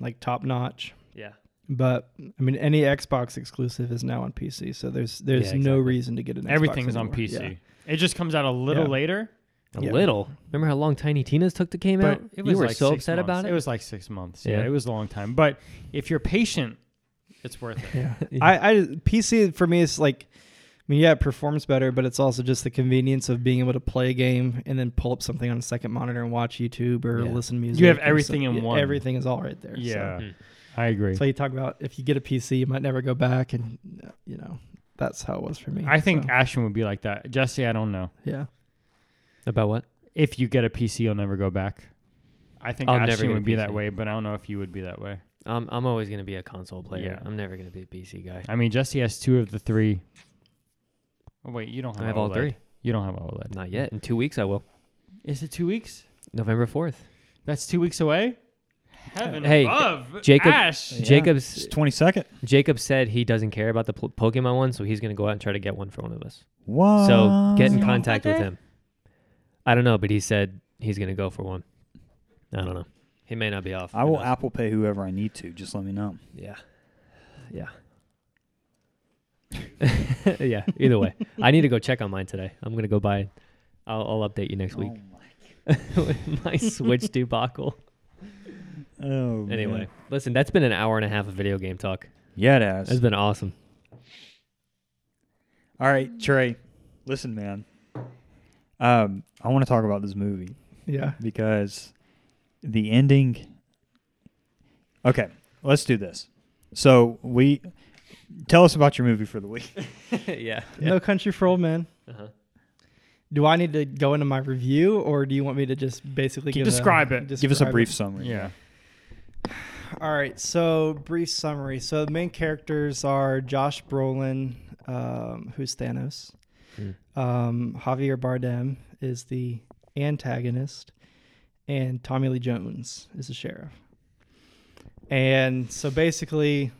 like top notch.
Yeah.
But I mean, any Xbox exclusive is now on PC, so there's there's
Yeah,
no
exactly.
reason to get an. Xbox
Everything's on
anymore.
PC.
Yeah.
It just comes out a little
Yeah.
later.
A
Yeah.
little. Remember how long Tiny Tina's took to came out?
it
you
was
were
like
so
six
upset
months.
about it.
It was like six months. Yeah.
Yeah.
it was a long time. But if you're patient, it's worth it.
*laughs* Yeah. I, I PC for me is like, I mean, yeah, it performs better, but it's also just the convenience of being able to play a game and then pull up something on a second monitor and watch YouTube or
Yeah.
listen to music.
have
or some-
everything in
yeah,
one.
Everything is all right there. so.
Yeah,
Mm.
I agree.
So you talk about if you get a PC, you might never go back, and uh, you know that's how it was for me.
I think
so,
Ashton would be like that. Jesse, I don't know.
yeah,
about what?
If you get a PC, you'll never go back. I think
I'll never
Ashton
get a
would be that
PC.
way, but I don't know if you would be that way.
Um, I'm always gonna be a console player.
Yeah.
I'm never gonna be a PC guy.
I mean, Jesse has two of the three. Oh, wait, you don't have,
I have all
OLED.
three.
You don't have E OLED.
Not yet. In two weeks, I will.
Is it two weeks?
November fourth.
That's two weeks away. Heaven
Hey,
above,
Jacob-
Ash.
Jacob's
Twenty second.
Jacob said he doesn't care about the po- Pokemon one, so he's gonna go out and try to get one for one of us.
What?
so get in
You want
contact
that
with
day?
him. I don't know, but he said he's gonna go for one. I don't know. He may not be off.
I
Who
will
knows?
Apple Pay whoever I need to. Just let me know.
Yeah. Yeah. *laughs* yeah. Either way, I need to go check on mine today. I'm gonna go buy. I'll, I'll update you next
Oh.
week *laughs* with my
*laughs*
Switch debacle.
Oh. man.
Anyway, listen, that's been an hour and a half of video game talk.
Yeah, it has.
That's been awesome.
All right, Trey. Listen, man. Um, I want to talk about this movie
yeah.
because the ending. Okay, let's do this. So we tell us about your movie for the week.
*laughs* yeah.
No Country for Old Men.
Uh-huh.
Do I need to go into my review, or do you want me to just basically
Can
give
describe
a,
it.
Give us a
describe
brief summary. *laughs*
Yeah.
All right, so brief summary. So the main characters are Josh Brolin, um, who's Thanos.
Mm.
Um, Javier Bardem is the antagonist, and Tommy Lee Jones is the sheriff. And so basically,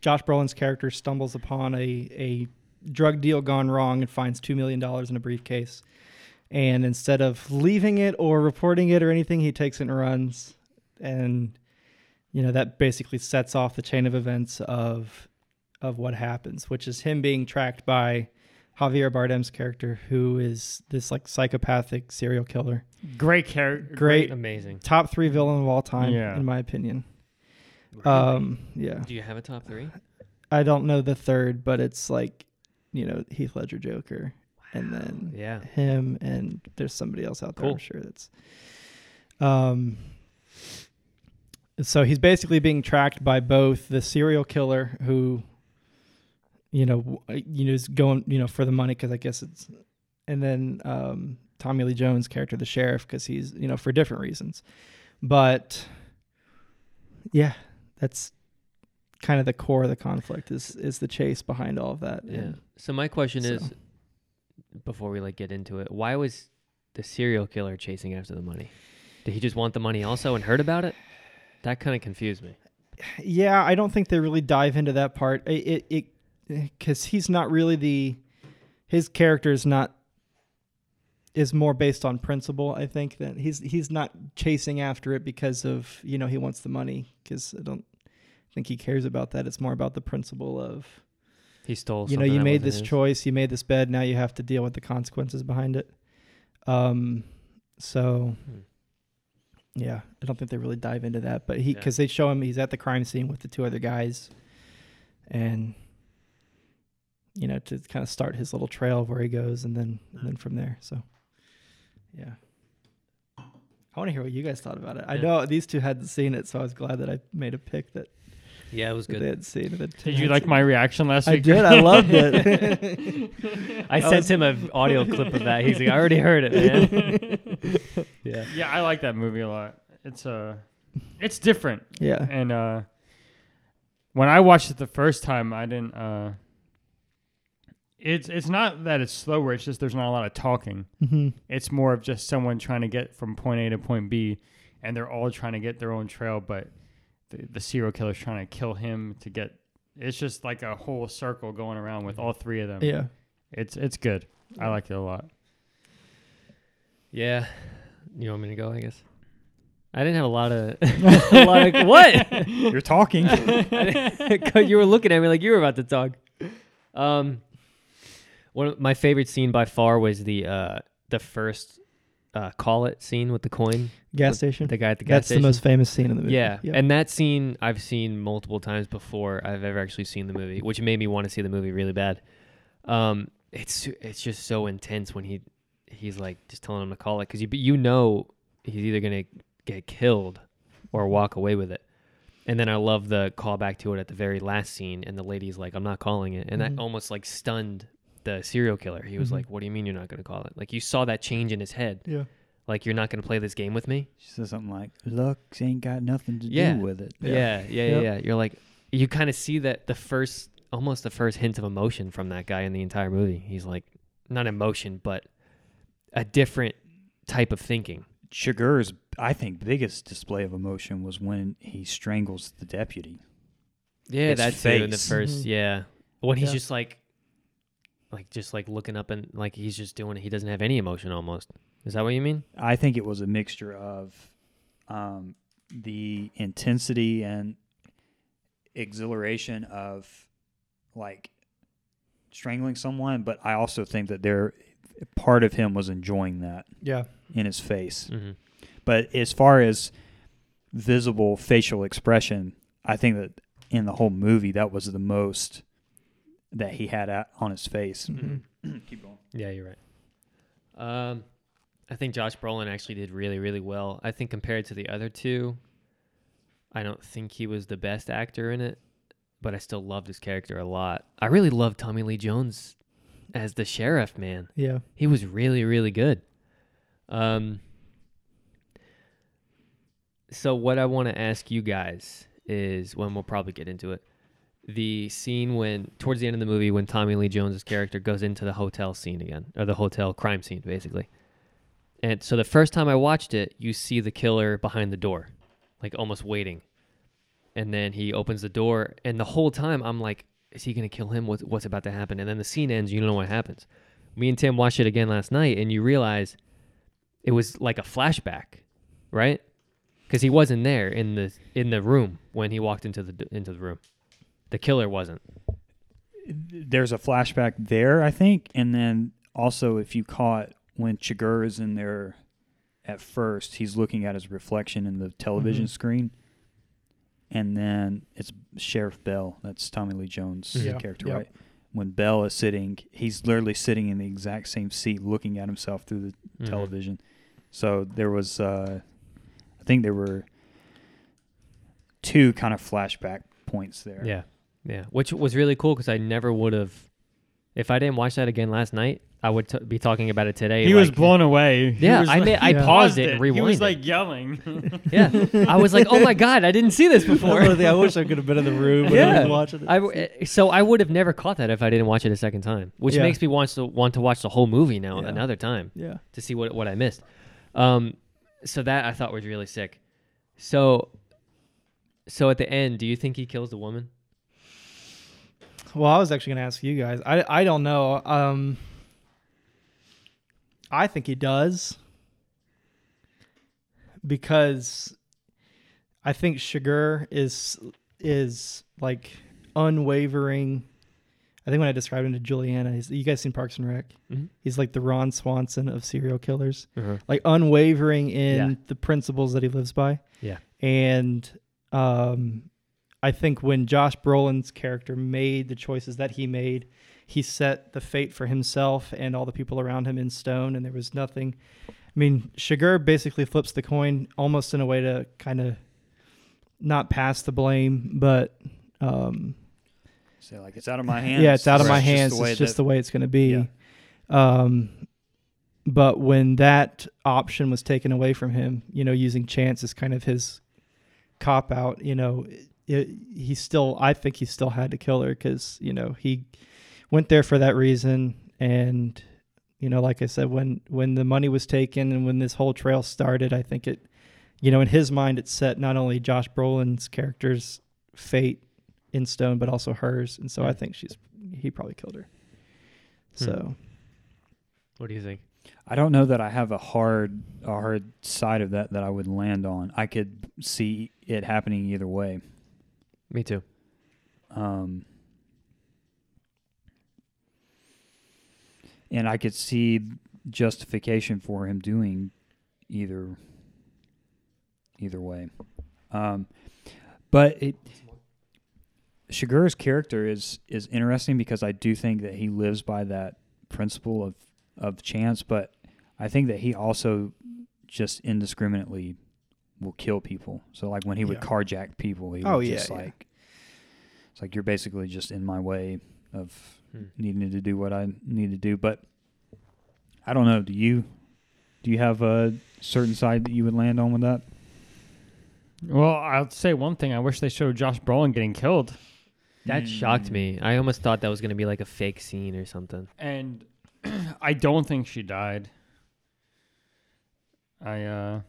Josh Brolin's character stumbles upon a a drug deal gone wrong and finds two million dollars in a briefcase. And instead of leaving it or reporting it or anything, he takes it and runs. And you know that basically sets off the chain of events of of what happens which is him being tracked by javier bardem's character who is this like psychopathic serial killer
Great character.
great
Amazing.
top three villain of all time
Yeah.
in my opinion um yeah
Do you have a top three?
i don't know the third but it's like you know heath ledger joker and then
Yeah.
him and there's somebody else out there
Cool.
i'm sure that's um so he's basically being tracked by both the serial killer who you know w- uh, you know is going you know for the money because i guess it's and then um tommy lee jones character the sheriff because he's you know for different reasons but yeah that's kind of the core of the conflict is is the chase behind all of that
Yeah.
And
So my question
So-
is, before we like get into it, why was the serial killer chasing after the money? Did he just want the money also and heard about it? That kind of confused me.
yeah i don't think they really dive into that part it it because he's not really the his character is not is more based on principle i think that he's he's not chasing after it because of you know he wants the money because i don't think he cares about that it's more about the principle of
He stole.
you know
something
you
that
made
wasn't
this
his.
choice you made this bed now you have to deal with the consequences behind it um so
Hmm.
yeah i don't think they really dive into that but he
Yeah.
because they show him he's at the crime scene with the two other guys and you know to kind of start his little trail of where he goes and then and then from there so yeah i want to hear what you guys thought about it i
Yeah.
know these two hadn't seen it so i was glad that i made a pick that,
Yeah, it was
that they
good.
had seen it
Did you like my reaction last
i
week?
did i loved it *laughs*
I sent him an audio clip of that. He's like, I already heard it,
*laughs*
man. yeah.
*laughs* Yeah, I like that movie a lot. It's uh it's
*laughs*
different.
yeah
And uh when I watched it the first time, I didn't uh it's it's not that it's slower, it's just there's not a lot of talking.
hmm
It's more of just someone trying to get from point A to point B and they're all trying to get their own trail, but the, the serial killer's trying to kill him to get it's just like a whole circle going around with all three of them. *laughs*
Yeah.
It's it's good. I like it a lot.
Yeah. You want me to go? I guess. I didn't have a
*laughs*
lot of, *laughs* a lot of what?
You're talking.
*laughs* you were looking at me like you were about to talk. Um, one of my favorite scene by far was the uh the first uh call it scene with the coin.
Gas station.
The guy at the gas
Hmm. That's
station.
the most famous scene in the movie.
Yeah,
Yep.
and that scene I've seen multiple times before I've ever actually seen the movie, which made me want to see the movie really bad. Um, it's it's just so intense when he he's like just telling him to call it because you you know he's either gonna get killed or walk away with it. And then I love the callback to it at the very last scene, and the lady's like, "I'm not calling it," and
Mhm.
that almost like stunned the serial killer. He was
Mhm.
like, "What do you mean you're not gonna call it?" Like you saw that change in his head.
yeah.
Like you're not gonna play this game with me.
She *laughs* says something like, "Luck ain't got nothing to
Yeah.
do with it."
Yeah, yeah, yeah.
Yep.
yeah. You're like, you kind of see that the first, almost the first hint of emotion from that guy in the entire movie. He's like, not emotion, but a different type of thinking.
Chigurh's, I think, biggest display of emotion was when he strangles the deputy.
Yeah,
His
that's it in the
face.
1st
Mhm.
Mm-hmm. Yeah, when he's
Yeah.
just like, like just like looking up and like he's just doing it. He doesn't have any emotion almost. Is that what you mean?
I think it was a mixture of um, the intensity and exhilaration of like strangling someone, but I also think that there part of him was enjoying that
Yeah.
in his face.
Mm-hmm.
But as far as visible facial expression, I think that in the whole movie that was the most that he had out on his face. *clears throat*
mm-hmm.
Mm-hmm.
Keep going.
Yeah, you're right. Um, I think Josh Brolin actually did really, really well. I think compared to the other two, I don't think he was the best actor in it, but I still loved his character a lot. I really loved Tommy Lee Jones as the sheriff, man.
Yeah.
He was really, really good. Um, so what I want to ask you guys is when we'll probably get into it. The scene when towards the end of the movie when Tommy Lee Jones's character goes into the hotel scene again, or the hotel crime scene basically. And so the first time I watched it, you see the killer behind the door, like almost waiting. And then he opens the door and the whole time I'm like, is he going to kill him? What's, what's about to happen? And then the scene ends, you don't know what happens. Me and Tim watched it again last night and you realize it was like a flashback, right? because he wasn't there in the in the room when he walked into the into the room. The killer wasn't.
there's a flashback there, I think, and then also if you caught when Chigurh is in there at first, he's looking at his reflection in the television
Mhm.
screen, and then it's Sheriff Bell. That's Tommy Lee Jones'
Yeah.
character,
Yep.
right? When Bell is sitting, he's literally sitting in the exact same seat, looking at himself through the
Mm-hmm.
Mhm.
television. So there was, uh, I think there were two kind of flashback points there.
Yeah, yeah, which was really cool because I never would have. If I didn't watch that again last night, I would t- be talking about it today.
He was
like-
blown away. He
Yeah,
was
I
like-
ma- I
he
paused it and
He was
rewinded.
like
*laughs*
yelling.
Yeah, I was like, oh my god, I didn't see this before.
*laughs*
I wish I could have been in the room
when I was Yeah.
watching
I w- eh, so I would have never caught that if I didn't watch it a second time, which
Yeah.
makes me want to want to watch the whole movie now
Yeah.
another time.
yeah.
to see what what I missed. Um, so that I thought was really sick. So, so at the end, do you think he kills the woman?
Well, I was actually going to ask you guys. I I don't know. Um, I think he does because I think Sugar is is like unwavering. I think when I described him to Juliana, he's, you guys seen Parks and Rec?
Mhm.
He's like the Ron Swanson of serial killers,
Uh-huh.
like unwavering in
Yeah.
the principles that he lives by.
Yeah.
and um, I think when Josh Brolin's character made the choices that he made, he set the fate for himself and all the people around him in stone, and there was nothing. I mean, Sugar basically flips the coin almost in a way to kind of not pass the blame, but um,
So like it's out of my hands.
yeah, it's out of my
It's just
hands.
the way
it's just
that-
the way it's going to be. Um, but when that option was taken away from him, you know, using chance as kind of his cop out, you know, it, he still, I think he still had to kill her because, you know, he went there for that reason. And, you know, like I said, when, when the money was taken and when this whole trail started, I think it, you know, in his mind, it set not only Josh Brolin's character's fate in stone, but also hers.
Hmm.
And so I think she's, he probably killed her. So.
What do you think?
I don't know that I have a hard a hard side of that that I would land on. I could see it happening either way.
Me too.
Um, and I could see justification for him doing either either way. Um, but it, Shagur's character is is interesting because I do think that he lives by that principle of of chance, but I think that he also just indiscriminately will kill people. So like when he would
Yeah.
carjack people, he
Oh,
would
yeah,
just
yeah.
like it's like you're basically just in my way of
Hmm.
needing to do what I need to do. But I don't know. Do you do you have a certain side that you would land on with that?
Well, I'll say one thing. I wish they showed Josh Brolin getting killed. Hmm.
That shocked me. I almost thought that was gonna be like a fake scene or something.
And *clears throat* I don't think she died. I uh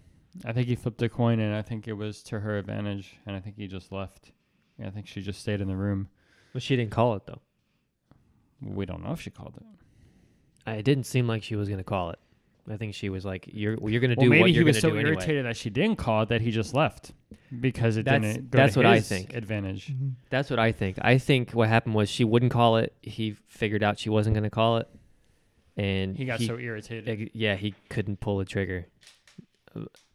I think he flipped a coin and I think it was to her advantage and I think he just left. And I think she just stayed in the room.
Well, she didn't call it though.
We don't know if she called it.
I- It didn't seem like she was gonna call it. I think she was like, "You're well, you're gonna
Well,
do
maybe
what
he
you're
was
gonna
so
do
irritated
anyway."
that she didn't call it that he just left because it
That's-
didn't go
that's
to
what I
his
think.
advantage.
That's what I think. I think what happened was she wouldn't call it. He figured out she wasn't gonna call it, and
He got so
Ex-
irritated.
yeah, he couldn't pull the trigger.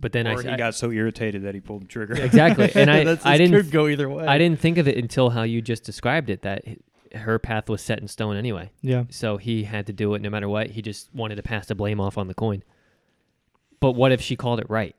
But then I,
or he
*laughs*
I-
got so irritated that he pulled the trigger.
exactly,
*laughs*
and I I didn't
go either way.
I didn't think of it until how you just described it that h- her path was set in stone anyway.
Yeah.
So he had to do it no matter what. He just wanted to pass the blame off on the coin. But what if she called it right?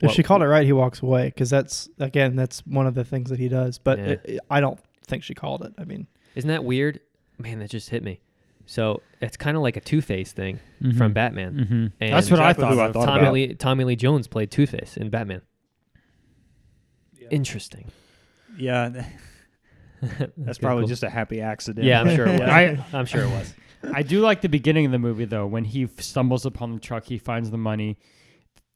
If
What-
she called it right, he walks away because that's again that's one of the things that he does. But
Yeah.
it, it- I don't think she called it. I mean,
Isn't that weird? Man, that just hit me. So it's kind of like a Two Face thing from Batman.
Mm-hmm.
And
That's what
Exactly who
I
I
thought. of.
thought
Tommy
about.
Lee Tommy Lee Jones played Two Face in Batman. Interesting. *laughs*
yeah, that's probably just a happy accident.
yeah. I'm sure
*laughs*
it was.
I-
I'm sure it was.
I do like the beginning of the movie though, when he f- stumbles upon the truck, he finds the money,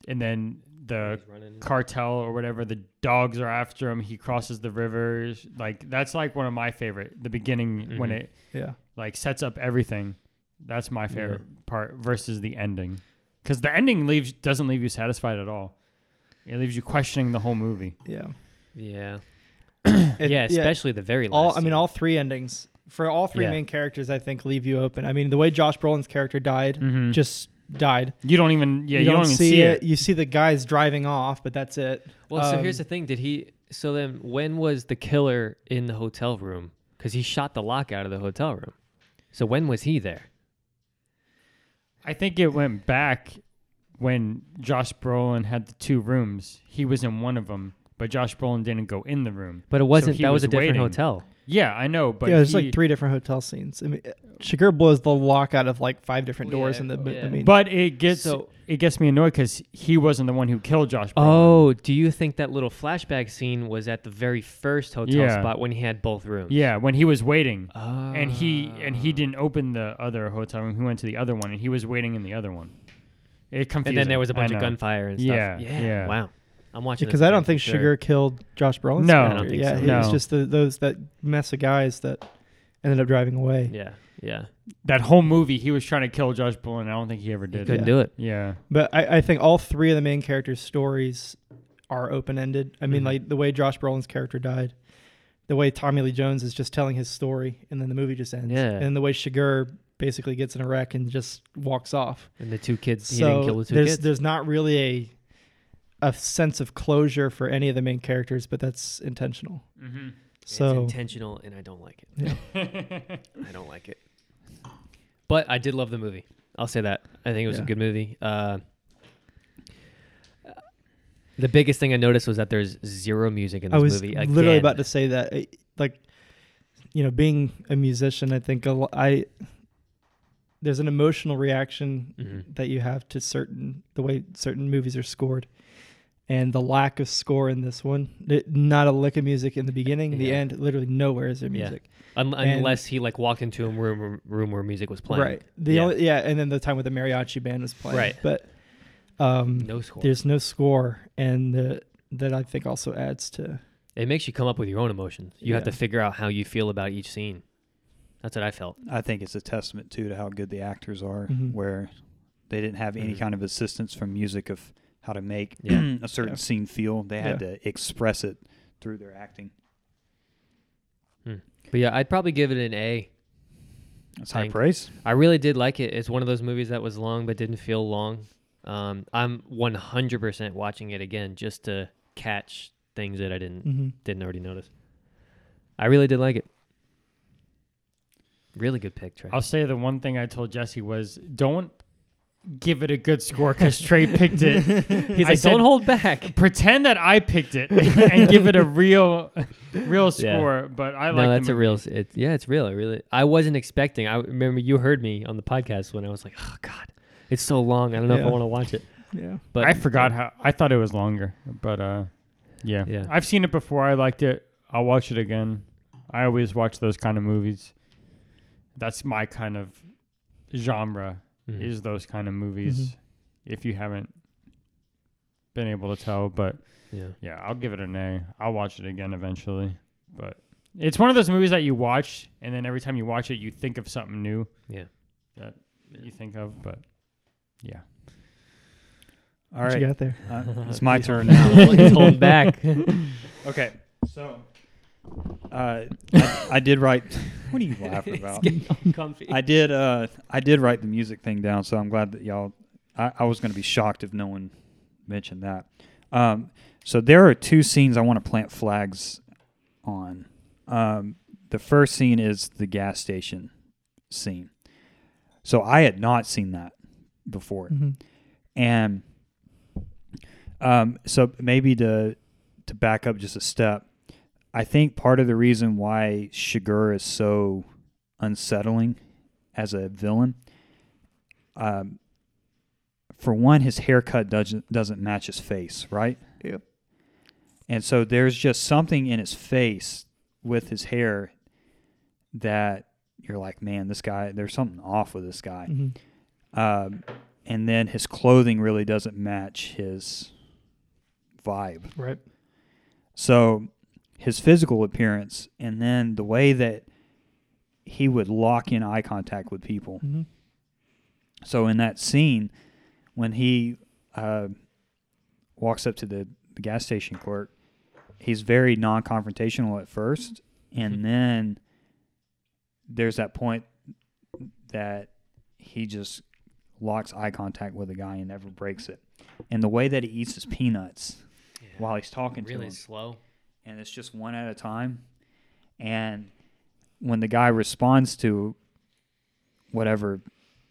and then the cartel or whatever the dogs are after him. He crosses the rivers. Like that's like one of my favorite. The beginning when
Mhm.
it
yeah,
like sets up everything. That's my favorite part versus the ending, because the ending leaves doesn't leave you satisfied at all. It leaves you questioning the whole movie.
yeah,
Yeah.
It-
yeah, especially the very last.
all I
scene.
mean, all three endings for all three
Yeah.
main characters, I think, leave you open. I mean, the way Josh Brolin's character died, just died.
You don't even Mm-hmm. yeah. You, don't, even see, it.
You see the guys driving off, but that's it.
Well, so here's the
Um,
thing. Did he? So then, when was the killer in the hotel room? Because he shot the lock out of the hotel room. So when was he there?
I think it went back when Josh Brolin had the two rooms. He was in one of them, but Josh Brolin didn't go in the room.
But it wasn't.
he
that was, a
was
different
waiting.
hotel.
Yeah, I know, but
yeah, there's
he- Oh.
like three different hotel scenes. I mean, uh, Shiger blows the lock out of like five different
Well,
doors
Oh, yeah,
in the.
yeah.
I mean,
But it gets
So-
it gets me annoyed because he wasn't the one who killed Josh. Brolin.
Oh, do you think that little flashback scene was at the very first hotel
Yeah.
spot when he had both rooms? Oh.
yeah, when he was waiting, and he and
Ah.
he didn't open the other hotel room. He went to the other one, and he was waiting in the other one. It confused.
And then there was a bunch of gunfire and stuff.
Yeah, yeah.
Wow. I'm watching
because
this
I don't
again
think
for
Sugar
sure.
killed Josh Brolin.
No.
I don't think
yeah,
so.
it was
No.
just the, those that mess of guys that ended up driving away.
Yeah. Yeah.
That whole movie, he was trying to kill Josh Brolin. and I don't think he ever
He
did.
couldn't
Yeah.
do it.
Yeah,
But I, I think all three of the main characters' stories are open ended. I mean,
Mhm.
like the way Josh Brolin's character died, the way Tommy Lee Jones is just telling his story, and then the movie just ends.
Yeah.
And the way Shiger basically gets in a wreck and just walks off.
And the two kids. he
so
didn't kill the two
there's
kids.
there's not really a a sense of closure for any of the main characters, but that's intentional.
mm-hmm.
So
it's intentional, and I don't like it.
Yeah.
*laughs* I don't like it. But I did love the movie. I'll say that. I think it was
Yeah.
a good movie. Uh, the biggest thing I noticed was that there's zero music in this
I was
movie.
literally
again.
about to say that, I- like, you know, being a musician, I think a lo- I there's an emotional reaction
Mhm.
that you have to certain the way certain movies are scored, and the lack of score in this one, Th- not a lick of music in the beginning, the
Yeah.
end, literally nowhere is there
Yeah.
music.
Un-
and-
unless he like walked into a room room where music was playing.
Right. The
Yeah.
only yeah, and then the time with the mariachi band was playing.
Right.
But um,
No score.
there's no score, and the, that I think also adds to
It makes you come up with your own emotions. You have
Yeah.
to figure out how you feel about each scene. That's what I felt.
I think it's a testament too to how good the actors are,
Mhm.
where they didn't have any
Mhm.
kind of assistance from music of how to make
Yeah.
*clears throat* a certain
Yeah.
scene feel. They had
Yeah.
to express it through their acting.
But yeah, I'd probably give it an A.
That's
high
high
Thank-
praise.
I really did like it. It's one of those movies that was long but didn't feel long. Um, I'm 100% watching it again just to catch things that I didn't
Mm-hmm.
didn't already notice. I really did like it. Really good pick, Trey.
I'll say the one thing I told Jesse was don't give it a good score because Trey picked
*laughs*
it.
He's
I
like,
said-
don't hold *laughs* back.
Pretend that I picked it *laughs* and give it a real, real score. But I like
no, that's
the
a real. s- It, yeah, it's real. I really. I wasn't expecting. I remember you heard me on the podcast when I was like, "Oh God, it's so long. I don't know if I
Yeah.
want to watch it."
Yeah.
But uh,
I forgot how I thought it was longer, but uh, yeah.
Yeah.
I've seen it before. I liked it. I'll watch it again. I always watch those kind of movies. That's my kind of genre
Mhm.
is those kind of movies.
Mhm.
Mm-hmm.
If you haven't been able to tell, but
yeah,
yeah, I'll give it an A. I'll watch it again eventually, but it's one of those movies that you watch and then every time you watch it, you think of something new
yeah.
that you think of. But yeah,
All
What you got
right,
there?
uh, it's my
*laughs*
turn now.
He's
*laughs*
holding back.
Okay, so uh, I, I did write. *laughs* What are you laughing about?
Comfy.
I did. Uh, I did write the music thing down, so I'm glad that y'all. I, I was going to be shocked if no one mentioned that. Um, so there are two scenes I want to plant flags on. Um, the first scene is the gas station scene. So I had not seen that before,
Mm-hmm.
and um, so maybe to to back up just a step, I think part of the reason why Shigur is so unsettling as a villain, um, for one, his haircut doesn't doesn't match his face, right?
Yep.
And so there's just something in his face with his hair that you're like, man, this guy, there's something off with this guy
hmm
um, and then his clothing really doesn't match his vibe.
Right.
So his physical appearance, and then the way that he would lock in eye contact with people.
Mm-hmm.
So in that scene, when he uh, walks up to the, the gas station clerk, he's very non-confrontational at first, and then there's that point that he just locks eye contact with a guy and never breaks it. And the way that he eats his peanuts while he's talking to
really
him,
slow.
and it's just one at a time. And when the guy responds to whatever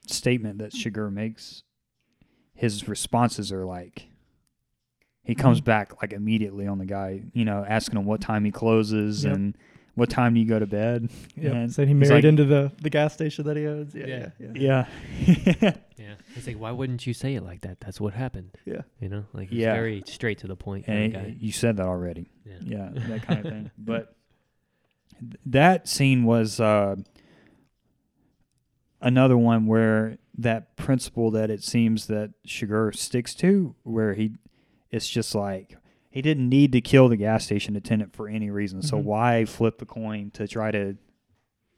statement that Shiger makes, his responses are like he comes back like immediately on the guy, you know, asking him what time he closes
Yep.
and what time do you go to bed.
Yep.
And
So he
he's
married
like-
into the, the gas station that he owns. Yeah.
Yeah.
Yeah. Yeah.
Yeah.
Yeah, he's like, why wouldn't you say it like that? That's what happened.
Yeah.
You know, like he's
Yeah.
very straight to the point.
and
kind of
you said that already.
guy. Yeah.
yeah, that kind of thing. But th- that scene was uh, another one where that principle that it seems that Shiger sticks to, where he, it's just like he didn't need to kill the gas station attendant for any reason. So
Mhm.
why flip a coin to try to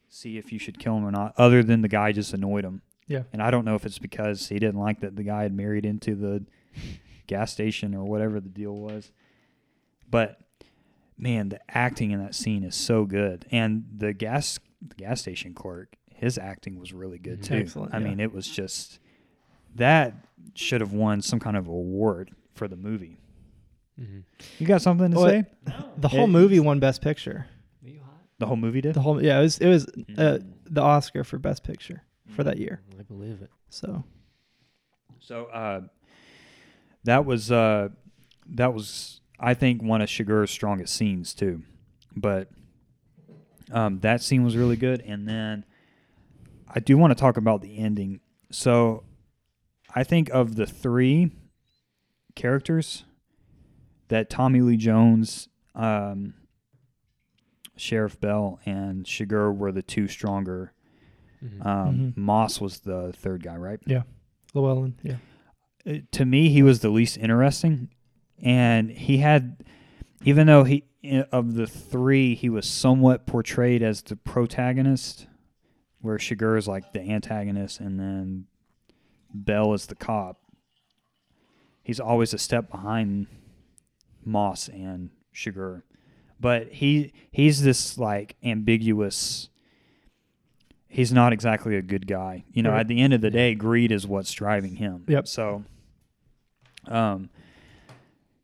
see if you should kill him or not, other than the guy just annoyed him.
Yeah.
And I don't know if it's because he didn't like that the guy had married into the gas station or whatever the deal was. But man, the acting in that scene is so good, and the gas the gas station clerk, his acting was really good
Mhm.
too.
Excellent,
I
yeah.
mean, it was just that should have won some kind of award for the movie.
Mm-hmm.
You got something to
Well,
say?
Oh,
The whole
It-
movie won Best Picture.
Are you hot?
The whole movie did.
The whole yeah, it was it was uh,
Mm.
the Oscar for Best Picture for that year.
I believe it.
So
So uh, that was uh, that was I think one of Shiger's strongest scenes too, but um, that scene was really good. And then I do want to talk about the ending. So I think of the three characters that Tommy Lee Jones, um, Sheriff Bell, and Shiger were the two stronger.
Mhm.
Um,
Mhm.
Moss was the third guy, right?
Llewellyn, yeah,
uh, to me he was the least interesting and he had even though he of the three he was somewhat portrayed as the protagonist where Shiger is like the antagonist and then Bell is the cop. He's always a step behind Moss and Shiger. But he he's this like ambiguous he's not exactly a good guy. You know,
Right.
at the end of the day, greed is what's driving him.
Yep.
So um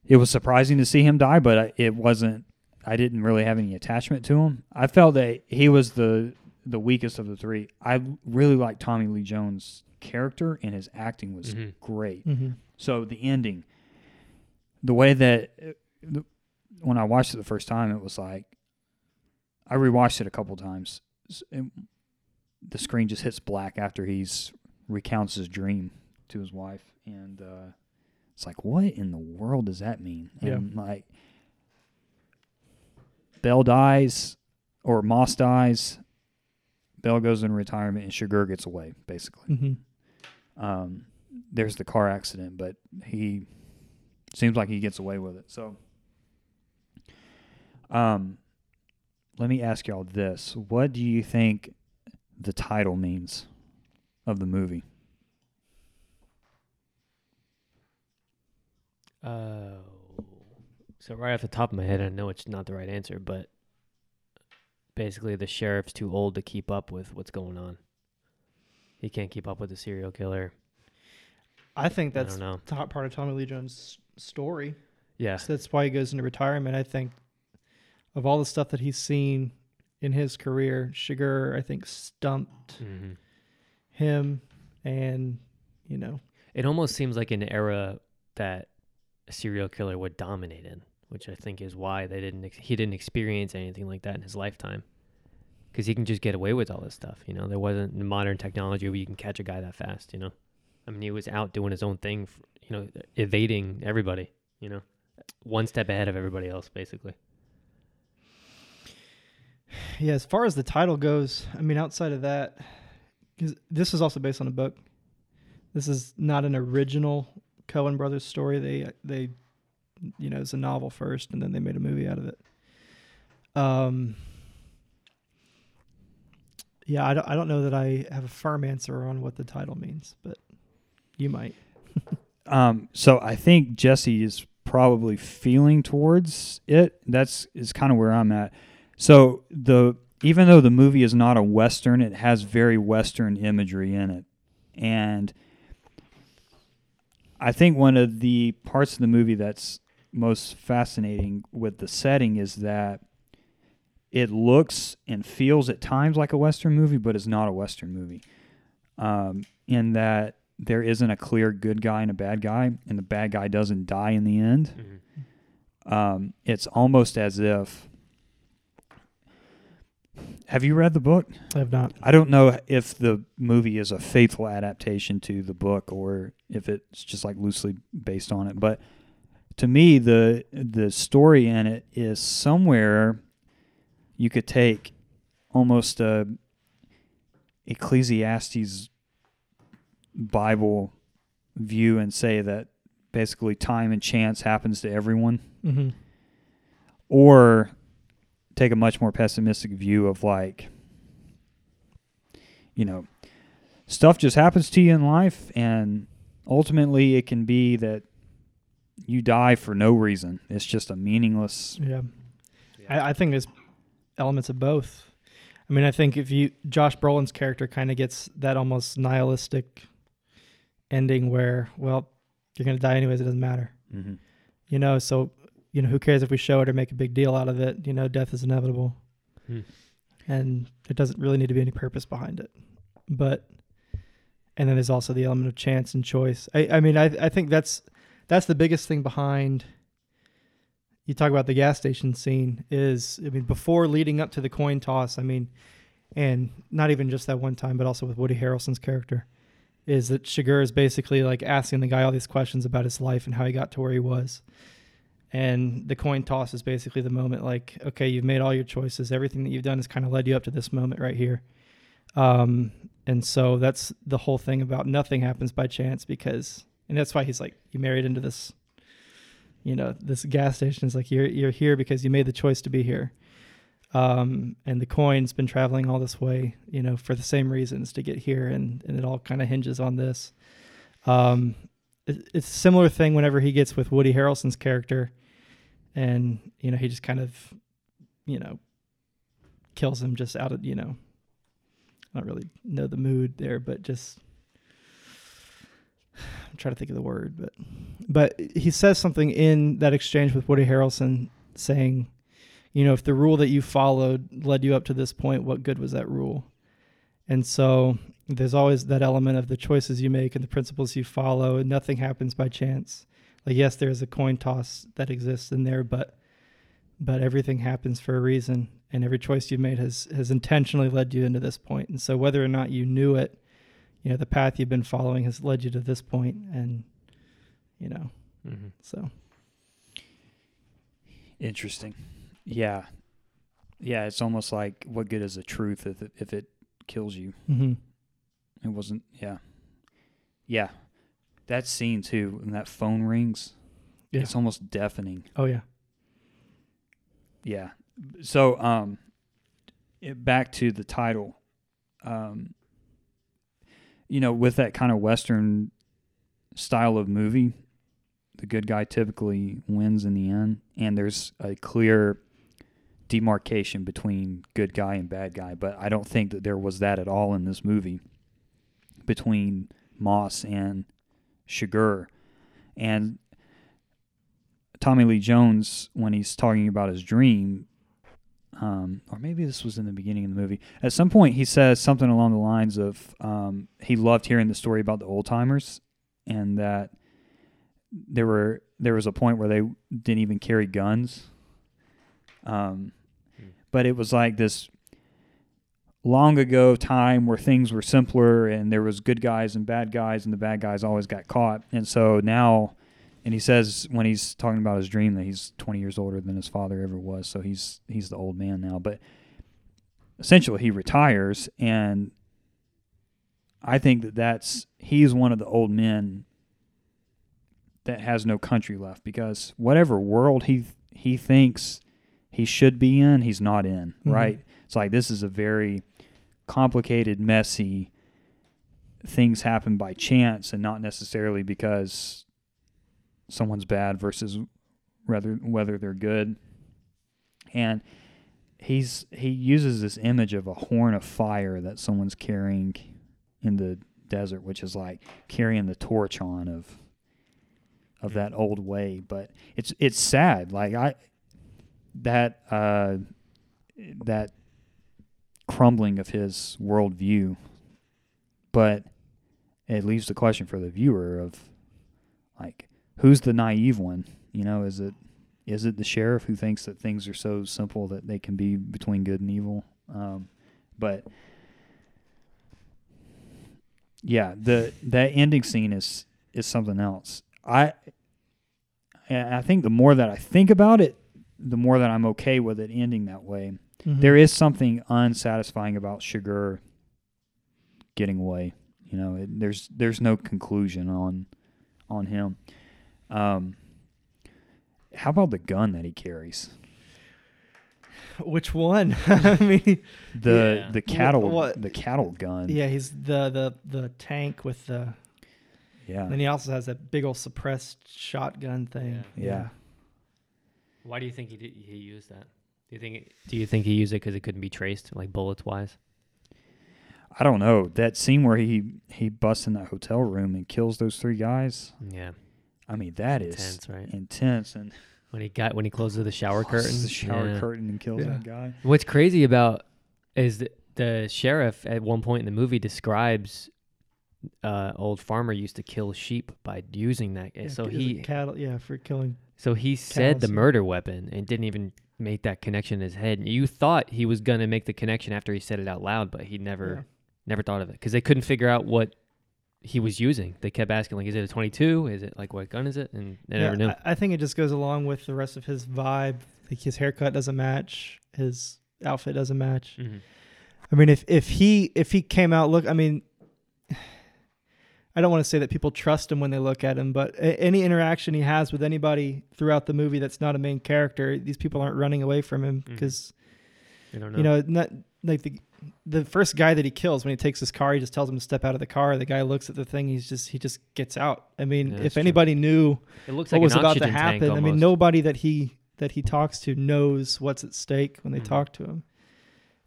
it was surprising to see him die, but I- it wasn't I didn't really have any attachment to him. I felt that he was the the weakest of the three. I really liked Tommy Lee Jones' character and his acting was
Mhm.
great.
Mm-hmm.
So the ending, the way that the, when I watched it the first time, it was like I rewatched it a couple times. S- And the screen just hits black after he's recounts his dream to his wife, and uh, it's like, what in the world does that mean?
Yeah.
And like, Bell dies or Moss dies. Bell goes in retirement, and Sugar gets away basically
Mm-hmm.
um, there's the car accident, but he seems like he gets away with it. So, um, let me ask y'all this: What do you think the title means of the movie?
Oh. So right off the top of my head, I know it's not the right answer, but basically the sheriff's too old to keep up with what's going on. He can't keep up with the serial killer.
I think
I
that's
don't know.
the hot part of Tommy Lee Jones' story.
Yeah.
So that's why he goes into retirement. I think of all the stuff that he's seen in his career, Sugar I think stumped
hmm
him, and you know,
It almost seems like an era that a serial killer would dominate in, which I think is why they didn't ex- he didn't experience anything like that in his lifetime. Because he can just get away with all this stuff, you know. There wasn't the modern technology where you can catch a guy that fast, you know. I mean, he was out doing his own thing, f you know, evading everybody, you know, one step ahead of everybody else, basically.
yeah. As far as the title goes, I mean, outside of that, because this is also based on a book. This is not an original Cohen brothers story. They they, you know, it's a novel first, and then they made a movie out of it. Um. Yeah, I don't, I don't know that I have a firm answer on what the title means, but you might.
Um, so I think Jesse is probably feeling towards it. That's is kind of where I'm at. So the even though the movie is not a western, it has very western imagery in it, and I think one of the parts of the movie that's most fascinating with the setting is that it looks and feels at times like a western movie, but it's not a western movie. Um, in that there isn't a clear good guy and a bad guy, and the bad guy doesn't die in the end
Mm-hmm.
um, it's almost as if. Have you read the book?
I have not.
I don't know if the movie is a faithful adaptation to the book or if it's just like loosely based on it. But to me, the the story in it is somewhere you could take almost a Ecclesiastes Bible view and say that basically time and chance happens to everyone
Mm-hmm.
or take a much more pessimistic view of like you know stuff just happens to you in life and ultimately it can be that you die for no reason it's just a meaningless
Yeah. I, I think there's elements of both. I mean, I think if you Josh Brolin's character kind of gets that almost nihilistic ending where, well, you're gonna die anyways, it doesn't matter. You know, so you know, who cares if we show it or make a big deal out of it? You know, death is inevitable.
Hmm.
And there doesn't really need to be any purpose behind it. But and then there's also the element of chance and choice. I, I mean I I think that's that's the biggest thing behind you talk about the gas station scene is I mean before leading up to the coin toss, I mean and not even just that one time, but also with Woody Harrelson's character, is that Shiger is basically like asking the guy all these questions about his life and how he got to where he was. And the coin toss is basically the moment like, okay, you've made all your choices. Everything that you've done has kind of led you up to this moment right here. Um, and so that's the whole thing about nothing happens by chance because, and that's why he's like, you married into this, you know, this gas station is like, you're, you're here because you made the choice to be here. Um, and the coin's been traveling all this way, you know, for the same reasons to get here, and and it all kind of hinges on this. Um, it- it's a similar thing whenever he gets with Woody Harrelson's character, and you know he just kind of, you know, kills him just out of you know. I don't really know the mood there, but just I'm trying to think of the word, but but he says something in that exchange with Woody Harrelson saying, you know, if the rule that you followed led you up to this point, what good was that rule? And so there's always that element of the choices you make and the principles you follow, and nothing happens by chance. Like yes, there is a coin toss that exists in there, but but everything happens for a reason, and every choice you've made has has intentionally led you into this point. And so whether or not you knew it, you know, the path you've been following has led you to this point, and you know,
Mm-hmm.
so
Interesting. Yeah. Yeah, it's almost like what good is the truth if it, if it kills you?
mm-hmm.
It wasn't. Yeah. Yeah. That scene too, when that phone rings,
Yeah.
it's almost deafening.
oh yeah,
Yeah. So, um, it, back to the title, um, you know, with that kind of Western style of movie, the good guy typically wins in the end, and there's a clear demarcation between good guy and bad guy. But I don't think that there was that at all in this movie between Moss and Shigur, and Tommy Lee Jones when he's talking about his dream, um, or maybe this was in the beginning of the movie. At some point, he says something along the lines of um, he loved hearing the story about the old timers, and that there were there was a point where they didn't even carry guns. Um,
Hmm.
but it was like this long ago time where things were simpler and there was good guys and bad guys and the bad guys always got caught and so now and he says when he's talking about his dream that he's 20 years older than his father ever was, so he's he's the old man now. But essentially, he retires, and I think that that's he's one of the old men that has no country left because whatever world he he thinks he should be in, he's not in.
Mhm.
Right? It's like this is a very complicated, messy. Things happen by chance and not necessarily because someone's bad versus rather whether they're good. And he's he uses this image of a horn of fire that someone's carrying in the desert, which is like carrying the torch on of of that old way. But it's it's sad. Like I that uh that crumbling of his worldview. But it leaves the question for the viewer of like who's the naive one? You know, is it is it the sheriff who thinks that things are so simple that they can be between good and evil? Um, but yeah, the that ending scene is is something else. I and I think the more that I think about it, the more that I'm okay with it ending that way.
Mm-hmm.
Mm.
There is something unsatisfying about Sugar getting away. You know, it, there's there's no conclusion on on him. Um, how about the gun that he carries?
*laughs* which one? *laughs* I mean,
The
Yeah.
the cattle
what-
the cattle gun.
yeah, he's the the the tank with the.
Yeah.
Then he also has that big old suppressed shotgun thing.
Yeah. Yeah.
Why do you think he did, he used that? Do you think it, do you think he used it because it couldn't be traced, like bullets wise?
I don't know. That scene where he he busts in that hotel room and kills those three guys.
Yeah,
I mean, that is
intense, right?
intense and
When he got when he closes the shower curtain,
closes the shower
yeah.
curtain and kills
Yeah.
that guy.
What's crazy about is the, the sheriff at one point in the movie describes uh, old farmer used to kill sheep by using that.
Yeah,
so
is it
he
cattle. Yeah, for killing.
so he said the
cows?
murder weapon and didn't even make that connection in his head. You thought he was gonna make the connection after he said it out loud, but he never never thought of it because they couldn't figure out what he was using. They kept asking like, "Is it a 22? Is it like what gun is it?" And they
Yeah,
never knew.
I, I think it just goes along with the rest of his vibe. Like his haircut doesn't match. His outfit doesn't match.
Mhm.
I mean, if if he if he came out look, I mean, *sighs* I don't want to say that people trust him when they look at him, but a- any interaction he has with anybody throughout the movie that's not a main character, these people aren't running away from him
Mhm.
because
I don't know.
You know, not like the the first guy that he kills when he takes his car, he just tells him to step out of the car. The guy looks at the thing, he's just he just gets out. I mean,
Yeah, that's
if
true.
anybody knew
it looks
what
like
was
an
about to
oxygen
happen,
tank
I
almost.
mean, nobody that he that he talks to knows what's at stake when they
Mhm.
talk to him.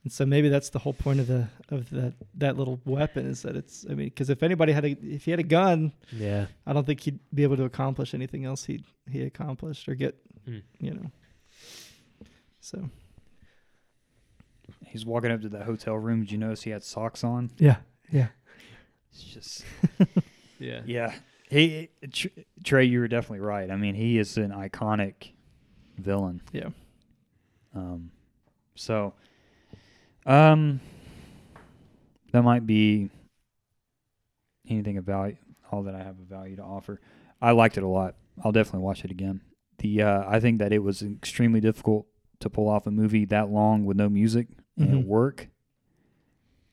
And so maybe that's the whole point of the of that that little weapon is that it's I mean because if anybody had a if he had a gun
Yeah.
I don't think he'd be able to accomplish anything else he he accomplished or get,
Mm.
you know. So
He's walking up to the hotel room. Did you notice he had socks on?
*laughs* yeah, yeah,
It's just
Yeah.
yeah. He Tr- Trey, you were definitely right. I mean, he is an iconic villain.
yeah.
Um, so, um, that might be anything of value. All that I have of value to offer. I liked it a lot. I'll definitely watch it again. The uh, I think that it was extremely difficult to pull off a movie that long with no music and
Mhm.
it work.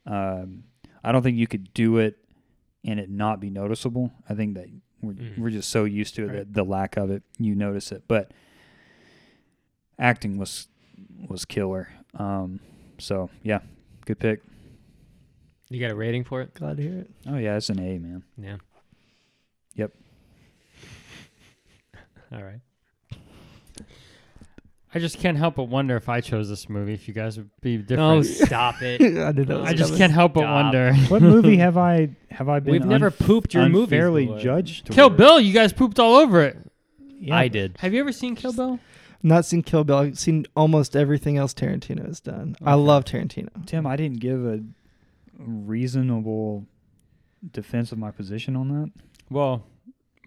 Um, I don't think you could do it and it not be noticeable. I think that we're
Mhm.
we're just so used to it
Right.
that the lack of it you notice it, but acting was was killer. Um, so yeah, good pick.
You got a rating for it?
Glad to hear it.
Oh yeah, it's an A, man. *laughs*
Yeah.
Yep.
All right.
I just can't help but wonder if I chose this movie, if you guys would be different.
No, stop it.
*laughs* I did
that
not.
was
I just can't help but
Stop.
wonder.
What movie have I have I
We've never pooped your movie.
unfairly judged?
Kill
toward?
Bill, you guys pooped all over it.
Yeah.
I did.
Have you ever seen Kill Bill?
Not seen Kill Bill. I've seen almost everything else Tarantino has done. I
Okay.
love Tarantino.
Tim, I didn't give a reasonable defense of my position on that.
Well,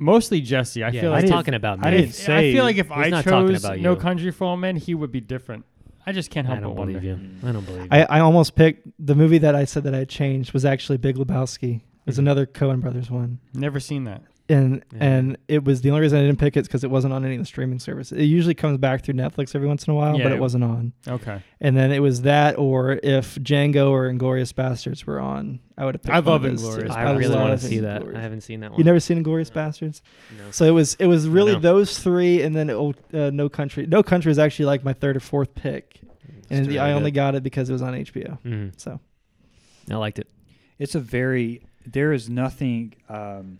mostly Jesse. I
yeah,
feel
he's
like
I did-
talking about me.
I didn't
I
say
feel like if
He's
I
not talking
chose
about
No
you.
Country for Old Men, he would be different. I just can't help
I don't
but wonder.
believe you. I don't believe you.
I, I almost picked the movie that I said that I changed was actually Big Lebowski. It was
Mhm.
another Coen Brothers one.
Never seen that.
And
Yeah.
and it was the only reason I didn't pick it is because it wasn't on any of the streaming services. It usually comes back through Netflix every once in a while,
Yeah,
but
it-
it wasn't on.
Okay.
And then it was that, or if Django or Inglorious Bastards were on, I would have. picked
I
one
love
of those
Inglourious
two.
I really
love
want
love
to see that.
Inglourious.
I haven't seen that one.
You never seen Inglorious Bastards?
No.
So it was it was really
know.
those three, and then old, uh, No Country. No Country is actually like my third or fourth pick, and
It's
I
really
only
good.
got it because it was on HBO.
Mhm.
So
I liked it.
It's a very there is nothing um,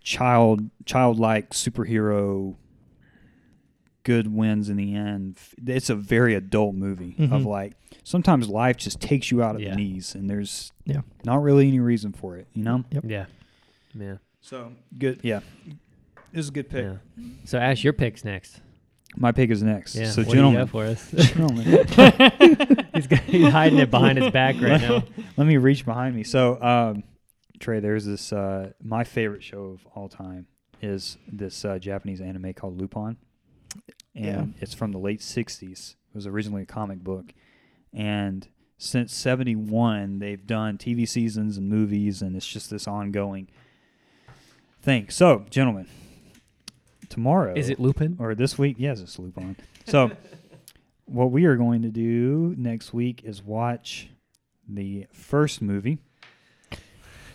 child childlike superhero good wins in the end. It's a very adult movie of
Mhm.
like sometimes life just takes you out of
Mm-hmm. Yeah.
the knees and there's
Yeah.
not really any reason for it, you know?
Yep.
Yeah. Yeah.
So good yeah. This is a good pick.
Yeah. So Ash, your pick's next.
My pick is next.
Yeah.
So
what do you
gentlemen,
got for *laughs* us?
gentlemen
*laughs* he's, got, he's hiding it behind his back *laughs* right now.
*laughs* let me reach behind me. So, um, Trey, there's this uh, my favorite show of all time is this uh, Japanese anime called Lupin, and
Yeah.
it's from the late '60s. It was originally a comic book, and since '71 they've done TV seasons and movies, and it's just this ongoing thing. So, gentlemen, tomorrow
Is it Lupin?
or this week. Yes, it's Lupin. *laughs* So, what we are going to do next week is watch the first movie.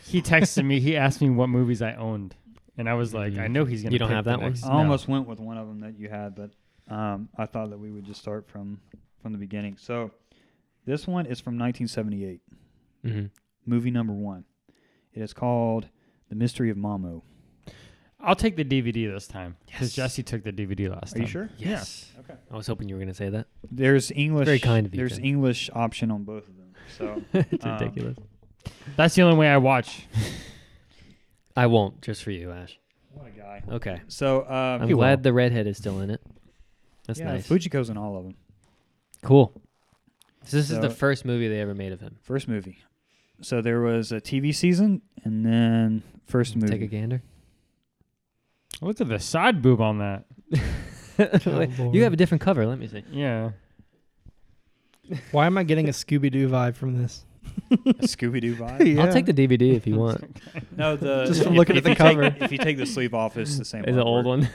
He texted me. He asked me what movies I owned, and I was like,
Mhm.
I know he's gonna.
You don't
pick
have
the
that one?
next-
I
No.
almost went with one of them that you had, but um, I thought that we would just start from from the beginning. So, this one is from 1978,
Mhm.
movie number one. It is called The Mystery of Mamo.
I'll take the DVD this time because
Yes.
Jesse took the DVD last
Are
time.
you sure?
Yes.
Okay.
I was hoping you were going to say that.
There's English.
very kind of you,
There's
Tim.
English option on both of them. So
*laughs* it's
Um,
ridiculous.
That's the only way I watch.
I won't, just for you, Ash.
what a guy.
Okay.
So um,
I'm
he
glad
will.
the redhead is still in it. That's
yeah,
nice.
Fujiko's in all of them.
Cool. So this is the
So-
first movie they ever made of him.
First movie. So there was a TV season and then first movie.
Take a gander.
Look at the side boob on that.
you have a different cover. Let me see.
Yeah.
Why am I getting a Scooby Doo vibe from this?
*laughs*
*laughs*
Scooby Doo vibe.
Yeah.
I'll take the DVD if you want.
No, the
Just from
if-
looking
if
at the
you take-
cover.
if you take the sleeve off, it's the same.
It's an old
artwork.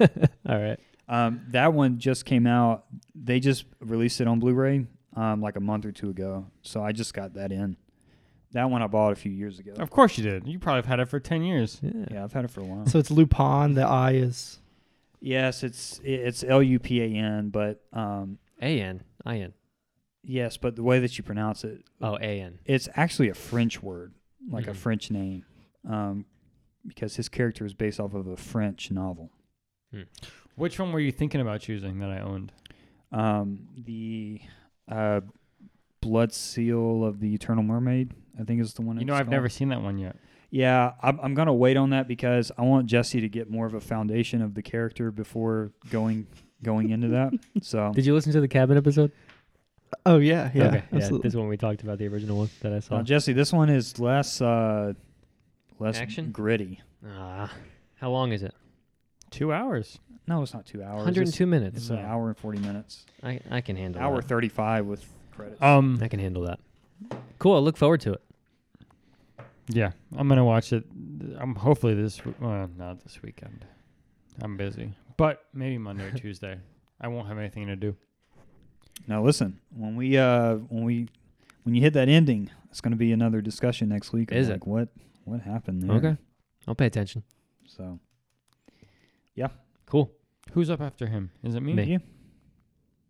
one. *laughs* All right.
Um, that one just came out. They just released it on Blu-ray um, like a month or two ago. So I just got that in. That one I bought a few years ago.
Oh,
Of course you did. You probably have had it for ten years.
Yeah.
Yeah, I've had it for a while.
So it's Lupin. The eye is
yes, it's it's L U P A N, but um,
A N I N.
Yes, but the way that you pronounce it,
Oh, AN.
it's actually a French word, like a
Mhm.
French name, um, because his character is based off of a French novel.
Which one were you thinking about choosing that I owned?
Um, the uh, Blood Seal of the Eternal Mermaid, I think is the one.
You know,
it's
I've never
called.
seen that one yet.
Yeah, I'm, I'm gonna wait on that because I want Jesse to get more of a foundation of the character before going going into that. So
Did you listen to the cabin episode?
Oh yeah, yeah,
okay, yeah.
absolutely.
This one we talked about the original one that I
Now,
saw.
uh, Jesse, this one is less uh, less
Action?
gritty.
Ah, how long is it?
Two hours.
No, it's not two hours. It's,
102 minutes.
it's an hour and forty minutes.
I, I can handle
Hour
that.
thirty five with credits.
Um,
I can handle that. Cool. I look forward to it.
yeah, I'm gonna watch it. I'm hopefully this. w- Well, not this weekend. I'm busy, but maybe
*laughs*
Monday or Tuesday. I won't have anything to do.
now listen, when we uh, when we when you hit that ending, it's going to be another discussion next week. of,
Is it?
like, what what happened there?
Okay. I'll pay attention.
So
Cool.
Who's up after him? Is it me?
Me.
you?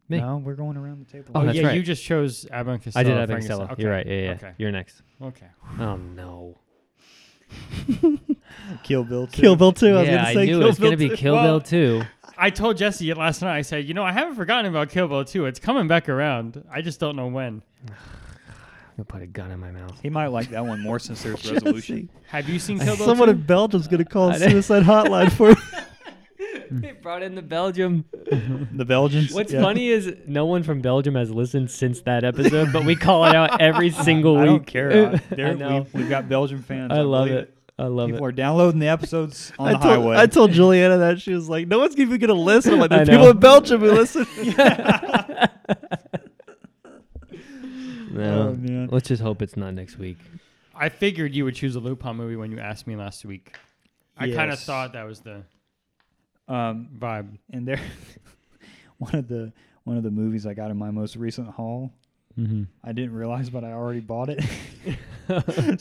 Me.
No, we're going around the table.
Oh,
Oh,
that's
yeah,
right.
you just chose Abba and
I
Costello.
did have
Frank and
Costello.
Costello.
You're right.
Okay,
Yeah, yeah.
Okay.
You're next.
Okay.
Oh no.
Kill Bill. too.
Kill Bill too. I was
yeah,
gonna say
I knew
Kill
it was
Bill
gonna be
too.
Kill Bill too.
I told Jesse it last night. I said, you know, I haven't forgotten about Kill Bill 2. It's coming back around. I just don't know when.
I'm gonna put a gun in my mouth.
He might like that one more
*laughs*
since there's resolution.
Have you seen Kill Bill
Someone
2?
in Belgium's gonna call
I-
suicide hotline
*laughs*
for me.
they brought in the Belgium.
The Belgians.
What's
Yeah.
funny is no one from Belgium has listened since that episode, but we call it out
*laughs*
every single
I
week.
don't care. Uh, I,
*laughs* I
there-
know.
We've, we've got Belgian fans.
I love
believe
it. I love
People
it.
are downloading
*laughs*
the episodes on
I
the
told,
highway.
I *laughs* told Juliana that she was like, "No one's even gonna
*laughs*
listen." *laughs* I'm like
I
the people
know.
in Belgium who listen.
*laughs*
No.
Oh, man.
Let's just hope it's not next week.
I figured you would choose a Lupin movie when you asked me last week. I kind of
Yes.
thought that was the
um,
vibe.
and there, *laughs* one of the one of the movies I got in my most recent haul.
Mm-hmm.
I didn't realize, but I already bought it.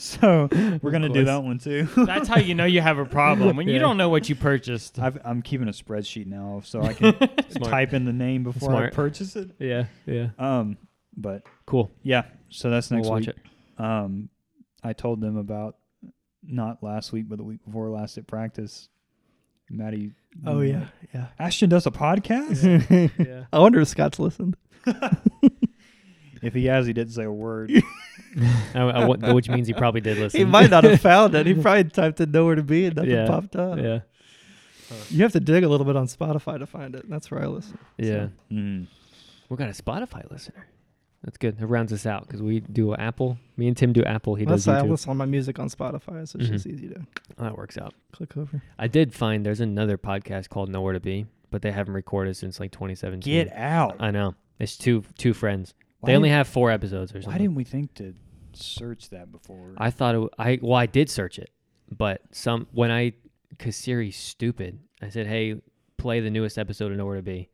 *laughs*
*laughs* so we're gonna do
course.
that
*laughs*
one too.
That's how you know you have a problem when you
Yeah.
don't know what you purchased.
I've, I'm keeping a spreadsheet now, so
*laughs*
I can
Smart.
type in the name before
Smart.
I purchase it.
Yeah, yeah.
Um, but
Cool.
yeah, so that's next
we'll watch
week.
it.
um, I told them about not last week, but the week before last at practice. Maddie.
*laughs* Oh yeah, yeah.
Ashton does
*laughs*
a podcast.
Yeah.
I wonder if Scott's listened.
if he has, he didn't say a
*laughs*
word.
I, I, wa- which means he probably did listen.
He might *laughs* not have found it. He probably typed in nowhere to be and nothing
Yeah.
popped up.
Yeah.
You have to dig a little bit on Spotify to find it. and That's where I listen.
Yeah.
Mm.
We got a Spotify listener. That's good. It rounds us out because we do Apple. Me and Tim do Apple. He
Unless
does
I
YouTube.
listen on my music on Spotify, so it's
Mhm.
just easy to
Oh, that works out.
click over.
I did find there's another podcast called Nowhere to Be, but they haven't recorded since like 2017.
Get out.
I know. It's two two friends.
Why
they only
didn't-
have four episodes or something.
Why didn't we think to search that before?
I thought it, w- I well I did search it, but some when I cause Siri's stupid, I said, "Hey, play the newest episode of Nowhere to Be."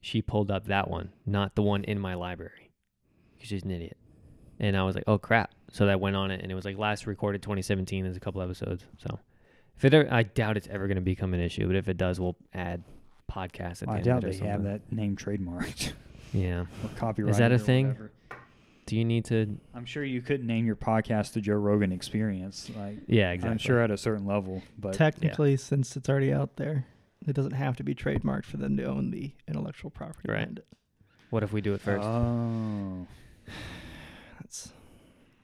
She pulled up that one, not the one in my library, 'cause she's an idiot. And I was like, "Oh crap!" So that went on it, and it was like last recorded 2017. There's a couple episodes, so if it ever, I doubt it's ever going to become an issue, but if it does, we'll add podcasts at the
I
end
doubt
of it or
they have
something.
that name trademarked *laughs*
Yeah.
or copyrighted.
a
or
thing?
whatever.
Do you need to?
I'm sure you couldn't name your podcast the Joe Rogan Experience. Like,
Yeah, exactly.
I'm sure at a certain level, but
Technically, since it's already out there, it doesn't have to be trademarked for them to own the intellectual property.
Right.
behind it.
What if we do it first?
oh,
That's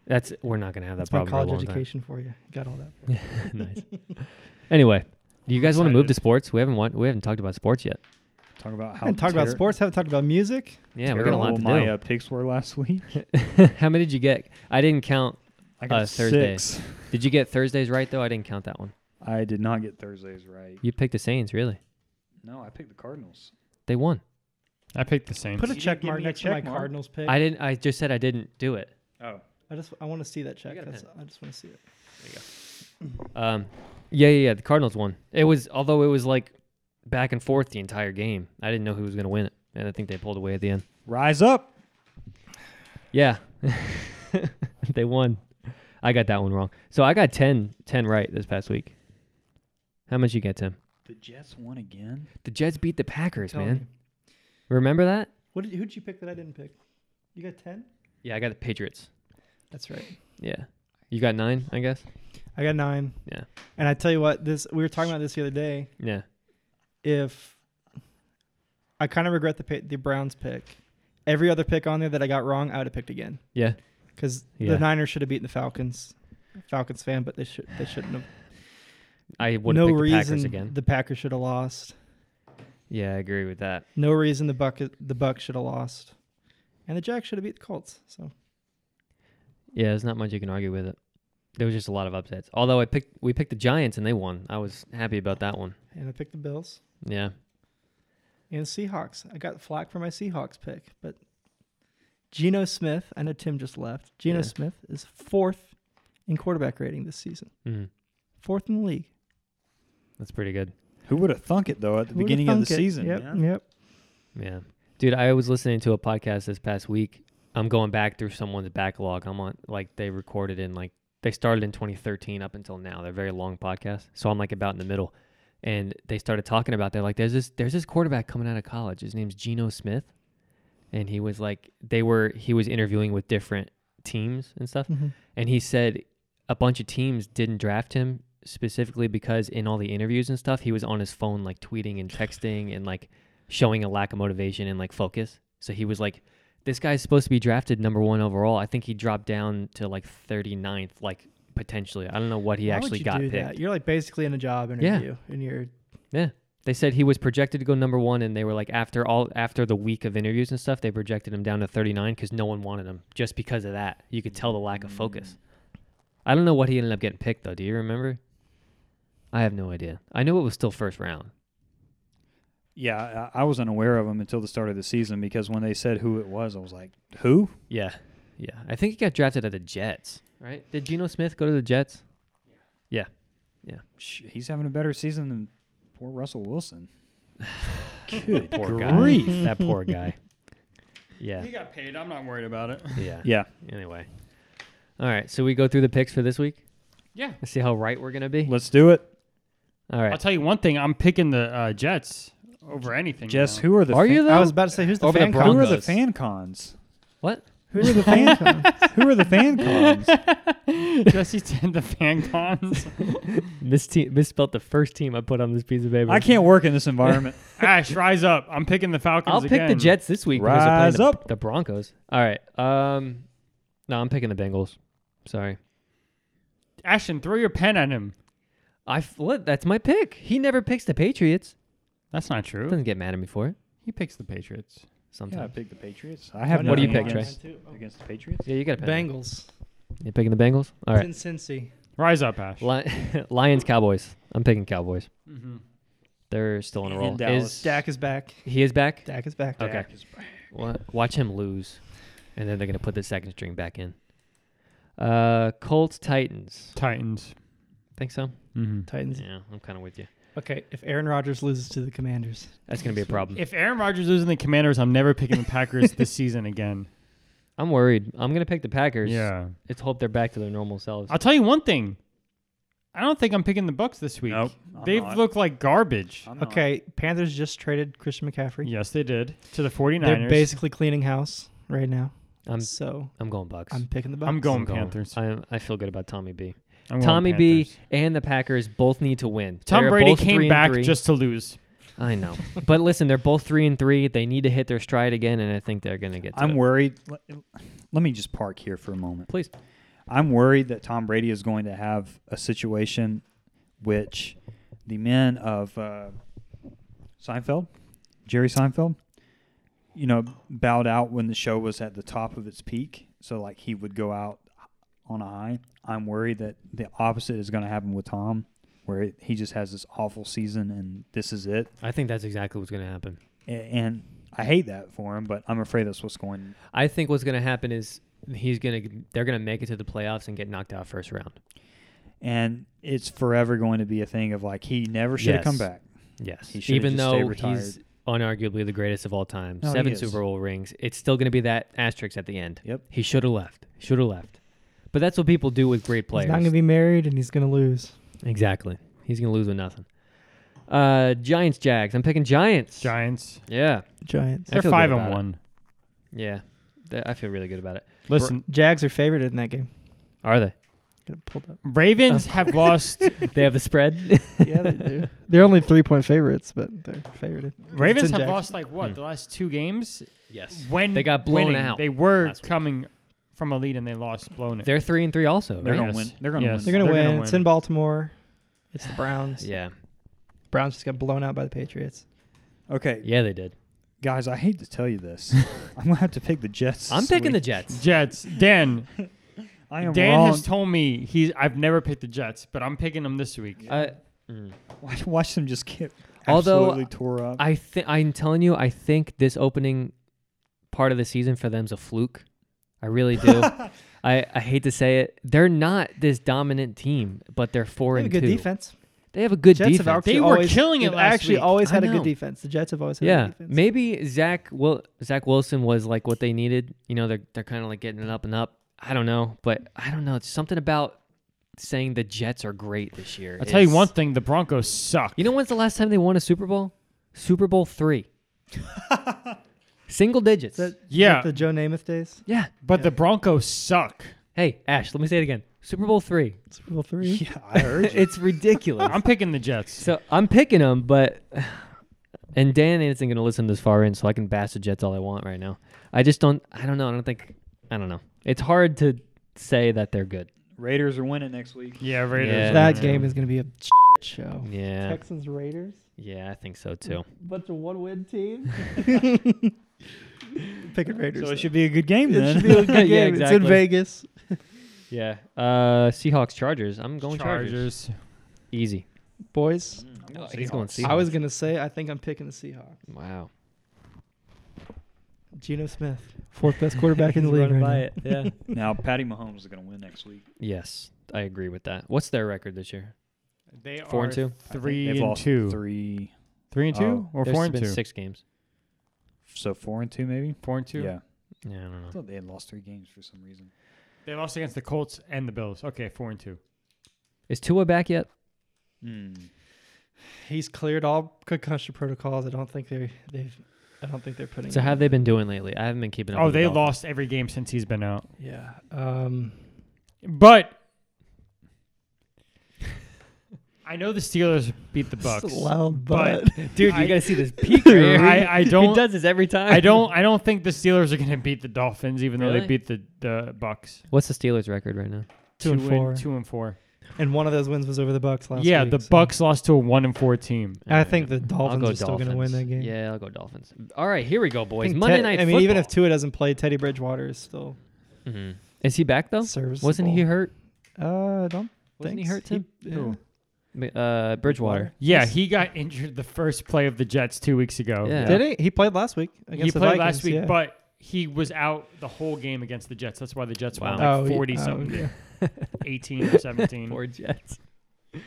That's we're not going to have that
that's my
problem. for a
college
uh,
long time.
education for you. Got all that.
*laughs* nice. Anyway, do you guys want to move to
Excited.
sports? We haven't wa- we haven't talked about sports yet.
talk about
I
how
haven't talked about
ter-
sports. Haven't talked about music.
Yeah, we got a lot
terrible
to
my
do.
uh, picks were last *laughs* week.
*laughs* How many did you get? I didn't count.
I got
Uh, Thursday.
six.
Did you get Thursdays right though? I didn't count that one.
I did not get Thursdays right.
You picked the Saints, really?
No, I picked the Cardinals.
They won.
I picked the Saints.
Put a
didn't
check
give
mark
me a
next
check
to my
mark.
Cardinals pick.
I
I,
didn't. I just said I didn't do it.
Oh,
just I want to see that check.
got a
That's, I just want to see it.
Um, yeah, yeah, yeah. The Cardinals won. It was although it was like back and forth the entire game. I didn't know who was going to win it, and I think they pulled away at the end.
rise up!
Yeah. *laughs* they won. I got that one wrong. So I got 10, 10 right this past week. How much you get, Tim?
The Jets won again.
The Jets beat the Packers,
Telling
man.
you.
Remember that?
What did, who'd you pick that I didn't pick? You got ten.
Yeah, I got the Patriots.
That's right.
Yeah. You got nine, I guess?
I got nine.
Yeah.
And I tell you what, this we were talking about this the other day.
Yeah.
if I kind of regret the pa- the Browns pick. Every other pick on there that I got wrong, I would have picked again
Yeah.
because
Yeah.
the Niners should have beaten the Falcons. Falcons fan, but they should they shouldn't have.
I would
no
pick the
reason
Packers again.
the Packers should have lost.
yeah, I agree with that.
No reason the buck the Buck should have lost, and the Jacks should have beat the Colts. So
Yeah, there's not much you can argue with it. There was just a lot of upsets. Although I picked we picked the Giants and they won. I was happy about that one.
and I picked the Bills
Yeah.
and Seahawks. I got flack for my Seahawks pick, but Geno Smith. I know Tim just left. Geno
Yeah.
Smith is fourth in quarterback rating this season.
Mm.
Fourth in the league.
That's pretty good.
Who would have thunk it though at the
Who would've
beginning of the
thunk it?
season?
Yep,
man?
yep.
Yeah. Dude, I was listening to a podcast this past week. I'm going back through someone's backlog. I'm on like they recorded in like they started in 2013 up until now. They're very long podcasts. So I'm like about in the middle. And they started talking about they're like there's this there's this quarterback coming out of college. His name's Geno Smith. And he was like they were he was interviewing with different teams and stuff.
Mm-hmm.
and he said a bunch of teams didn't draft him specifically because in all the interviews and stuff he was on his phone like tweeting and texting and like showing a lack of motivation and like focus so he was like this guy's supposed to be drafted number one overall i think he dropped down to like 39th like potentially i don't know what he
Why would
actually
you
got
do
picked
that? You're like basically in a job
Yeah.
interview, and you're
they said he was projected to go number one and they were like after all after the week of interviews and stuff they projected him down to 39 because no one wanted him just because of that you could tell the lack of focus i don't know what he ended up getting picked though do you remember i have no idea i know it was still first round
Yeah, I I was unaware of him until the start of the season because when they said who it was, I was like, "Who?"
yeah yeah i think he got drafted at the jets right did Geno smith go to the *laughs* jets yeah yeah
Sh- He's having a better season than poor Russell Wilson.
good poor
grief.
guy *laughs* that poor guy yeah
He got paid. I'm not worried about it. *laughs*
yeah
Yeah,
anyway all right so we go through the picks for this week
Yeah.
Let's see how right we're gonna be.
let's do it.
All
I'll
right.
tell you one thing. I'm picking the uh, Jets over anything.
Jess,
now.
who are the
Are
fan-
you though?
I was about to say, who's the
Over the
fan?
Broncos.
con-
who are the fan cons?
what?
Who are the fan cons? Who are the fan cons?
*laughs* Jesse did the fan cons.
*laughs* Miss team misspelled the first team I put on this piece of paper.
I can't work in this environment.
Ash, rise up. I'm picking the Falcons
I'll pick the
again.
Jets this week because they're playing
Rise
the,
up.
the Broncos. All right. Um, no, I'm picking the Bengals. Sorry.
Ashton, throw your pen at him.
I f- what? That's my pick. He never picks the Patriots.
That's not true.
Doesn't get mad at me for it.
He picks the Patriots.
yeah, I
Sometimes.
picked the Patriots. I have.
What do you
nothing
pick, Trey?
against, Against the Patriots.
Yeah, you got to pick.
Bengals.
You picking the Bengals? All
It's *laughs*
right.
in Cincy.
Rise up, Ash.
Li- *laughs* Lions, Cowboys. I'm picking Cowboys.
hmm
They're still on a
In
roll.
Dallas.
Is-
Dak is back.
he is back.
Dak is back.
Okay.
Dak is-
Wa- Watch him lose, and then they're gonna put the second string back in. Uh, Colts, Titans.
Titans.
Think so?
Mm-hmm.
Titans.
Yeah, I'm kind of with you.
Okay, if Aaron Rodgers loses to the Commanders,
That's gonna be a problem.
Mm. If Aaron Rodgers loses in the Commanders, I'm never picking the Packers
*laughs*
this season again.
I'm worried. I'm gonna pick the Packers.
Yeah.
Let's hope they're back to their normal selves.
I'll tell you one thing. I don't think I'm picking the Bucks this week.
Nope, I'm
They've
not.
looked like garbage.
I'm not.
okay, Panthers just traded Christian McCaffrey.
Yes, they did. To the 49ers.
They're basically cleaning house right now.
I'm
so
I'm going Bucks.
I'm picking the Bucks.
I'm going Panthers.
I I feel good about Tommy B.
I'm going
Tommy B.
Panthers.
and the Packers both need to win.
Tom
They're
Brady
both three
came
and
back
three.
just to lose.
I know, but listen, they're both three and three. They need to hit their stride again, and I think they're gonna get. To
I'm
it.
worried. Let, let me just park here for a moment.
Please.
I'm worried that Tom Brady is going to have a situation which the men of uh, Seinfeld, Jerry Seinfeld, you know, bowed out when the show was at the top of its peak. So, like, he would go out on a high. I'm worried that the opposite is going to happen with Tom, where he just has this awful season and this is it.
I think that's exactly what's gonna happen.
A- And I hate that for him, but I'm afraid that's what's going.
I think what's going to happen is he's going to they're going to make it to the playoffs and get knocked out first round.
And it's forever going to be a thing of like he never should
Yes.
have come back.
Yes.
He should've
Even
just stayed
though
retired.
he's unarguably the greatest of all time,
No, he
seven
is.
Super Bowl rings, it's still going to be that asterisk at the end.
Yep.
He should have left. Should have left. But that's what people do with great
He's
players.
not going to be married, and he's going to lose.
exactly. He's going to lose with nothing. Uh, Giants, Jags. I'm picking Giants.
Giants.
Yeah.
Giants.
I
They're
feel good
five
about
and
it.
one.
Yeah. That- I feel really good about it.
Listen,
Jags are favored in that game.
Are
*laughs*
they?
Get it pulled up.
Ravens
Oh.
*laughs*
have
*laughs*
lost.
They have the
*laughs*
spread.
Um, yeah, *laughs* they do. They're only three point favorites, but they're favored.
Ravens have
Jackson.
lost like what
Hmm.
the last two games
yes.
when
They got blown
winning,
out
They were
last week.
coming from a lead and they lost, blown it.
They're three and three also.
They're
right?
gonna win. They're gonna
Yes.
They're
win.
gonna
They're
win.
gonna
It's
win.
in Baltimore. It's the Browns.
Yeah.
Browns just got blown out by the Patriots.
Okay,
Yeah, they did.
guys, I hate to tell you this. I'm gonna have to pick the Jets.
I'm
this
taking the
week.
Jets.
Jets. Dan.
I am
Dan
wrong.
has told me he's. I've never picked the Jets, but I'm picking them this week.
I,
*laughs* Mm. watch, watch them just get
Although,
absolutely tore up.
I think I'm telling you, I think this opening part of the season for them's a fluke. I
*laughs*
really do. I, I hate to say it. They're not this dominant team, but they're four
They have a
and
good
two.
defense.
They have a good
Jets
defense.
have actually
They were
always-
killing it
they've
last
actually
week.
always
I
had a
know.
good defense. The Jets have always had a
yeah,
good defense.
maybe Zach will Zach Wilson was like what they needed. You know, they're they're kind of like getting it up and up. I don't know, but I don't know. It's something about saying the Jets are great this year.
I'll tell you
is-
one thing: the Broncos suck.
You know when's the last time they won a Super Bowl? Super
*laughs*
Bowl three. Single digits.
Is that-
Yeah.
like the Joe Namath days.
yeah.
but the Broncos suck.
Hey, Ash, let me say it again. Super Bowl three.
Super Bowl three.
yeah, I heard you.
it's ridiculous.
I'm picking the Jets.
*laughs* so I'm picking them, but *sighs* and Dan isn't going to listen this far in, so I can bash the Jets all I want right now. I just don't. I don't know. I don't think. I don't know. It's hard to say that they're good.
*laughs* Raiders are winning next week.
yeah, Raiders.
Yeah.
are
That
winning.
game is gonna be a show.
Yeah.
Oh, Texans Mm. Raiders.
Yeah, I think so too.
Bunch of one win *laughs* team. Picking Raiders.
So
though.
it should be a good game
It
then.
should be a good
Yeah,
game. It's in
exactly.
Vegas.
Yeah. Uh, Seahawks Chargers. I'm going Chargers.
Chargers.
Easy.
Boys,
Oh, he's going Seahawks.
I was going to say, I think I'm picking the Seahawks.
Wow.
Geno Smith, fourth best quarterback in the league. Right now.
Yeah.
*laughs* Now Patty Mahomes is gonna win next week.
*laughs* yes, I agree with that. What's their record this year?
They
Four and
are
two?
I think
Three
they've
and
lost
two.
Three.
Three and two,
Oh.
or
There's
four and
been
two.
six games.
So four and two maybe.
Four and two.
Yeah.
Yeah, I
I
don't know.
thought they had lost three games for some reason.
They lost against the Colts and the Bills. Okay, four and two.
Is Tua back yet?
He's cleared all concussion protocols. I don't think they they've. I don't think they're putting.
So how have they been doing lately? I haven't been keeping up.
Oh,
with the
they
*laughs* Dolphins.
lost every game since he's been out.
Yeah. Um.
But I know the Steelers beat the Bucks.
Loud
but-
but.
Dude,
I-
you gotta see *laughs* this peak right here.
I, I
he
don't.
does this every time.
I don't. I don't think the Steelers are going to beat the Dolphins, even though they
Really?
beat the the Bucks.
*laughs* What's the Steelers record right now?
Two and four.
Two and four.
and one of those wins was over the Bucks last.
yeah,
week,
the
so-
Bucks lost to a one and four team.
I think the
I'll
Dolphins
go
are still gonna win
Dolphins.
that game.
Yeah, I'll go Dolphins. All right, here we go,
I
boys.
think
Monday
Ted-
night.
I mean, even if
football.
Tua doesn't play, Teddy Bridgewater is still
Mhm. is he back though?
serviceable.
Wasn't he hurt?
Uh, I don't.
Wasn't
think
he hurt
so.
Tim?
yeah.
Who?
Uh, Bridgewater.
Yeah, he got injured the first play of the Jets two weeks ago.
Yeah.
Did he? He played last week. Against
He
the Vikings,
played last week,
yeah.
but he was out the whole game against the Jets. That's why the Jets won
Wow.
like
he-
forty something,
*laughs*
eighteen or seventeen.
Poor Jets. *laughs* All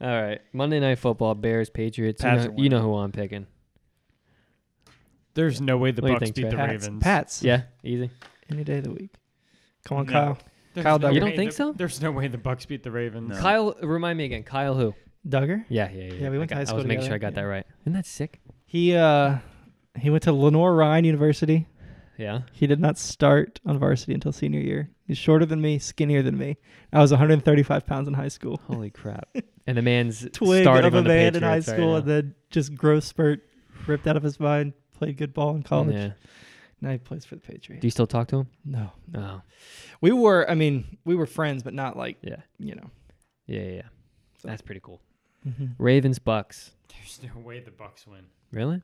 right, Monday night football. Bears, Patriots. You
Pats
know,
are
you know who I'm picking.
There's no way the
What do you
Bucks
think,
beat
Trey?
the
Pats,
Ravens.
Pats.
Yeah, easy.
Any day of the week. Come on,
No.
Kyle.
There's
Kyle
no
Duggar. You
don't
way
think
the-
so?
There's no way the Bucks beat the Ravens.
No.
Kyle, remind me again. Kyle, who?
Duggar.
Yeah, yeah, yeah.
Yeah, we went to
I
high
got- I
school
was making
together.
sure I got that
Yeah.
right. Isn't that sick?
He uh, he went to Lenore Ryan University.
Yeah.
He did not start on varsity until senior year. He's shorter than me, skinnier than me. I was 135 pounds in high school. *laughs*
Holy crap! And the man's
Twig
starting
of a
on the
man in high
Patriots right
school,
now.
and then just growth spurt, ripped out of his mind. Played good ball in college.
Yeah.
Now he plays for the
Do
Patriots.
you still talk to him?
No,
Oh,
we were. I mean, we were friends, but not like
yeah,
you know.
yeah, yeah. yeah. That's pretty cool.
Mhm.
Ravens, Bucks.
There's no way the Bucks win.
Really?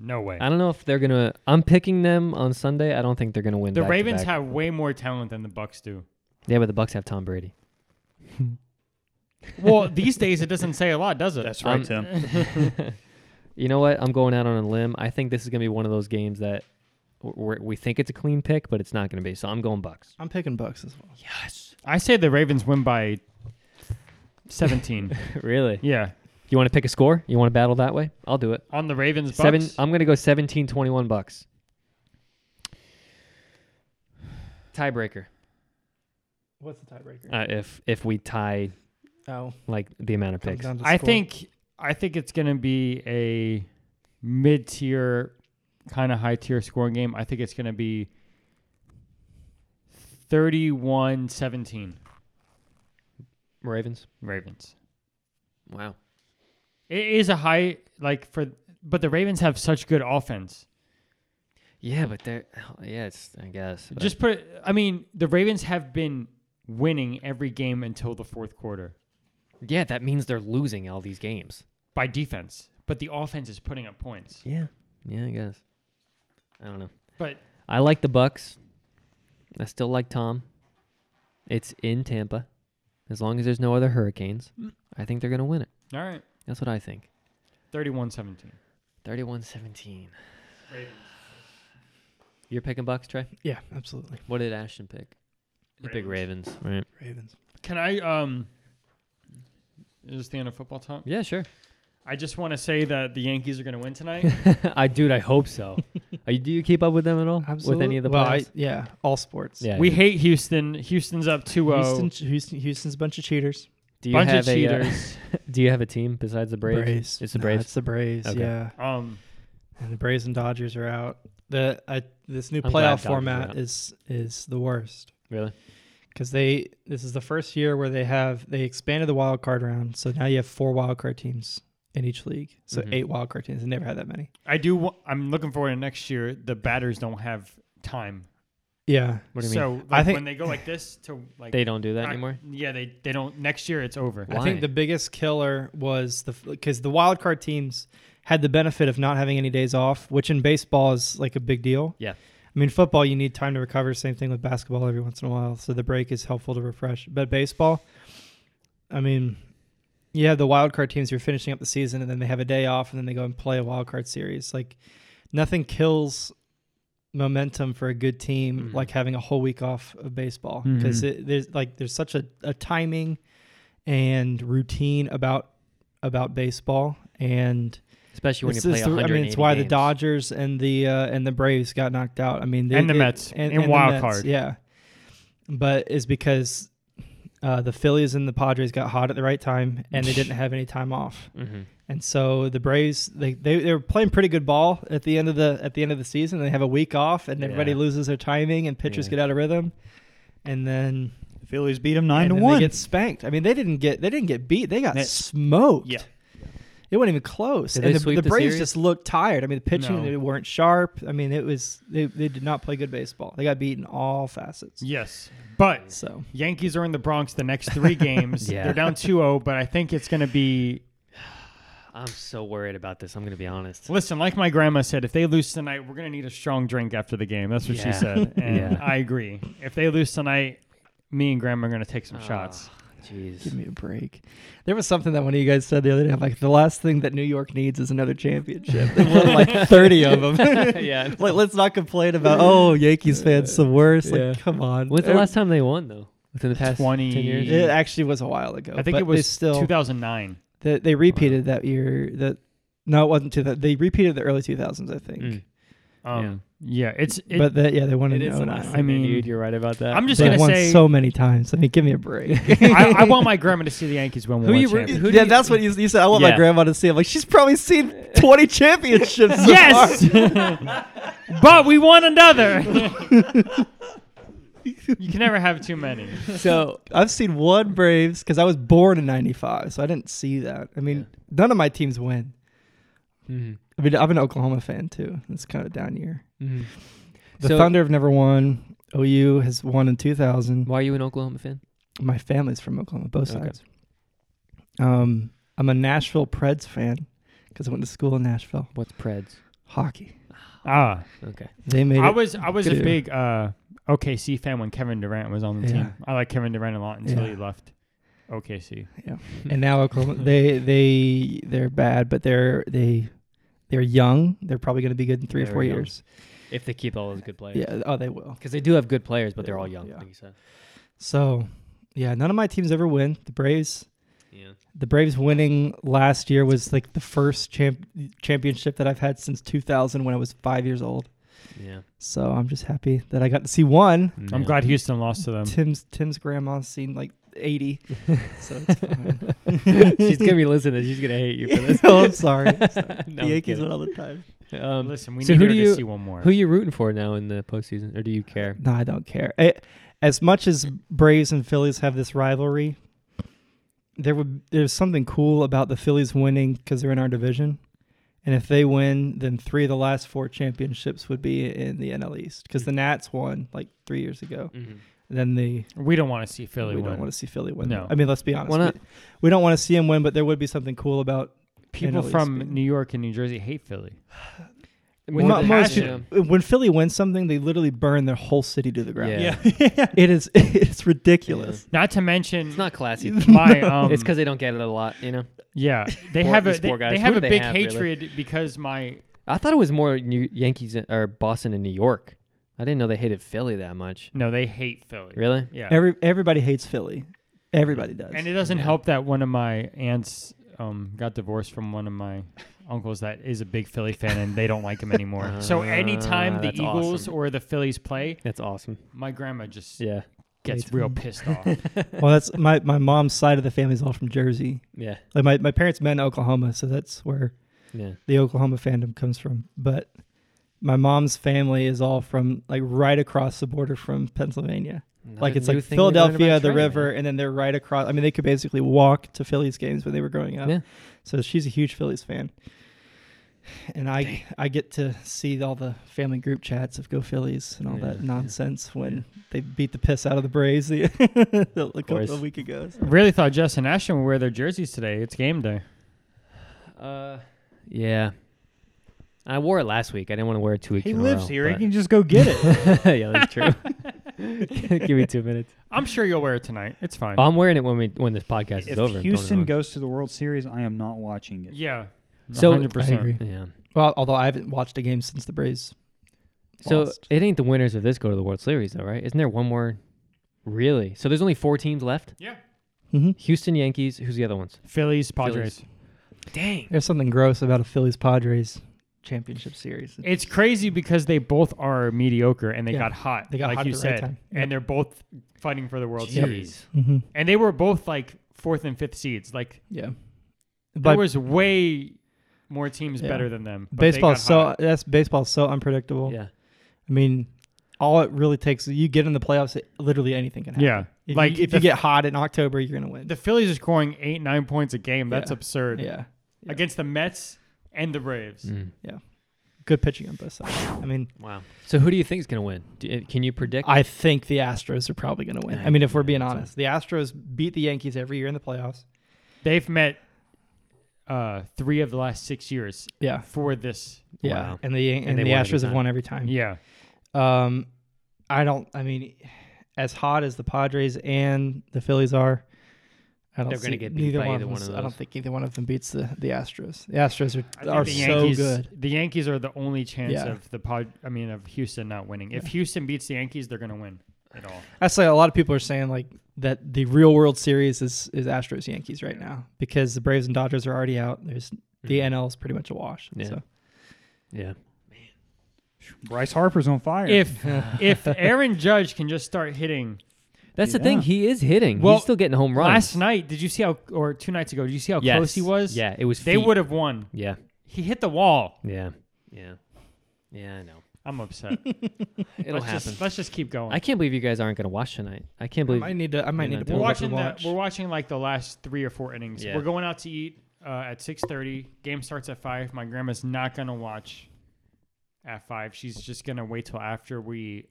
No way.
I don't know if they're gonna. I'm picking them on Sunday. I don't think they're gonna win.
The
back to
Ravens
back.
have way more talent than the Bucks do.
Yeah, but the Bucks have
*laughs*
Tom Brady. *laughs*
Well, these days it doesn't say a lot, does it?
That's right,
Um,
Tim.
You know what? I'm going out on a limb. I think this is gonna be one of those games that we we think it's a clean pick, but it's not gonna be. So I'm
*laughs*
going Bucks.
I'm picking Bucks as well.
Yes.
I say the Ravens win by
*laughs*
17.
really?
yeah.
You want to pick a score? You want to battle that way? I'll do it.
On the Ravens, Bucks.
Seven. I'm gonna go 17-21 Bucks. Tiebreaker.
What's the tiebreaker?
Uh, if if we tie
oh,
like the amount of
comes
picks.
down to
I
score.
think I think it's going to be a mid-tier kind of high-tier scoring game. I think it's going to be 31 17.
Ravens.
Ravens.
Wow.
It is a high, like, for, but the Ravens have such good offense.
Yeah, but they're yeah, it's I guess. but-
Just put it, I mean, the Ravens have been winning every game until the fourth quarter
yeah, that means they're losing all these games.
by defense, but the offense is putting up points.
Yeah. Yeah, I guess. I don't know.
But
I like the Bucks. I still like Tom. It's in Tampa. As long as there's no other hurricanes, I think they're going to win it.
all right,
That's what I think.
31 17.
31-17. You're picking Bucks, Trey?
Yeah, absolutely.
What did Ashton pick? You pick Ravens, right?
Ravens.
Can I, um, is this the end of football talk?
*laughs*
Yeah, sure.
I just want to say that the Yankees are going to win tonight.
I dude, I hope so. *laughs* Are you, do you keep up with them at all?
Absolutely.
With any of the
well, I-
playoffs?
yeah, all sports.
*laughs*
uh,
yeah.
we hate Houston. Houston's up 2 0.
Houston, Houston, Houston's a bunch of cheaters.
do you
bunch of
have a uh,
cheaters.
*laughs*
*laughs*
do you have a team besides the Braves? It's the
No,
Braves.
it's the Braves.
Okay.
Yeah,
um,
and the Braves and Dodgers are out. The I, this new
I'm glad
playoff
Dodgers are out.
format is is the worst
really?
because they this is the first year where they have they expanded the wild card round, so now you have four wild card teams in each league. So
Mhm.
eight wild card teams. They never had that many.
I do. wa- I'm looking forward to next year. The batters don't have time.
Yeah,
What do you mean?
so like,
I think-
when they go like this to like
They don't do that
I-
anymore?
Yeah, they they don't. Next year it's over.
Why?
I think the biggest killer was the because the wild card teams had the benefit of not having any days off, which in baseball is like a big deal.
Yeah.
I mean, football you need time to recover. Same thing with basketball every once in a while, so the break is helpful to refresh. But baseball, I mean, you have the wild card teams. You're finishing up the season, and then they have a day off, and then they go and play a wild card series. Like nothing kills momentum for a good team
Mhm.
like having a whole week off of baseball
Mhm.
because there's like there's such a, a timing and routine about about baseball and
Especially when
it's-
you
it's
play
the- I
180
mean it's why the
games.
Dodgers and the uh, and the Braves got knocked out. I mean they,
And the
they-
Mets, and wild card.
yeah. But it's because uh, the Phillies and the Padres got hot at the right time and they didn't have any time off.
Mhm.
And so the Braves they, they they were playing pretty good ball at the end of the at the end of the season. They have a week off and everybody
Yeah.
loses their timing and pitchers
Yeah.
get out of rhythm. And then
The Phillies beat them nine
and
to
then
one. *laughs*
They get spanked. I mean, they didn't get they didn't get beat. They got
They-
smoked.
Yeah.
It wasn't even close.
Did
and
they
the,
sweep
the
the
Braves
series?
just looked tired. I mean, the pitching
No.
they weren't sharp. I mean, it was they, they did not play good baseball. They got beaten all facets.
Yes, but
So
Yankees are in the Bronx the next
*laughs*
three games.
Yeah.
They're down 2-0, but I think it's going to be.
I'm so worried about this. I'm going to be honest.
Listen, like my grandma said, if they lose tonight, we're going to need a strong drink after the game. That's what
Yeah.
she
*laughs*
said, and
Yeah.
I agree. If they lose tonight, me and grandma are going to take some
Ah,
shots.
give
Jeez.
me *laughs* a break. There was something that one of you guys said the other day. I'm like, the last thing that New York needs is another championship. They won
*laughs*
like 30 of them.
yeah.
*laughs* like, let's not complain about oh, Yankees fans the worst. Like,
Yeah.
come on.
When's the
Ev-
last time they won though? Within the past
20
10 years.
It actually was a while ago.
I think
but
it
they
was
still
2009.
They, they repeated that year. That no, it wasn't two. That they repeated the early two thousands, I think.
Mm.
Um, yeah. it's it,
but the, yeah, they won
It
in
is the
09.
last
I
thing they
mean-
need. You're right about that.
I'm just
They
gonna
won
say
so many times. I mean, give me a break.
*laughs* I,
*laughs*
I want my grandma to see the Yankees win.
Who
one
you root-
championship.
who do
yeah,
you-
that's what you, you said. I want
Yeah.
my grandma to see. I'm like, she's probably seen twenty championships. so
Yes,
far.
but we
*laughs*
won another. *laughs* you can never have too many.
so *laughs* I've seen one Braves because I was born in '95, so I didn't see that. I mean, none of my teams win.
Mhm.
I mean, I'm an Oklahoma fan too. It's kind of a down year.
Mhm.
The
So-
Thunder have never won. OU has won in 2000.
Why are you an Oklahoma fan?
my family's from Oklahoma, both
Okay.
sides. Um, I'm a Nashville Preds fan because I went to school in Nashville.
What's Preds?
Hockey.
Ah,
Okay.
They made
I
it.
was I was a
Good.
big uh, OKC fan when Kevin Durant was on the
Yeah.
team. I like Kevin Durant a lot until
Yeah.
he left OKC.
and now Oklahoma. they they they're bad, but they're they they're young. They're probably going to be good in three or
Very
four
young.
years.
If they keep all those good players.
Yeah. Oh, they will.
Because they do have good players, but they're all young.
Yeah.
Like you said.
So, yeah, none of my teams ever win. The Braves.
Yeah.
The Braves winning last year was like the first champ- championship that I've had since 2000 when I was five years old.
Yeah.
So I'm just happy that I got to see one.
I'm glad Houston lost
Um,
to them.
Tim's Tim's grandma's seen like eighty, so
*laughs*
it's fine.
*laughs* She's gonna be listening. She's gonna hate you for this.
oh, I'm sorry.
*laughs* No,
the
I'm
Yankees
kidding.
win all the time.
Um,
Listen, we
So
need
who
her
do
to
you-
see one more.
who you rooting for now in the postseason, or do you care?
No, I don't care. It, as much as Braves and Phillies have this rivalry, there would there's something cool about the Phillies winning because they're in our division, and if they win, then three of the last four championships would be in the NL East because the Nats won like three years ago.
Mm-hmm.
Then the
We don't want to see Philly
we
win.
don't want to see Philly win.
No.
I mean let's be honest.
Why not?
We, we don't want to see him win, but there would be something cool about
People
NL East
from
being-
New York and New Jersey hate
*laughs*
Philly.
More
Mo-
than
most
half,
people-
when Philly wins something, they literally burn their whole city to the ground.
Yeah.
It is *laughs* it's ridiculous.
Not to mention
It's not
*laughs*
classy. *laughs*
my um,
It's because they don't get it a lot, you know.
yeah they
Poor-
have a
these
they,
poor guys.
they
Who
have
do
a
they
big
have, really?
hatred because my
I thought it was more New Yankees or Boston and New York. I didn't know they hated Philly that much.
no they hate Philly.
Really?
Yeah.
Every everybody hates Philly. Everybody does.
and it doesn't help that one of my aunts um, got divorced from one of my uncles that is a big Philly fan and they don't like him anymore.
*laughs*
so
Ah,
anytime the
that's
Eagles
awesome.
or the Phillies play,
That's awesome.
my grandma just
Yeah.
gets
Hates
real
them.
pissed
*laughs*
off.
well, that's my, my mom's side of the family's all from Jersey.
Yeah.
Like my, my parents met in Oklahoma, so that's where
Yeah.
the Oklahoma fandom comes from. But my mom's family is all from like right across the border from Pennsylvania. like it's like Philadelphia, the river, and then they're right across. I mean, they could basically walk to Phillies games when they were growing up.
Yeah.
So she's a huge Phillies fan. And I I get to see all the family group chats of Go Phillies and all
Yeah,
that
yeah.
nonsense when they beat the piss out of the Braves the, *laughs* a couple
course.
of week ago.
really thought Justin Ashton would wear their jerseys today. It's game day.
Uh, yeah. I wore it last week. I didn't want to wear it two weeks.
He
in a
lives
row,
here. He
but-
can just go get
*laughs*
it. *laughs*
yeah, that's true. *laughs* Give me two minutes.
I'm sure you'll wear it tonight. It's fine.
Oh, I'm wearing it when we when this podcast
if
is over. don't
Houston
know.
goes to the World Series, I am not watching it.
yeah.
So-
100%.
I agree.
yeah.
Well, although I haven't watched a game since the Braves.
So
lost.
it ain't the winners of this go to the World Series though, right? Isn't there one more? Really? So there's only four teams left.
Yeah.
Mhm.
Houston Yankees. Who's the other ones?
Phillies, Padres.
Dang.
There's something gross about a Phillies Padres championship series.
It's crazy because they both are mediocre and they
Yeah.
got hot.
They got
like
hot at
you
the
said,
right time. Yep.
and they're both fighting for the World
Jeez.
Series.
Mm-hmm.
and they were both like fourth and fifth seeds. Like
Yeah.
there
But
was way more teams
Yeah.
better than them. but they
baseball's
got
so
hot.
that's baseball's so unpredictable.
Yeah.
I mean, all it really takes you get in the playoffs, it, literally anything can happen.
yeah.
If
like
you, if
the,
you get hot in October, you're gonna win.
the Phillies are scoring eight nine points a game. That's
Yeah.
absurd.
yeah, yeah.
Against the Mets and the Braves.
Mm.
good pitching on both sides. I mean,
Wow. So who do you think is going to win? Do, uh, can you predict?
I think the Astros are probably gonna win. I mean, if we're being
Yeah,
honest, the Astros beat the Yankees every year in the playoffs.
They've met uh, three of the last six years
Yeah,
for this.
yeah,
Wow.
and the and,
they
the
won every
Astros have
time.
won every time.
Yeah.
Um, I don't. I mean, as hot as the Padres and the Phillies are, I don't.
They're
going
gonna get beat by either one of
I don't
those.
think either one of them beats the the Astros. The Astros
I
are
think
are
the
so
Yankees,
good.
The Yankees are the only chance
Yeah.
of the pod. I mean, of Houston not winning. If Houston beats the Yankees, they're going to win at all.
That's like a lot of people are saying like that the real World Series is is Astros Yankees right now because the Braves and Dodgers are already out. There's the NL is pretty much a wash.
Mm-hmm. Yeah.
So.
yeah.
Bryce Harper's on fire.
If if Aaron Judge can just start hitting
That's the thing.
Yeah.
He is hitting.
Well,
He's still getting home runs.
Last night, did you see how, or two nights ago, did you see how
Yes.
close he was?
Yeah. It was.
They
feet.
would have won.
Yeah.
He hit the wall.
Yeah. Yeah. Yeah. I know.
I'm upset.
*laughs* It'll
let's,
happen.
just, let's just keep going.
I can't believe you guys aren't going to watch tonight. I can't
I
believe.
might need to. I might
You're
need to
not
pull it
we're
up
watching
and
the,
watch.
we're watching like the last three or four innings.
Yeah.
We're going out to eat uh, at 6:30. Game starts at five. My grandma's not gonna watch at five. She's just gonna wait till after we eat.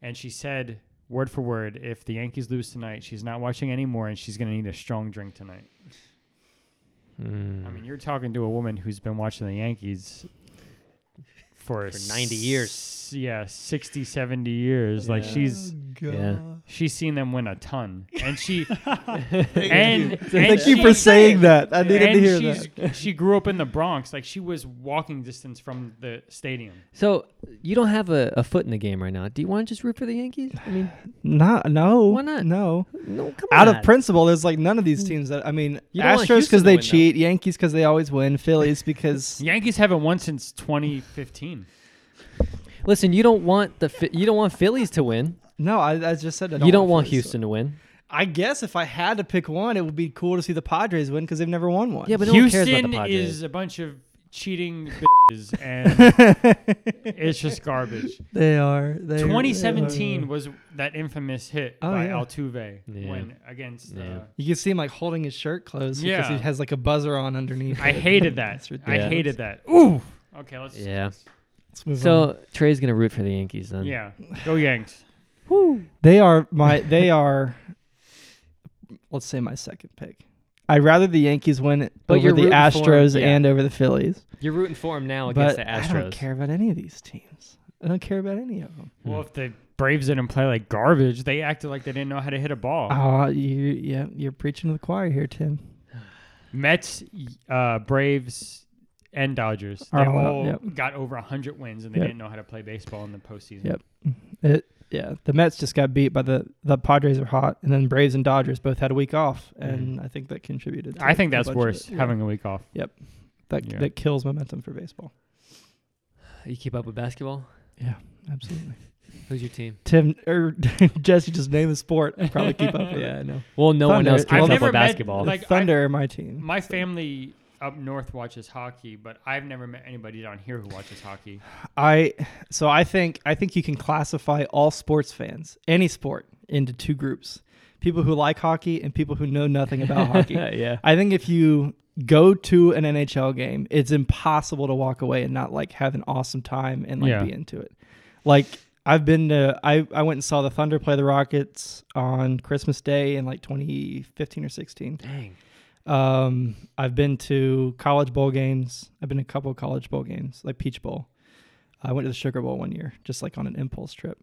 And she said word for word, if the Yankees lose tonight, she's not watching anymore, and she's gonna need a strong drink tonight.
Mm.
I mean, you're talking to a woman who's been watching the Yankees for,
For 90 years.
s- Yeah, 60, 70 years. Like
Yeah.
she's
Oh,
Yeah.
she's seen them win a ton.
*laughs*
And she *laughs* and, *laughs* and
Thank you
she-
for saying that. I needed to
and
hear
she's-
that.
she grew up in the Bronx. Like she was walking distance from the stadium.
So you don't have a, a foot in the game right now. Do you want to just root for the Yankees? I *sighs* mean,
Not no.
Why not?
No.
no. Come
out
on.
of principle, there's like none of these teams that I mean,
You don't
Astros 'cause
want
Astros
Houston
because
to
they
win, though.
cheat, Yankees because they always
*laughs*
win, Phillies because
The Yankees haven't won since 2015.
Listen, you don't want the Phi- you don't want Phillies to win.
no, I, I just said I don't
you don't want
Phillies to
Houston to win.
win. I guess if I had to pick one, it would be cool to see the Padres win because they've never won one.
Yeah, but no one cares
Houston
about the Padres.
is a bunch of cheating *laughs*
*laughs*
bitches, and it's just garbage.
They are. They *laughs*
2017 was that infamous hit
Oh,
by
yeah.
Altuve
Yeah.
when against.
Yeah. *laughs*
Uh,
You can see him like holding his shirt closed because
Yeah.
he has like a buzzer on underneath.
I hated that.
That's
I
Yeah.
hated that. Ooh. Okay, let's.
Yeah.
Let's move on.
So Trey's gonna root for the Yankees then.
Yeah. Go Yanks.
they are my. They are. let's say my second pick. I'd rather the Yankees win it
But
over
you're
the
rooting for 'em,
Astros
yeah.
and over the Phillies,
You're rooting for him now against
but
the
I
Astros.
don't care about any of these teams. I don't care about any of them.
Hmm.
Well, if the Braves didn't play like garbage, they acted like they didn't know how to hit a ball.
Oh, you yeah, you're preaching to the choir here, Tim.
Mets, uh, Braves, and Dodgers. They
Are all out,
all
Oh, yep.
got over 100 wins and they
Yep.
didn't know how to play baseball in the postseason.
Yep. It yeah, the Mets just got beat by the the Padres are hot, and then Braves and Dodgers both had a week off, and I think that contributed. to
Mm-hmm. I think
a
that's
bunch of
worse,
it. Yeah.
having a week off.
that
yeah.
that kills momentum for baseball.
You keep up with basketball?
Yeah, absolutely.
Who's your team?
Tim *laughs* or Jesse just name a sport. I probably keep up with
Yeah,
it.
I know. Well, no one
Thunder.
else
I've
keeps up
never
with
met,
basketball.
like,
Like Thunder are my team.
My family up north watches hockey, but I've never met anybody down here who watches hockey.
I so I think I think you can classify all sports fans, any sport, into two groups: people who like hockey and people who know nothing about hockey.
yeah.
I think if you go to an NHL game, it's impossible to walk away and not like have an awesome time and like
Yeah.
be into it. Like I've been to I I went and saw the Thunder play the Rockets on Christmas Day in like 2015 or 16.
Dang.
Um, I've been to college bowl games. I've been to a couple of college bowl games, like Peach Bowl. I went to the Sugar Bowl one year, just like on an impulse trip.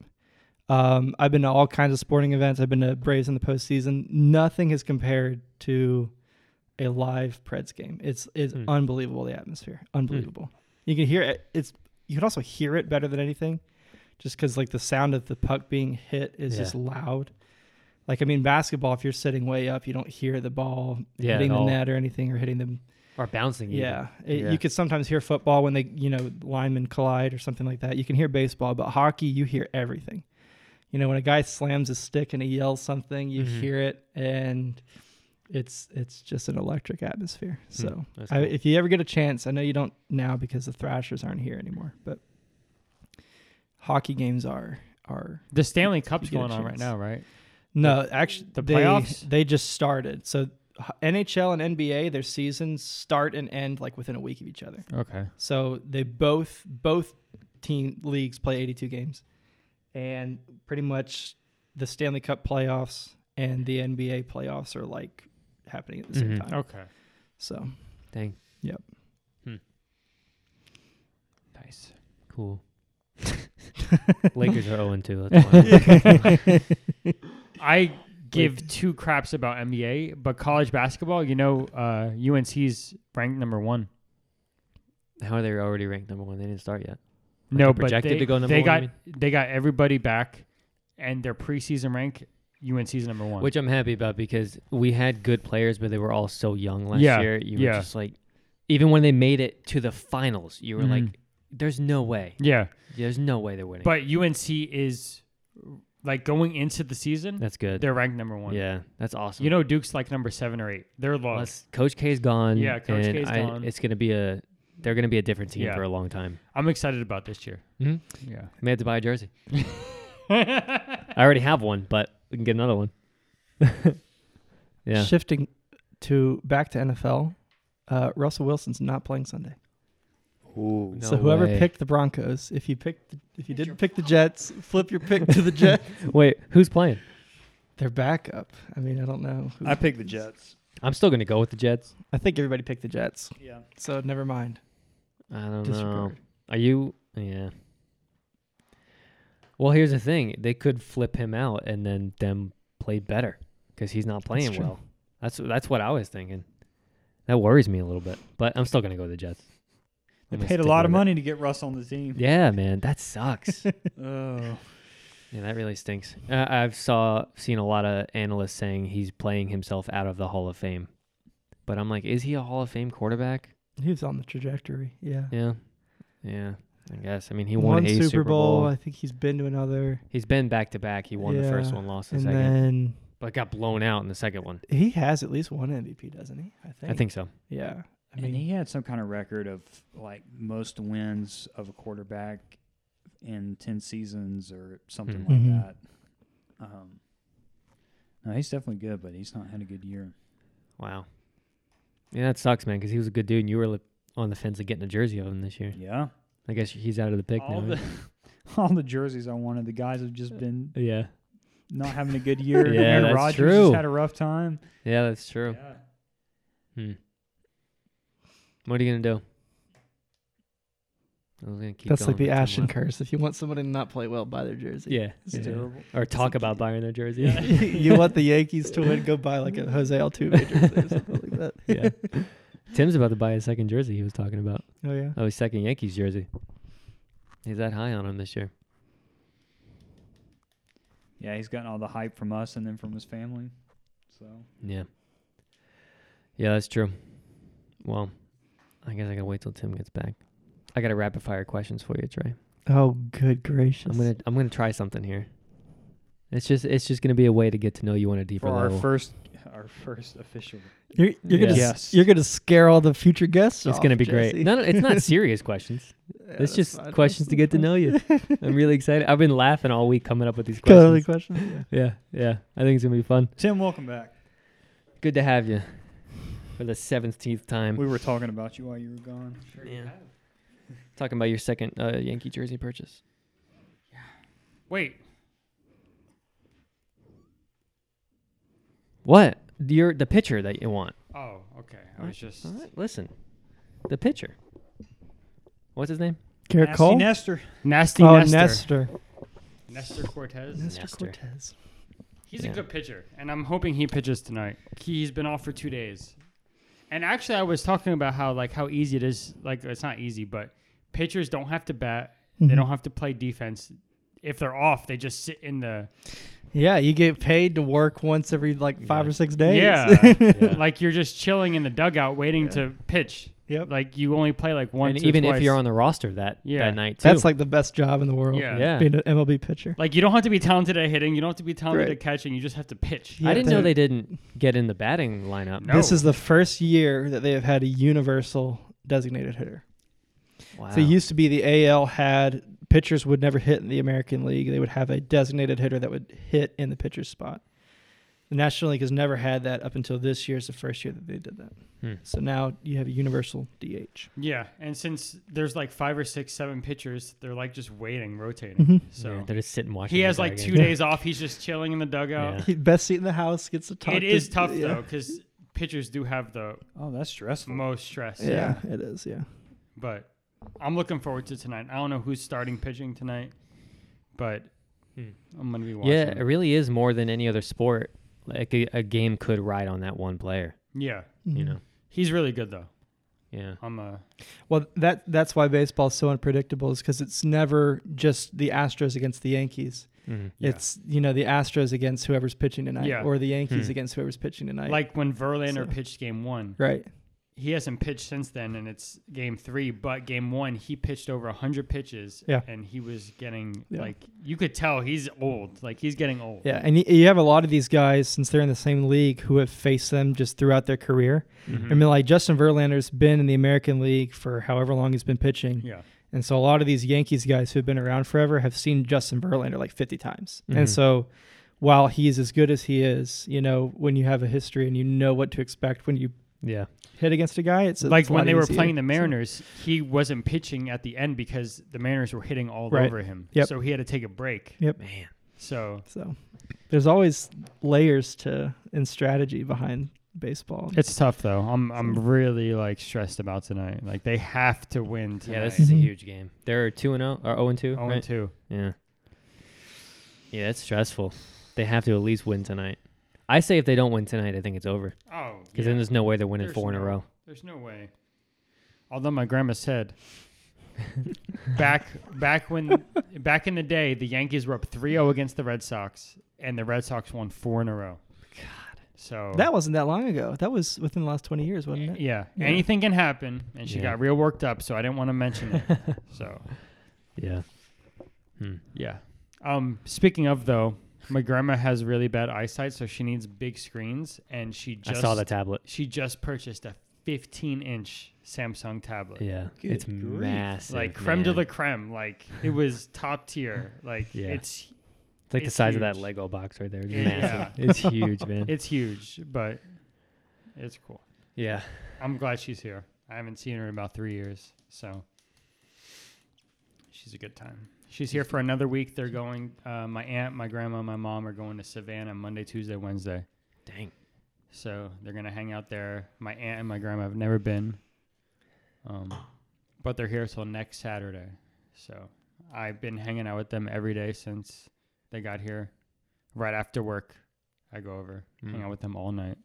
Um, I've been to all kinds of sporting events. I've been to Braves in the postseason. Nothing is compared to a live Preds game. It's it's
Hmm.
unbelievable the atmosphere, unbelievable. You can hear it. It's you can also hear it better than anything, just because like the sound of the puck being hit is
Yeah.
just loud. Like I mean, basketball. If you're sitting way up, you don't hear the ball
Yeah,
hitting
at
the
all.
net or anything or hitting them.
Or bouncing. even.
Yeah. It-
Yeah.
you could sometimes hear football when they you know linemen collide or something like that. You can hear baseball, but hockey you hear everything. You know when a guy slams his stick and he yells something, you
Mhm.
hear it, and it's it's just an electric atmosphere. So
Hmm. that's
I,
cool.
if you ever get a chance, I know you don't now because the Thrashers aren't here anymore, but hockey games are are
The Stanley Cup's
get a
going on right
chance.
now, right?
no, actually,
the
they,
playoffs?
they just started. So h- NHL and NBA, their seasons start and end like within a week of each other.
Okay.
So they both both team leagues play 82 games, and pretty much the Stanley Cup playoffs and the NBA playoffs are like happening at the same
Mhm.
time.
Mm-hmm. Okay.
So
Dang.
Yep.
Hmm.
Nice.
Cool. *laughs* Lakers are 0 2. That's why.
*laughs* I give two craps about NBA, but college basketball, you know, uh, UNC's ranked number one.
How are they already ranked number one? They didn't start yet.
no,
Like they're
but
projected
they,
to go number
they
one, you
got
mean?
they got everybody back, and their preseason rank, UNC's number one.
Which I'm happy about because we had good players, but they were all so young last
Yeah,
year. You were
yeah.
just like, even when they made it to the finals, you were
Mhm.
like, there's no way.
yeah,
There's no way they're winning.
but UNC is like going into the season,
that's good.
they're ranked number one.
Yeah, that's awesome.
you know, Duke's like number seven or eight. They're low.
Unless Coach K's gone.
Yeah, Coach
and
K's gone.
It's gonna be a. They're gonna be a different team
Yeah.
for a long time.
I'm excited about this year.
Mhm.
Yeah.
May have to buy
*laughs*
a jersey. I already have one, but we can get another one. *laughs* yeah.
shifting to back to NFL, uh, Russell Wilson's not playing Sunday.
Ooh.
so
No
whoever
way.
picked the Broncos, if you picked the, if you didn't pick the Jets, flip your pick
*laughs*
to the Jets.
Wait, who's playing?
Their backup. I mean, I don't know. who-
I picked the Jets.
I'm still gonna go with the Jets.
I think everybody picked the Jets,
Yeah.
so never mind.
I don't know.
Disregard.
Are you? Yeah. Well, here's the thing: they could flip him out and then them play better because he's not playing
true.
well. That's that's what I was thinking. That worries me a little bit, but I'm still gonna go with the Jets.
They
I'm gonna
paid a
stick
lot of
with it.
money to get Russ on the team.
Yeah, man, that sucks.
*laughs* Oh.
*laughs* yeah, that really stinks. Uh, I've saw seen a lot of analysts saying he's playing himself out of the Hall of Fame, but I'm like, is he a Hall of Fame quarterback?
*laughs* He was on the trajectory. Yeah.
Yeah, yeah. I guess. I mean, he won
One
a
Super, Bowl.
Bowl.
I think he's been to another.
He's been back to back. He won the first
Yeah,
one, lost the
And
second,
then
but got blown out in the second one.
he has at least one MVP, doesn't he? I think.
I think so.
Yeah. I I mean,
and he had some kind of record of like most wins of a quarterback in ten seasons or something
Mhm.
Mhm.
like that. Um, no, he's definitely good, but he's not had a good year.
Wow. Yeah, that sucks, man. Because he was a good dude, and you were li- on the fence of getting a jersey of him this year.
Yeah,
I guess he's out of the pick
all
now.
the all the *laughs* jerseys I wanted, the guys have just been
huh? *laughs* yeah.
not having a good year.
*laughs* Yeah,
Aaron
that's
Rodgers
true.
Just had a rough time.
Yeah, that's true. Hmm. What are you gonna do? I was gonna keep.
that's like the
going, but I'm
Ashton
left.
curse. If you want somebody to not play well, buy their jersey. *laughs*
*laughs* Yeah.
It's
yeah.
terrible.
Or talk about buying their jersey.
*laughs*
Yeah.
you want the Yankees to win? Go buy like a Jose Altuve jersey or something
*laughs*
like that.
Tim's about to buy his second jersey. He was talking about.
Oh yeah.
Oh, his second Yankees jersey. He's that high on him this year.
Yeah, he's gotten all the hype from us and then from his family. So
Yeah. Yeah, that's true. Well, I guess I gotta wait till Tim gets back. I got a rapid fire questions for you, Trey.
Oh good gracious.
I'm gonna I'm gonna try something here. It's just it's just gonna be a way to get to know you on a deeper
for our
level.
first our first official
You're, you're gonna
Yeah.
s- you're gonna scare all the future guests.
it's
off,
gonna be
Jesse.
great. No, no,
*laughs*
it's not serious questions.
Yeah,
it's
that's
just
fine.
questions to get to know
*laughs*
you. I'm really excited. I've been laughing all week coming up with these
Got any
questions.
questions? Yeah.
Yeah, yeah. I think it's gonna be fun.
Tim, welcome back.
Good to have you for the seventeenth time.
We were talking about you while you were gone.
Yeah. Talking about your second uh, Yankee jersey purchase.
Wait,
What? Your the pitcher that you want.
oh, okay. I was just
All right, listen. The pitcher. What's his name?
Garrett
Nasty
Cole.
Nestor.
nasty
Oh,
Nestor.
Nestor.
Nestor Cortez.
Nestor
Nestor.
Cortez.
He's
Yeah.
a good pitcher, and I'm hoping he pitches tonight. He's been off for two days, and actually, I was talking about how like how easy it is. Like it's not easy, but pitchers don't have to bat.
Mm-hmm.
They don't have to play defense. If they're off, they just sit in the
Yeah, you get paid to work once every like five
Yeah.
or six *laughs* days. *laughs*
yeah.
Yeah.
like you're just chilling in the dugout waiting to pitch.
Yep.
Like you only play like one.
and
two,
even if
twice.
you're on the roster that,
Yeah.
that night too.
That's like the best job in the world.
Yeah.
yeah.
Being an MLB pitcher.
Like you don't have to be talented at hitting. You don't have to be talented
Right.
at catching. You just have to pitch.
Yeah,
I didn't know
they-
they didn't get in the batting lineup.
No.
This is the first year that they have had a universal designated hitter.
Wow.
So it used to be the AL had pitchers would never hit in the American League. They would have a designated hitter that would hit in the pitcher's spot. The National League has never had that up until this year. Is the first year that they did that.
Hmm.
So now you have a universal DH.
Yeah, and since there's like five or six, seven pitchers, they're like just waiting, rotating.
Mhm.
So
Yeah, they're just sitting watching.
He
the
has
guy
like
get
two
in.
days off. He's just chilling in the dugout.
Yeah.
*laughs* Best seat in the house gets a talk.
It
to-
is tough
yeah.
though, because pitchers do have the
Oh, that's stressful.
most stress.
Yeah, it is. Yeah.
But I'm looking forward to tonight. I don't know who's starting pitching tonight, but
Hmm.
I'm gonna be watching.
Yeah, it really is more than any other sport. Like a, a game could ride on that one player.
yeah.
Mhm.
You know.
He's really good though.
Yeah.
I'm a
Well, that that's why baseball's so unpredictable is because it's never just the Astros against the Yankees.
Mhm.
Yeah.
It's you know the Astros against whoever's pitching tonight,
Yeah.
or the Yankees
Hmm.
against whoever's pitching tonight.
like when Verlander
So-
pitched game one.
right,
He hasn't pitched since then, and it's game three. But game one, he pitched over hundred pitches.
Yeah.
and he was getting
Yeah.
like you could tell he's old. Like he's getting old.
yeah, and you, you have a lot of these guys since they're in the same league who have faced them just throughout their career.
Mm-hmm.
I mean, like Justin Verlander's been in the American League for however long he's been pitching,
Yeah.
and so a lot of these Yankees guys who've been around forever have seen Justin Verlander like fifty times,
Mhm.
Mm-hmm.
and so. While he's as good as he is, you know, when you have a history and you know what to expect when you
Yeah.
hit against a guy. It's it's
like
a
when
lot
they were
easier.
playing the
So-
Mariners, he wasn't pitching at the end because the Mariners were hitting all
Right.
over him.
Yep.
So he had to take a break.
Yep.
Man.
So
So, there's always layers to and strategy behind baseball.
it's tough though. I'm I'm really like stressed about tonight. Like they have to win tonight.
Yeah, this is a
Mhm.
huge game. They're 2 and 0 or 0 and 2,
Oh,
right?
two.
Yeah. Yeah, it's stressful. They have to at least win tonight. I say if they don't win tonight, I think it's over
Oh, yeah.
because then there's no way they're winning
There's
four in a
no-
row.
there's no way. Although my grandma said *laughs* back back when back in the day the Yankees were up 3-0 against the Red Sox and the Red Sox won four in a row. God. So
Oh.
That wasn't that long ago. That was within the last 20 years, wasn't it?
Yeah,
Yeah.
anything can happen, and she
Yeah.
got real worked up, so I didn't want to mention it. so
Yeah. Hmm.
yeah. Um, speaking of though, my grandma has really bad eyesight, so she needs big screens, and she just
I saw the tablet.
She just purchased a 15 inch Samsung tablet.
Yeah,
Good
it's
grief.
massive.
Like creme de
man.
la creme. Like it was top
*laughs*
tier. Like
Yeah.
it's
It's like the
it's
size of that
huge.
Lego box right there. It's
Yeah. *laughs*
massive. It's huge, man.
it's huge, but it's cool.
yeah.
I'm glad she's here. I haven't seen her in about three years, so she's a good time. She's here for another week. They're going. Uh, my aunt, my grandma, my mom are going to Savannah Monday, Tuesday, Wednesday.
Dang.
So they're gonna hang out there. My aunt and my grandma have never been, um, but they're here till next Saturday. So I've been hanging out with them every day since they got here. Right after work, I go over, hang
Mm.
out with them all night.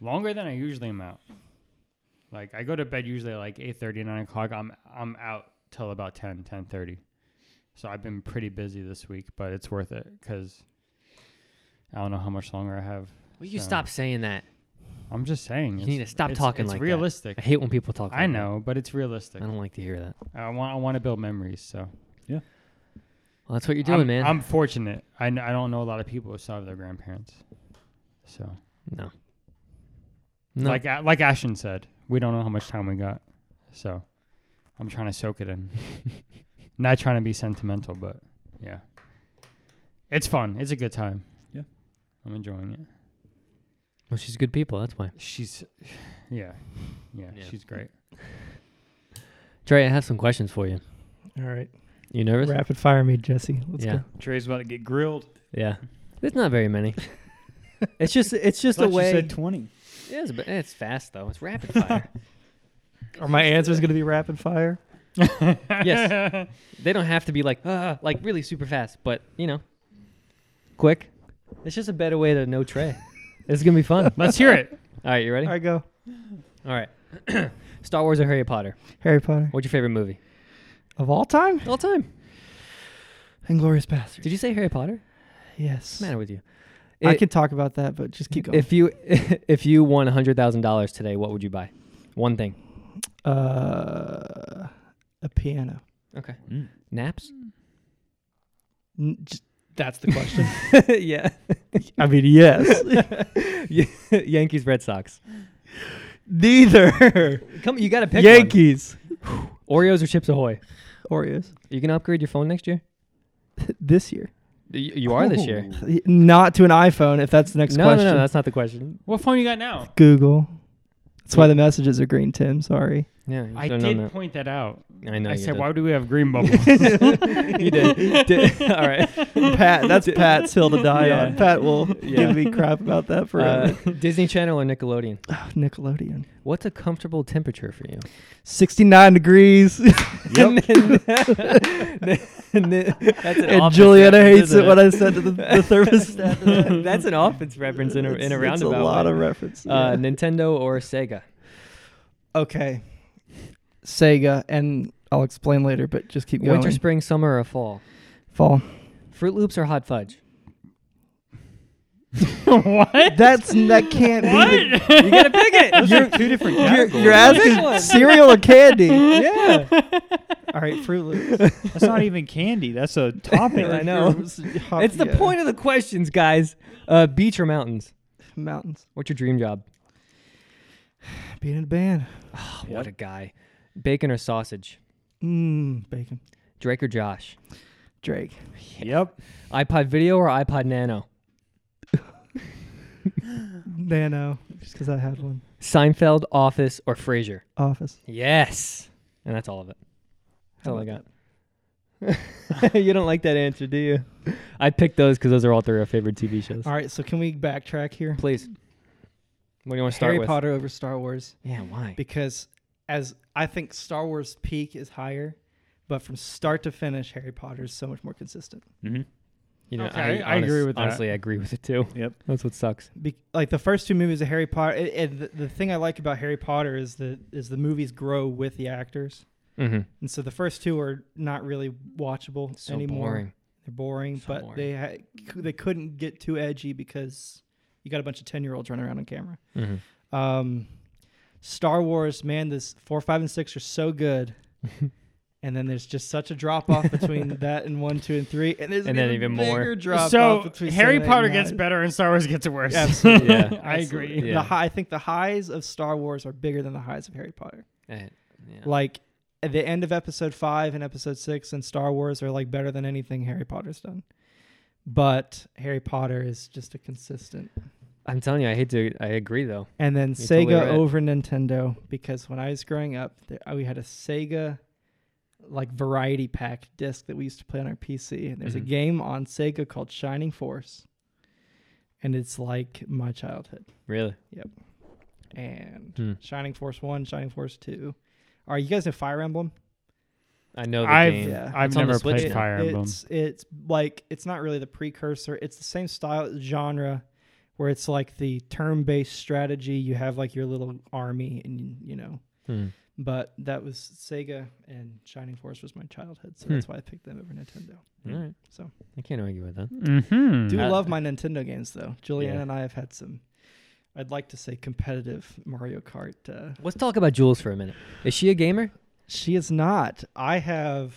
Longer than I usually am out. Like I go to bed usually like 8:30, 9 o'clock. I'm I'm out till about 10, 10:30. So I've been pretty busy this week, but it's worth it because I don't know how much longer I have.
Will you
So-
stop saying that?
I'm just saying.
You
it's-
need to stop
it's-
talking
it's
like that. *laughs*
realistic.
I hate when people talk. Like
I
that.
know, but it's realistic.
I don't like to hear that.
I want. I want to build memories. So
Well, that's what you're doing,
I'm,
man.
I'm fortunate. I, kn- I don't know a lot of people who still have their grandparents. So
no. No.
like A- like Ashton said, we don't know how much time we got. So I'm trying to soak it
*laughs*
in. Not trying to be sentimental, but yeah, it's fun. It's a good time.
Yeah.
I'm enjoying it.
well, she's good people. That's why.
She's, *sighs* yeah, yeah,
Yeah.
she's great.
Trey, I have some questions for you.
All right.
You nervous?
Rapid fire me, Jesse. Let's
yeah.
go.
Trey's about to get grilled.
Yeah. There's not very
*laughs*
many. it's just it's just a
Thought you
way.
said twenty.
it is, but it's fast though. It's rapid
*laughs*
fire.
Are my answers going to be rapid fire?
yes. They don't have to be like uh, like really super fast, but you know, quick. It's just a better way to know Trey. it's gonna be
*laughs*
fun. All
Let's hear it.
right, you ready?
I go.
All right. *clears throat* Star Wars or Harry Potter?
Harry Potter.
What's your favorite movie?
Of all time?
All time.
Inglorious Bastards.
Did you say Harry Potter?
Yes.
What's the matter with you?
I
It-
could talk about that, but just keep going.
If you *laughs* if you won hundred thousand dollars today, what would you buy? One thing.
uh, a piano.
Okay.
*laughs*
Naps.
N- j- That's the question.
yeah.
*laughs*
*laughs*
I mean, yes.
Yankees. Red Sox.
*laughs* *laughs* Neither.
Come, you got to pick
Yankees.
one. Oreos or Chips Ahoy.
Oreos.
You gonna upgrade your phone next year?
This year.
You, you are this year.
Not to an iPhone, if that's the next
No, no,
question.
no, that's not the question.
What phone you got now?
Google. That's why the messages are green, Tim. Sorry.
Yeah, you
I
should've
did
known that.
point that out.
I know.
I
you
said,
did.
why do we have green
*laughs*
bubble?
you
*laughs*
did. did. *laughs* All right.
Pat,
*laughs*
that's Pat's hill to die
Yeah.
on. Pat will
Yeah.
give me crap about that
Uh, *sighs* oh,
forever.
Disney Channel or Nickelodeon?
Nickelodeon.
What's a comfortable temperature for you?
69 degrees. *laughs*
Yep. *laughs* that's an
and *laughs*
offense
Juliana
reference,
hates
isn't
it when I said to the, the
*laughs*
thermostat.
that's an offense reference in a, in
It's-
a
it's
roundabout.
a lot
way.
of references.
uh, Nintendo or Sega.
okay. Sega, and I'll explain later, but just keep going.
Winter, spring, summer, or fall. *laughs*
Fall.
Fruit Loops or Hot
*laughs*
Fudge.
what?
That's that can't be.
*laughs*
The,
You gotta pick it.
you're,
Two
*laughs*
different
you're,
categories.
you're
Pick
asking
one.
cereal or candy. *laughs*
*laughs* yeah.
All right, Fruit Loops.
That's not even candy. That's a topic.
I know.
Hop-
It's the
yeah.
point of the questions, guys. Uh, beach or mountains?
Mountains.
What's your
*sighs*
dream job?
Being in a band.
What a guy. Bacon or sausage?
Mmm, bacon.
Drake or Josh?
Drake.
Yep.
iPod Video or iPod Nano?
Nano. Just because I had one.
Seinfeld, Office, or Frasier?
Office.
Yes. And that's all of it. That's
How
all I
about
got. *laughs* you don't like that answer, do you? I picked those because those are all three of our favorite TV shows.
All right, so can we backtrack here?
Please. What do you want to start
Harry
with?
Potter over Star Wars
Yeah, why?
because as I think Star Wars peak is higher, but from start to finish, Harry Potter is so much more consistent.
Mm-hmm.
You know,
Okay, I agree with that.
Honestly, I agree with it too.
Yep.
That's what sucks.
Be- like the first two movies of Harry Potter, and- and the, the thing I like about Harry Potter is the is the movies grow with the actors,
Mm-hmm.
and so the first two are not really watchable
So
anymore.
boring.
They're boring,
So
but
boring.
they had they couldn't get too edgy because you got a bunch of ten year olds running around on camera.
Mm-hmm. *laughs*
Um, Star Wars, man, this four, five, and six are so good, and then there's just such a drop off between that and one, two, and three, and there's
And
an
then even more.
bigger drop off
so
between
Harry
seven, eight,
Potter
nine.
gets better and Star Wars gets worse.
*laughs*
Absolutely.
*laughs* Yeah. *laughs*
I agree.
Yeah.
The high, I think the highs of Star Wars are bigger than the highs of Harry Potter.
Eh, yeah.
Like at the end of Episode Five and Episode Six and Star Wars are like better than anything Harry Potter's done. But Harry Potter is just a consistent.
I'm telling you, I hate to. I agree though.
And then
You're
Sega
totally right.
over Nintendo because when I was growing up, there, we had a Sega like variety pack disc that we used to play on our PC. And there's a
Mm-hmm.
Mhm.
game on Sega called Shining Force, and it's like my childhood.
Really.
And
Hmm.
Shining Force One, Shining Force Two. Are you guys know Fire Emblem?
I know the
I've
game.
Yeah.
I've
It's on the
never
Switch
played
now.
Fire Emblem.
It's it's like it's not really the precursor. It's the same style genre where it's like the turn-based strategy. You have like your little army, and you know
Hmm.
but that was Sega and Shining Force was my childhood, so
Hmm.
that's why I picked them over Nintendo.
All right.
So
I can't argue with that.
Mm-hmm.
do
Uh,
love my Nintendo games though. Julian
yeah.
and I have had some. I'd like to say competitive Mario Kart. Uh,
Let's talk about Jules for a minute. Is she a gamer?
she is not. I have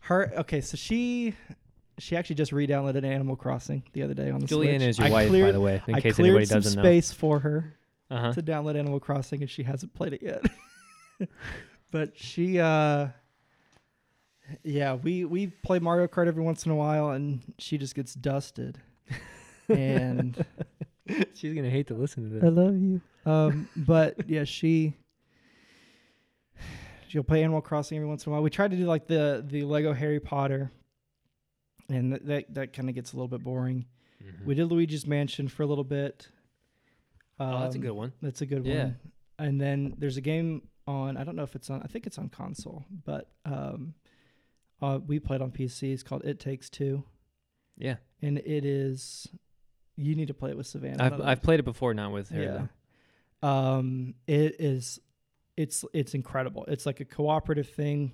her. Okay, so she she actually just re-downloaded Animal Crossing the other day on the
Julianne
Switch.
is your
I
wife, by
cleared-
the way, in
I
case
cleared
anybody
some
doesn't
space for her.
know. Uh-huh.
to download Animal Crossing and she hasn't played it yet. *laughs* but she uh yeah, we we play Mario Kart every once in a while and she just gets dusted.
*laughs*
and
She's gonna hate to listen to
I
this.
love you. Um but yeah, she she'll play Animal Crossing every once in a while. We tried to do like the the Lego Harry Potter and that that, that kind of gets a little bit boring.
Mm-hmm.
We did Luigi's Mansion for a little bit.
oh, that's a
Um,
good one.
that's a good
Yeah.
one. And then there's a game on. I don't know if it's on. I think it's on console, but um, uh, we played on PC. It's called It Takes Two,
Yeah,
and it is. You need to play it with Savannah.
I've I've played it before, not with her.
yeah. Um, it is. It's it's incredible. It's like a cooperative thing,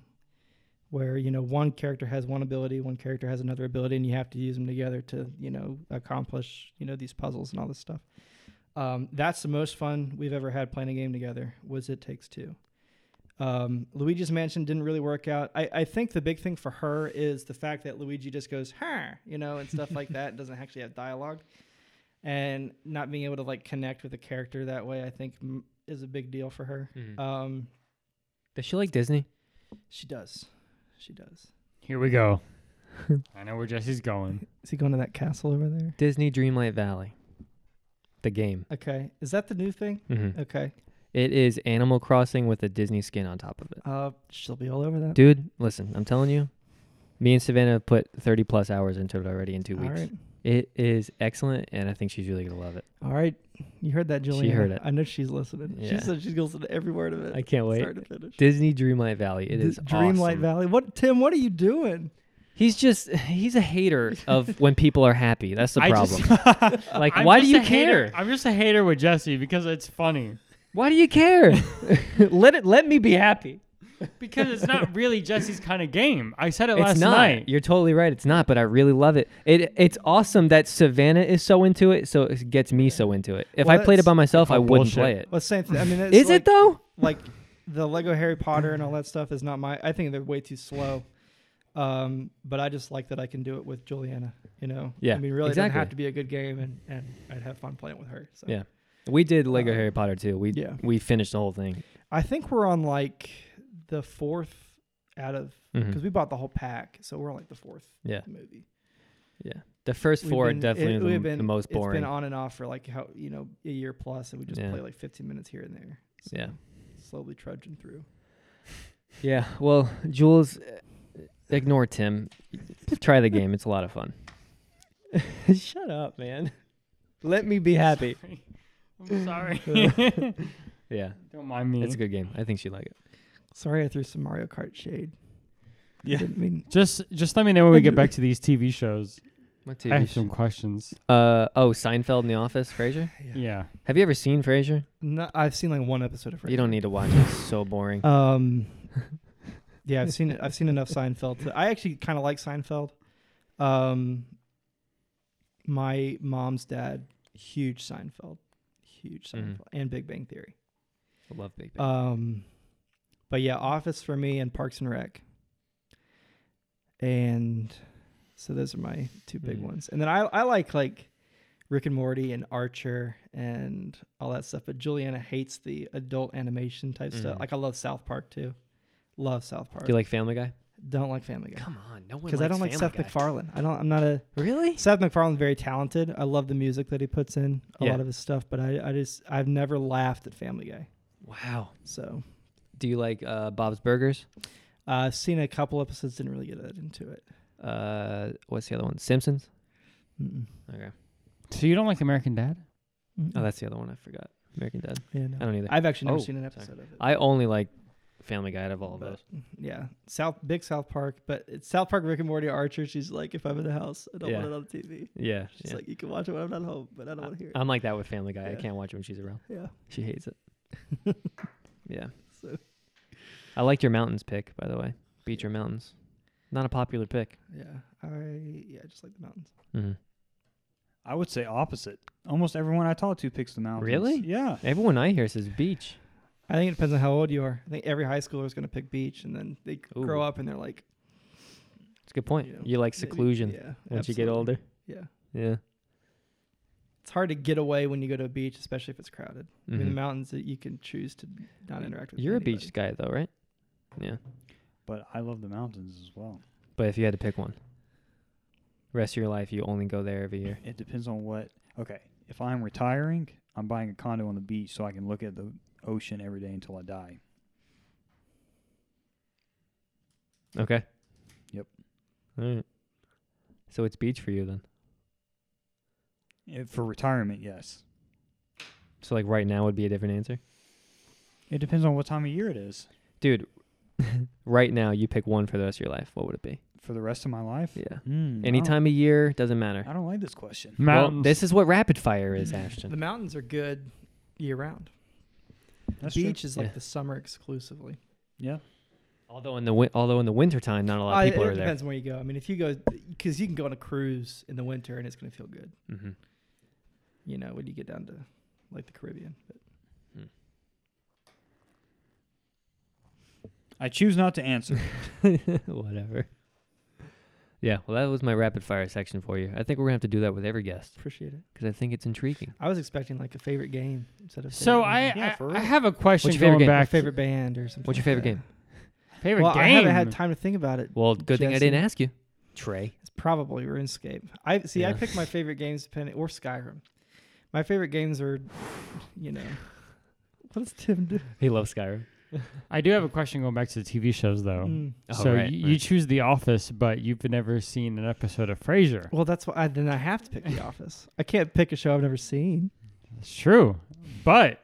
where you know one character has one ability, one character has another ability, and you have to use them together to you know accomplish you know these puzzles and all this stuff. Um, that's the most fun we've ever had playing a game together. Was it takes two? Um, Luigi's Mansion didn't really work out. I, I think the big thing for her is the fact that Luigi just goes huh, you know, and stuff like that, and doesn't actually have dialogue, and not being able to like connect with a character that way. I think m- is a big deal for her.
though. Mhm.
Um,
Does she like Disney?
she does, she does.
Here we
*laughs*
go. I know where Jesse's going.
Is he going to that castle over there?
Disney Dreamlight Valley, the game.
Okay, is that the new thing?
Mhm.
Okay,
It is Animal Crossing with a Disney skin on top of it.
uh, she'll be all over that.
Dude, listen, I'm telling you, me and Savannah have put 30 plus hours into it already in two
All
weeks.
right.
It is excellent, and I think she's really gonna love it.
All right. You heard that, Juliana.
heard it.
I know she's listening.
Yeah.
She said she's going to listen to every word of it.
I can't wait.
Start to finish.
Disney Dreamlight Valley. It
The
is
Dreamlight
awesome.
Valley. What, Tim? What are you doing?
He's just he's a hater
*laughs*
of when people are happy. That's the
I
problem.
just- *laughs*
like,
I'm
why do
just
you
a hater.
care?
I'm just a hater with Jesse because it's funny.
Why do you care? *laughs* let it let me be happy.
Because it's
*laughs*
not really Jesse's kind of game. I said it
It's
last
not. *laughs*
night.
You're totally right. It's not, but I really love it. It it's awesome that Savannah is so into it, so it gets me so into it. If
Well,
I played it
that's-
by myself, I
Oh, bullshit.
wouldn't play it.
Well, same thing. I mean, it's
Is
like,
it though?
Like the Lego Harry Potter and all that stuff is not my. I think they're way too slow. Um, but I just like that I can do it with Juliana. You know.
Yeah,
I mean, really, it doesn't
exactly.
have to be a good game, and and I'd have fun playing with her. So.
Yeah. We did Lego
Uh,
Harry Potter too. We
yeah.
we finished the whole thing.
I think we're on like the fourth out of
Mhm.
because we bought the whole pack, so we're on like the fourth
Yeah.
movie.
The first
We've
four are
been-
definitely
it-
the,
we've
m- the most boring.
It's been on and off for like how you know a year plus, and we just
Yeah.
play like 15 minutes here and there. So
Yeah.
slowly trudging through.
Yeah. Well, Jules, uh, ignore Tim. Try the game. It's a lot
*laughs*
of fun. Shut up, man. Let me be happy.
I'm
*laughs*
sorry.
Yeah,
Don't mind me.
Mm-hmm.
it's a good game. I think she'd like it.
Sorry, I threw some Mario Kart shade.
Yeah.
didn't mean
Just just let me know when we get back to these TV shows.
What
I have some questions.
Uh oh, Seinfeld in the Office. Frasier.
Yeah.
Have you ever seen Frasier?
No, I've seen like one episode of.
You don't need to watch it. It's so boring. *laughs*
Um, yeah, I've seen it. I've seen enough Seinfeld. To, I actually kind of like Seinfeld. Um, my mom's dad, huge Seinfeld, huge Seinfeld,
Mhm.
and Big Bang Theory.
I love Big Bang.
Um, But yeah, Office for me and Parks and Rec. And so those are my two big
Mm.
ones. And then I, I like like Rick and Morty and Archer and all that stuff. But Juliana hates the adult animation type stuff.
Mm.
Like I love South Park too. Love South Park.
Do you like Family Guy?
don't like Family Guy
Come on, no one.
because I don't like Seth MacFarlane. I don't. I'm not a
Really?
Seth MacFarlane's very talented. I love the music that he puts in a
Yeah.
lot of his stuff, but I, I just I've never laughed at Family Guy.
Wow.
So
Do you like uh, Bob's Burgers?
uh, seen a couple episodes, didn't really get that into it.
Uh, what's the other one? Simpsons.
Mm-mm.
Okay.
So you don't like American Dad?
Oh, that's the other one I forgot. American Dad.
yeah, no.
I don't either.
I've actually never
Oh,
seen an
sorry.
episode of it.
I only like Family Guy out of all of
But, mm-hmm,
those.
Yeah, South big South Park, but it's South Park Rick and Morty Archer. She's like, if I'm in the house, I don't
Yeah.
want it on TV.
Yeah. Uh,
She's like, you can watch it when I'm not home, but I don't want to hear it.
I'm like that with Family Guy. I
Yeah.
can't watch it when she's around.
yeah,
She hates it.
*laughs*
yeah.
So-
I liked your mountains pick, by the way. Beecher Mountains. Not a popular pick.
yeah. I yeah, I just like the mountains.
Mm-hmm.
I would say opposite. Almost everyone I talk to picks the mountains.
Really?
Yeah.
Everyone I hear says beach.
I think it depends on how old you are. I think every high schooler is going to pick beach, and then they
Ooh.
grow up and they're like,
It's a good point.
Yeah.
You like
maybe-
seclusion
yeah,
once you get
absolutely.
older.
Yeah.
Yeah.
it's hard to get away when you go to a beach, especially if it's crowded. I mean,
Mhm.
the mountains that you can choose to not interact with.
You're a
anybody.
beach guy, though, right? Yeah.
But I love the mountains as well.
But if you had to pick one, rest of your life, you only go there every year.
It depends on what. Okay. If I'm retiring, I'm buying a condo on the beach so I can look at the ocean every day until I die.
Okay.
Yep.
All right. So it's beach for you then.
Eh, For retirement, yes.
So like right now would be a different answer,
It depends on what time of year it is.
dude. *laughs* right now, you pick one for the rest of your life. What would it be?
For the rest of my life,
Yeah.
Mm,
Hmm, I
Any
don't-
time of year doesn't matter.
I don't like
*laughs*
this question.
Well, this is what rapid fire is, Ashton.
The mountains are good year round.
That's true.
beach is like
Yeah.
the summer exclusively.
Yeah.
although in the win- although in the wintertime, not a lot of
Uh,
people
it
are there.
depends where you go. I mean, if you go, because you can go on a cruise in the winter and it's going to feel good.
Mm-hmm.
You know, when you get down to like the Caribbean. But
I choose not to
*laughs*
answer.
Mm-hmm. Whatever. Yeah, well, that was my rapid fire section for you. I think we're gonna have to do that with every guest
appreciate it.
because I think it's intriguing.
I was expecting like a favorite game instead of
So
favorite
I
movie.
Yeah, for
I, I
real.
have a question
What's your favorite
going
game?
back.
favorite band or something.
What's your
like
favorite
that.
game?
favorite
well,
game.
I haven't had time to think about it.
Well, good thing I didn't
Jesse.
ask you, Trey.
It's probably RuneScape. I see. I
Yeah.
pick my favorite games depending or Skyrim. My favorite games are, you know, what does Tim do?
He loves Skyrim.
I do have a question going back to the TV shows though.
Mm.
Oh,
so
right,
you,
right.
you choose The Office, but you've never seen an episode of Frasier.
Well, that's why I, then I have to pick The Office. I can't pick a show I've never seen.
It's true, but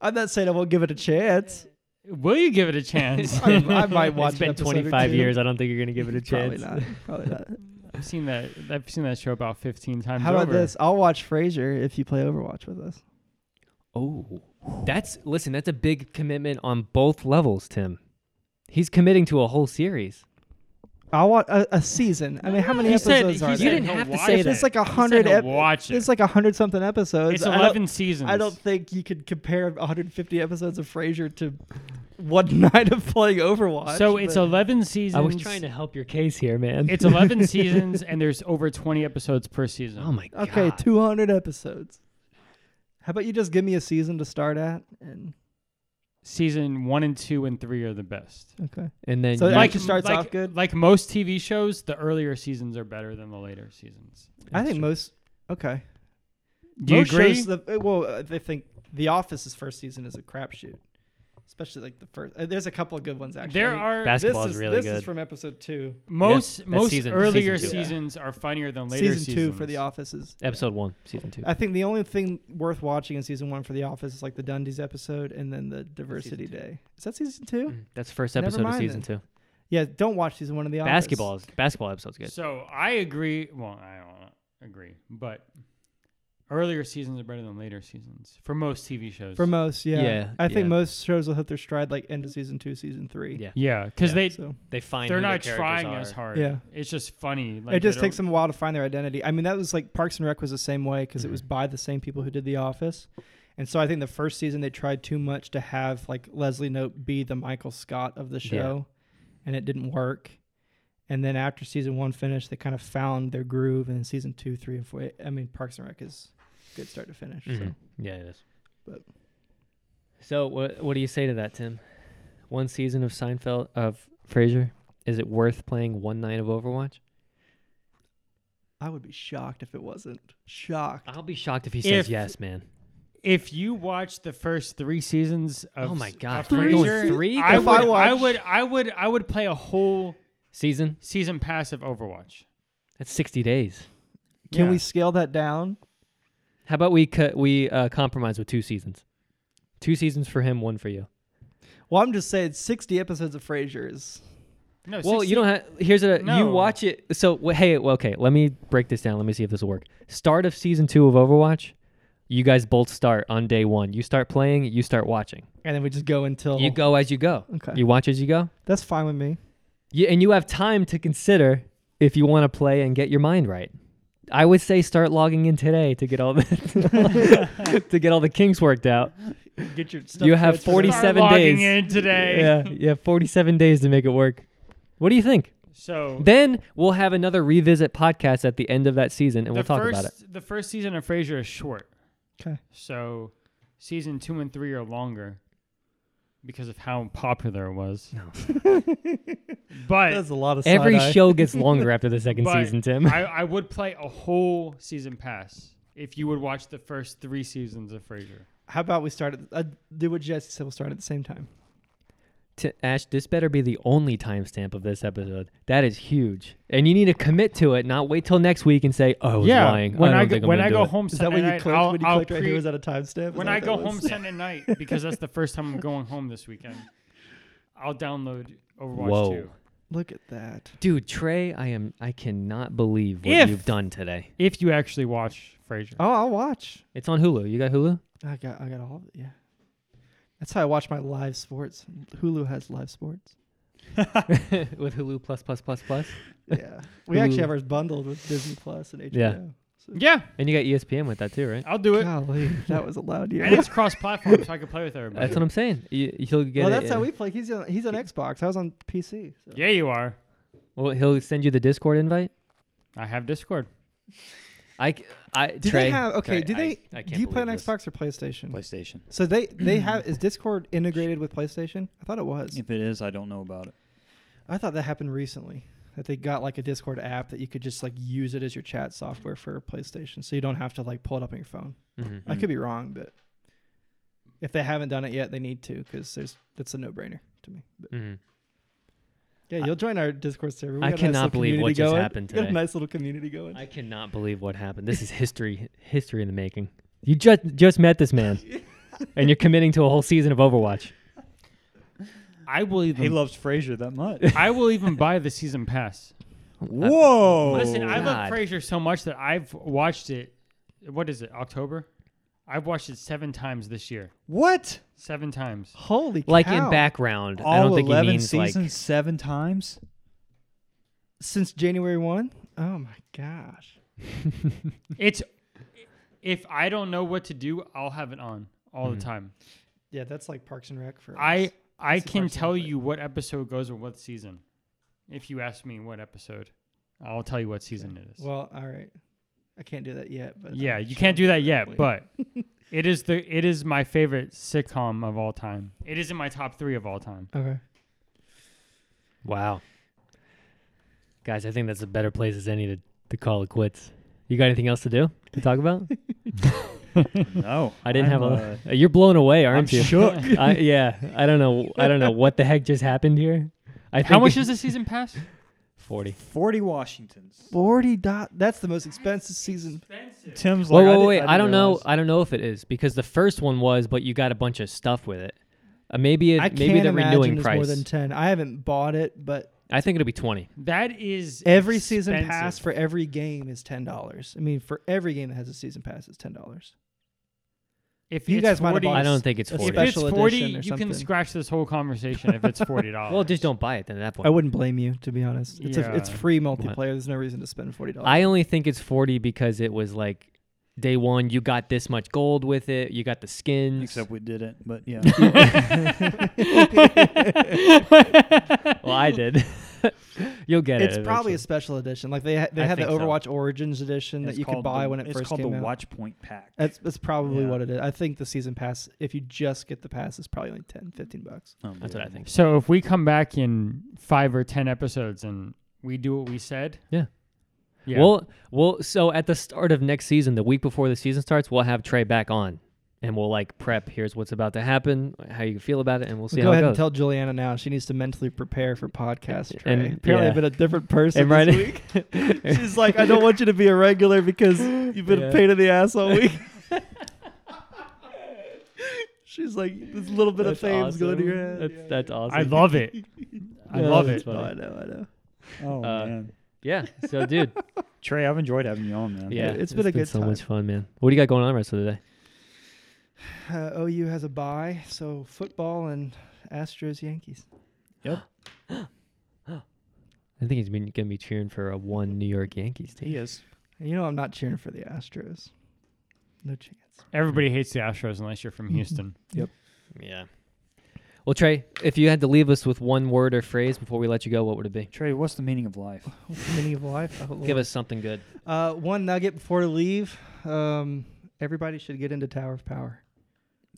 I'm not saying I won't give it a chance.
will you give it
*laughs*
a chance?
I, I
*laughs*
might watch.
It's been
an episode or
25
two.
years. I don't think you're gonna give it a
Probably
chance.
not. Probably
*laughs*
not.
I've seen that. I've seen that show about fifteen times.
How about
over.
this? I'll watch Frasier if you play Overwatch with us.
Oh, that's listen. That's a big commitment on both levels, Tim. He's committing to a whole series.
I'll watch a, a season. I mean, how many
He said
episodes
he
are
said
there?
You didn't
he'll
have to
watch
say
it.
that.
It's like a
He said
hundred.
he'll
ep-
watch it.
It's like a hundred something episodes.
It's
I don't-
eleven seasons.
I don't think you could compare 150 episodes of Frasier to one *laughs* night of playing Overwatch.
So it's
but-
eleven seasons.
I was trying to help your case here,
*laughs*
man.
It's eleven seasons, and there's over twenty episodes per season.
oh my god.
okay, 200 episodes. How about you just give me a season to start at? And
Season one and two and three are the best.
okay,
And then
So
you-
Yeah, it starts
like,
off good.
Like most TV shows, the earlier seasons are better than the later seasons.
I think most. Okay,
Do you
Most
agree?
shows the- uh, well, uh, they think The Office's first season is a crapshoot, especially like the first. uh, there's a couple of good ones actually.
there
I think
are
This
basketball is
is
really
this
good.
is from episode two.
most
that's
most
season-
earlier
season
two. Yeah.
seasons are funnier than later
season two for
seasons.
The Office is
Episode one, season two.
I think the only thing worth watching in season one for The Office is like the Dundies episode and then the Diversity
two.
Day. Is that season two?
Mm, That's the first
Never
episode of
mind
season two.
Yeah, don't watch season one of The Office.
Basketball is basketball episode's good.
So I agree. Well, I don't agree, but earlier seasons are better than later seasons for most TV shows.
For most, yeah.
Yeah,
I think
yeah.
most shows will hit their stride like end of season two, season three.
Yeah.
yeah, because
Yeah.
they
So
They find
they're
who their
not
characters
trying
are.
as hard.
Yeah.
it's just funny.
it just
they
takes them a while to find their identity. I mean, that was like Parks and Rec was the same way because it was by the same people who did The Office. And so I think the first season they tried too much to have like Leslie Nope be the Michael Scott of the show, and it didn't work. And then after season one finished, they kind of found their groove. And then season two, three, and four. I mean, Parks and Rec is good start to finish. So.
Mhm. Yeah, it is.
But-
so what what do you say to that, Tim? One season of Seinfeld of Frasier, is it worth playing one night of Overwatch?
I would be shocked if it wasn't shocked.
I'll be shocked if he
says
says
If- yes,
yes, man.
If you watch the first three seasons of
Oh my God,
of
we're going
Frasier,
three?
I
If
would,
I
I,
watch-
would, I would, I would play a whole
Season?
season pass of Overwatch.
That's 60 days.
Can
Yeah.
we scale that down?
How about we cut we uh, compromise with two seasons? Two seasons for him, one for you.
Well, I'm just saying, 60 episodes of Frasier is
No,
Well,
16
you don't have. Here's a. You
No.
watch it. So wh- hey, well, okay. Let me break this down. Let me see if this will work. Start of season two of Overwatch. You guys both start on day one. You start playing. You start watching.
and then we just go until
Oh.
You go as you go.
Okay,
You watch as you go.
that's fine with me.
You, and you have time to consider if you want to play and get your mind right. I would say start logging in today to get all the *laughs* to get all the kinks worked out.
Get your stuff.
You have
Start
47
logging
days.
in today.
Yeah, you have 47 days to make it work. What do you think?
So
Then we'll have another revisit podcast at the end of that season, and we'll talk
first,
about it.
The first season of Frasier is short.
'Kay.
So season two and three are longer because of how popular it was. *laughs* but
That's a lot of
Every
side-eye.
show
*laughs*
gets longer after the second
But-
season, Tim.
I, I would play a whole season pass if you would watch the first three seasons of Frasier.
How about we start? At, uh, do what Jesse said. We'll start at the same time.
T- Ash, this better be the only timestamp of this episode. That is huge, and you need to commit to it. Not wait till next week and say, "Oh, I was lying."
when
I,
I,
don't
go,
think I'm
when
gonna
I
do
go
it."
home
Is that
Sunday
when you
night,
clicked?
I'll,
when you
I'll
clicked right
pre-
here was that a timestamp? Is
when
that
I
what
go
that
home
was?
*laughs*
Sunday night because that's the first time I'm going home this weekend. I'll download Overwatch
Whoa.
2.
*laughs* Look at that.
dude, Trey, I am. I cannot believe what
If-
you've done today.
If you actually watch Frasier.
Oh, I'll watch.
It's on Hulu. You
*laughs*
got Hulu? *laughs*
I got. I got all of it. Yeah. That's how I watch my live sports. Hulu has live sports.
With Hulu plus plus plus plus,
Yeah, *laughs* we
Hulu.
actually have ours bundled with Disney Plus and HBO.
Yeah.
Yeah,
and you got E ESPN with that too, right?
I'll do it.
Golly, that was a loud year.
and it's cross-platform, so I can play
*laughs*
with everybody.
That's what I'm saying. You, he'll *laughs* get.
well,
it
Oh, that's how
in-
we play. He's on, he's on Xbox. I was on PC. So.
yeah, you are.
Well, he'll send you the Discord invite.
I have Discord.
I, c- I,
Do
Trey,
they have? Okay. do
Trey, I-
they?
I can't
do you play on
believe this.
Xbox or PlayStation?
PlayStation.
So they
*clears throat*
they have is Discord integrated with PlayStation? I thought it was.
If it is, I don't know
*laughs*
about it.
I thought that happened recently. That they got like a Discord app that you could just like use it as your chat software for PlayStation, so you don't have to like pull it up on your phone.
Mhm.
I could be wrong, but if they haven't done it yet, they need to because there's that's a no brainer to me. But
Mhm.
yeah,
I-
you'll join our Discord server. We got a
I
nice
cannot
little
believe
community
what just
going.
happened
We Got
today.
a nice little community going.
I cannot believe what happened. This is history, history in the making. You just just met this
*laughs*
man, and you're committing to a whole season of Overwatch.
I will even.
He loves Frasier
*laughs*
that much.
I will even buy the season pass.
Uh,
Whoa!
Listen, I love
God.
Frasier so much that I've watched it. What is it? October. I've watched it seven times this year.
what?
Seven times.
Holy
Like
cow.
in background, I
All
don't think he
eleven
means
seasons,
like.
seven times.
since January one. Oh my gosh.
It's. If I don't know what to do, I'll have it on all
Mm-hmm.
the time.
Yeah, that's like Parks and Rec for us.
I I
It's the
can
first
tell
one, but-
you what episode goes with what season. If you ask me what episode, I'll tell you what season it is.
Well, all right. I can't do that yet, but
Yeah,
I'm
you
sure
can't do that
Wait.
yet, but it is the it is my favorite sitcom of all time. It is in my top three of all time.
Okay.
Wow, guys, I think that's a better place as any to, to call it quits. You got anything else to do to talk
*laughs*
about?
No,
I didn't
I'm,
have a. you're blown away,
Uh, I'm
aren't you?
shook.
*laughs* I, yeah, I don't know. I don't know what the heck just happened here. I think
How much is the
*laughs*
season pass?
forty?
Forty Washingtons.
Forty dot. That's the most expensive season.
Tim's
Wait,
like,
wait,
didn't-
wait. I,
didn't
don't know.
realize.
I don't know if it is because the first one was, but you got a bunch of stuff with it. Uh, maybe it,
I
maybe
can't
the
imagine
renewing
it's
price.
more than ten. I haven't bought it, but
I think it'll be twenty.
That is
every season pass
expensive.
for every game is ten dollars. I mean, for every game that has a season pass, it's ten dollars.
If
you
it's
guys might have
40
bought
I don't think it's
That's
If
forty.
special edition
it's forty,
or
you
something.
can scratch this whole conversation. If it's forty dollars,
*laughs* Well, just don't buy it then. At that
I
point,
wouldn't blame you, to be honest. It's a, it's
Yeah.
Oh.
free multiplayer. There's no reason to spend forty dollars.
I only think it's forty because it was like day one, you got this much gold with it. You got the skins. *laughs*
*laughs* Except we didn't, but yeah.
well, I did. *laughs* You'll get
It's
it.
probably
eventually.
a special edition. Like they ha- they
I
had the
think so.
Overwatch Origins edition that
It's
you could
called
buy
the-
when it
it's
first
called
came
the
out.
Watch Point Pack.
That's that's probably
Yeah.
what it is. I think the season pass, if you just get the pass, is probably like 10, 15 bucks.
Oh,
That's what I think.
So if we come back in five or ten episodes and we do what we said,
Yeah.
yeah,
Well, well. So at the start of next season, the week before the season starts, we'll have Trey back on, and we'll like prep. Here's what's about to happen. How you feel about it, and we'll see
Go
how
ahead
it
and
goes.
tell Juliana now. She needs to mentally prepare for podcast. Trey.
And-
apparently,
yeah.
I've been a different person.
and
this
right,
week. *laughs* She's like, I don't want you to be a regular because you've been
Yeah.
a pain in the ass all
*laughs*
week. *laughs* She's like, this little bit of fame's going to your head.
That's, that's awesome.
I love it. I
No,
love
that's
it.
funny.
Oh, I know, I know.
Oh
Uh,
man,
yeah.
*laughs*
So, dude.
Trey, I've enjoyed having you on, man.
Yeah,
it's been a good
so
time.
much fun, man. What do you got going on the rest of the day?
Uh, OU has a bye, so football and Astros Yankees.
I think he's been, gonna be cheering for a one New York Yankees team.
He is.
And you know, I'm not cheering for the Astros. No chance.
Everybody hates the Astros unless
*laughs*
you're from Houston.
Yeah. Well, Trey, if you had to leave us with one word or phrase before we let you go, what would it be?
Trey, what's the meaning of life?
Meaning of life. Oh,
*laughs* Give us something good.
Uh, one nugget before to leave. Um, everybody should get into Tower of Power.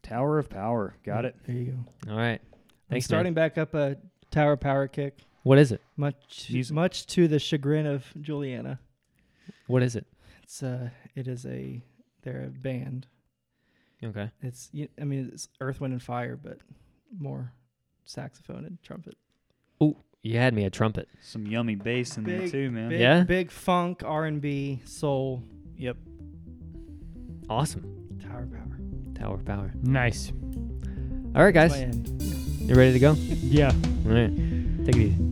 Tower of Power.
Mm.
Got it.
There you go.
All right. Thanks,
I'm starting back up a Tower of Power kick.
What is it?
Much,
Music.
much to the chagrin of Juliana.
What is it?
It's uh, it is a they're a band.
Okay.
It's y- I mean it's Earth, Wind and Fire, but more saxophone and trumpet.
You had me at trumpet.
Some yummy bass in there
Big-
too, man.
Big,
Yeah?
big funk, R and B, soul,
Yep.
Awesome.
Tower of Power.
Tower of Power.
Nice.
All right,
That's
guys.
my end.
You ready to go?
Yeah.
All right. Take it easy.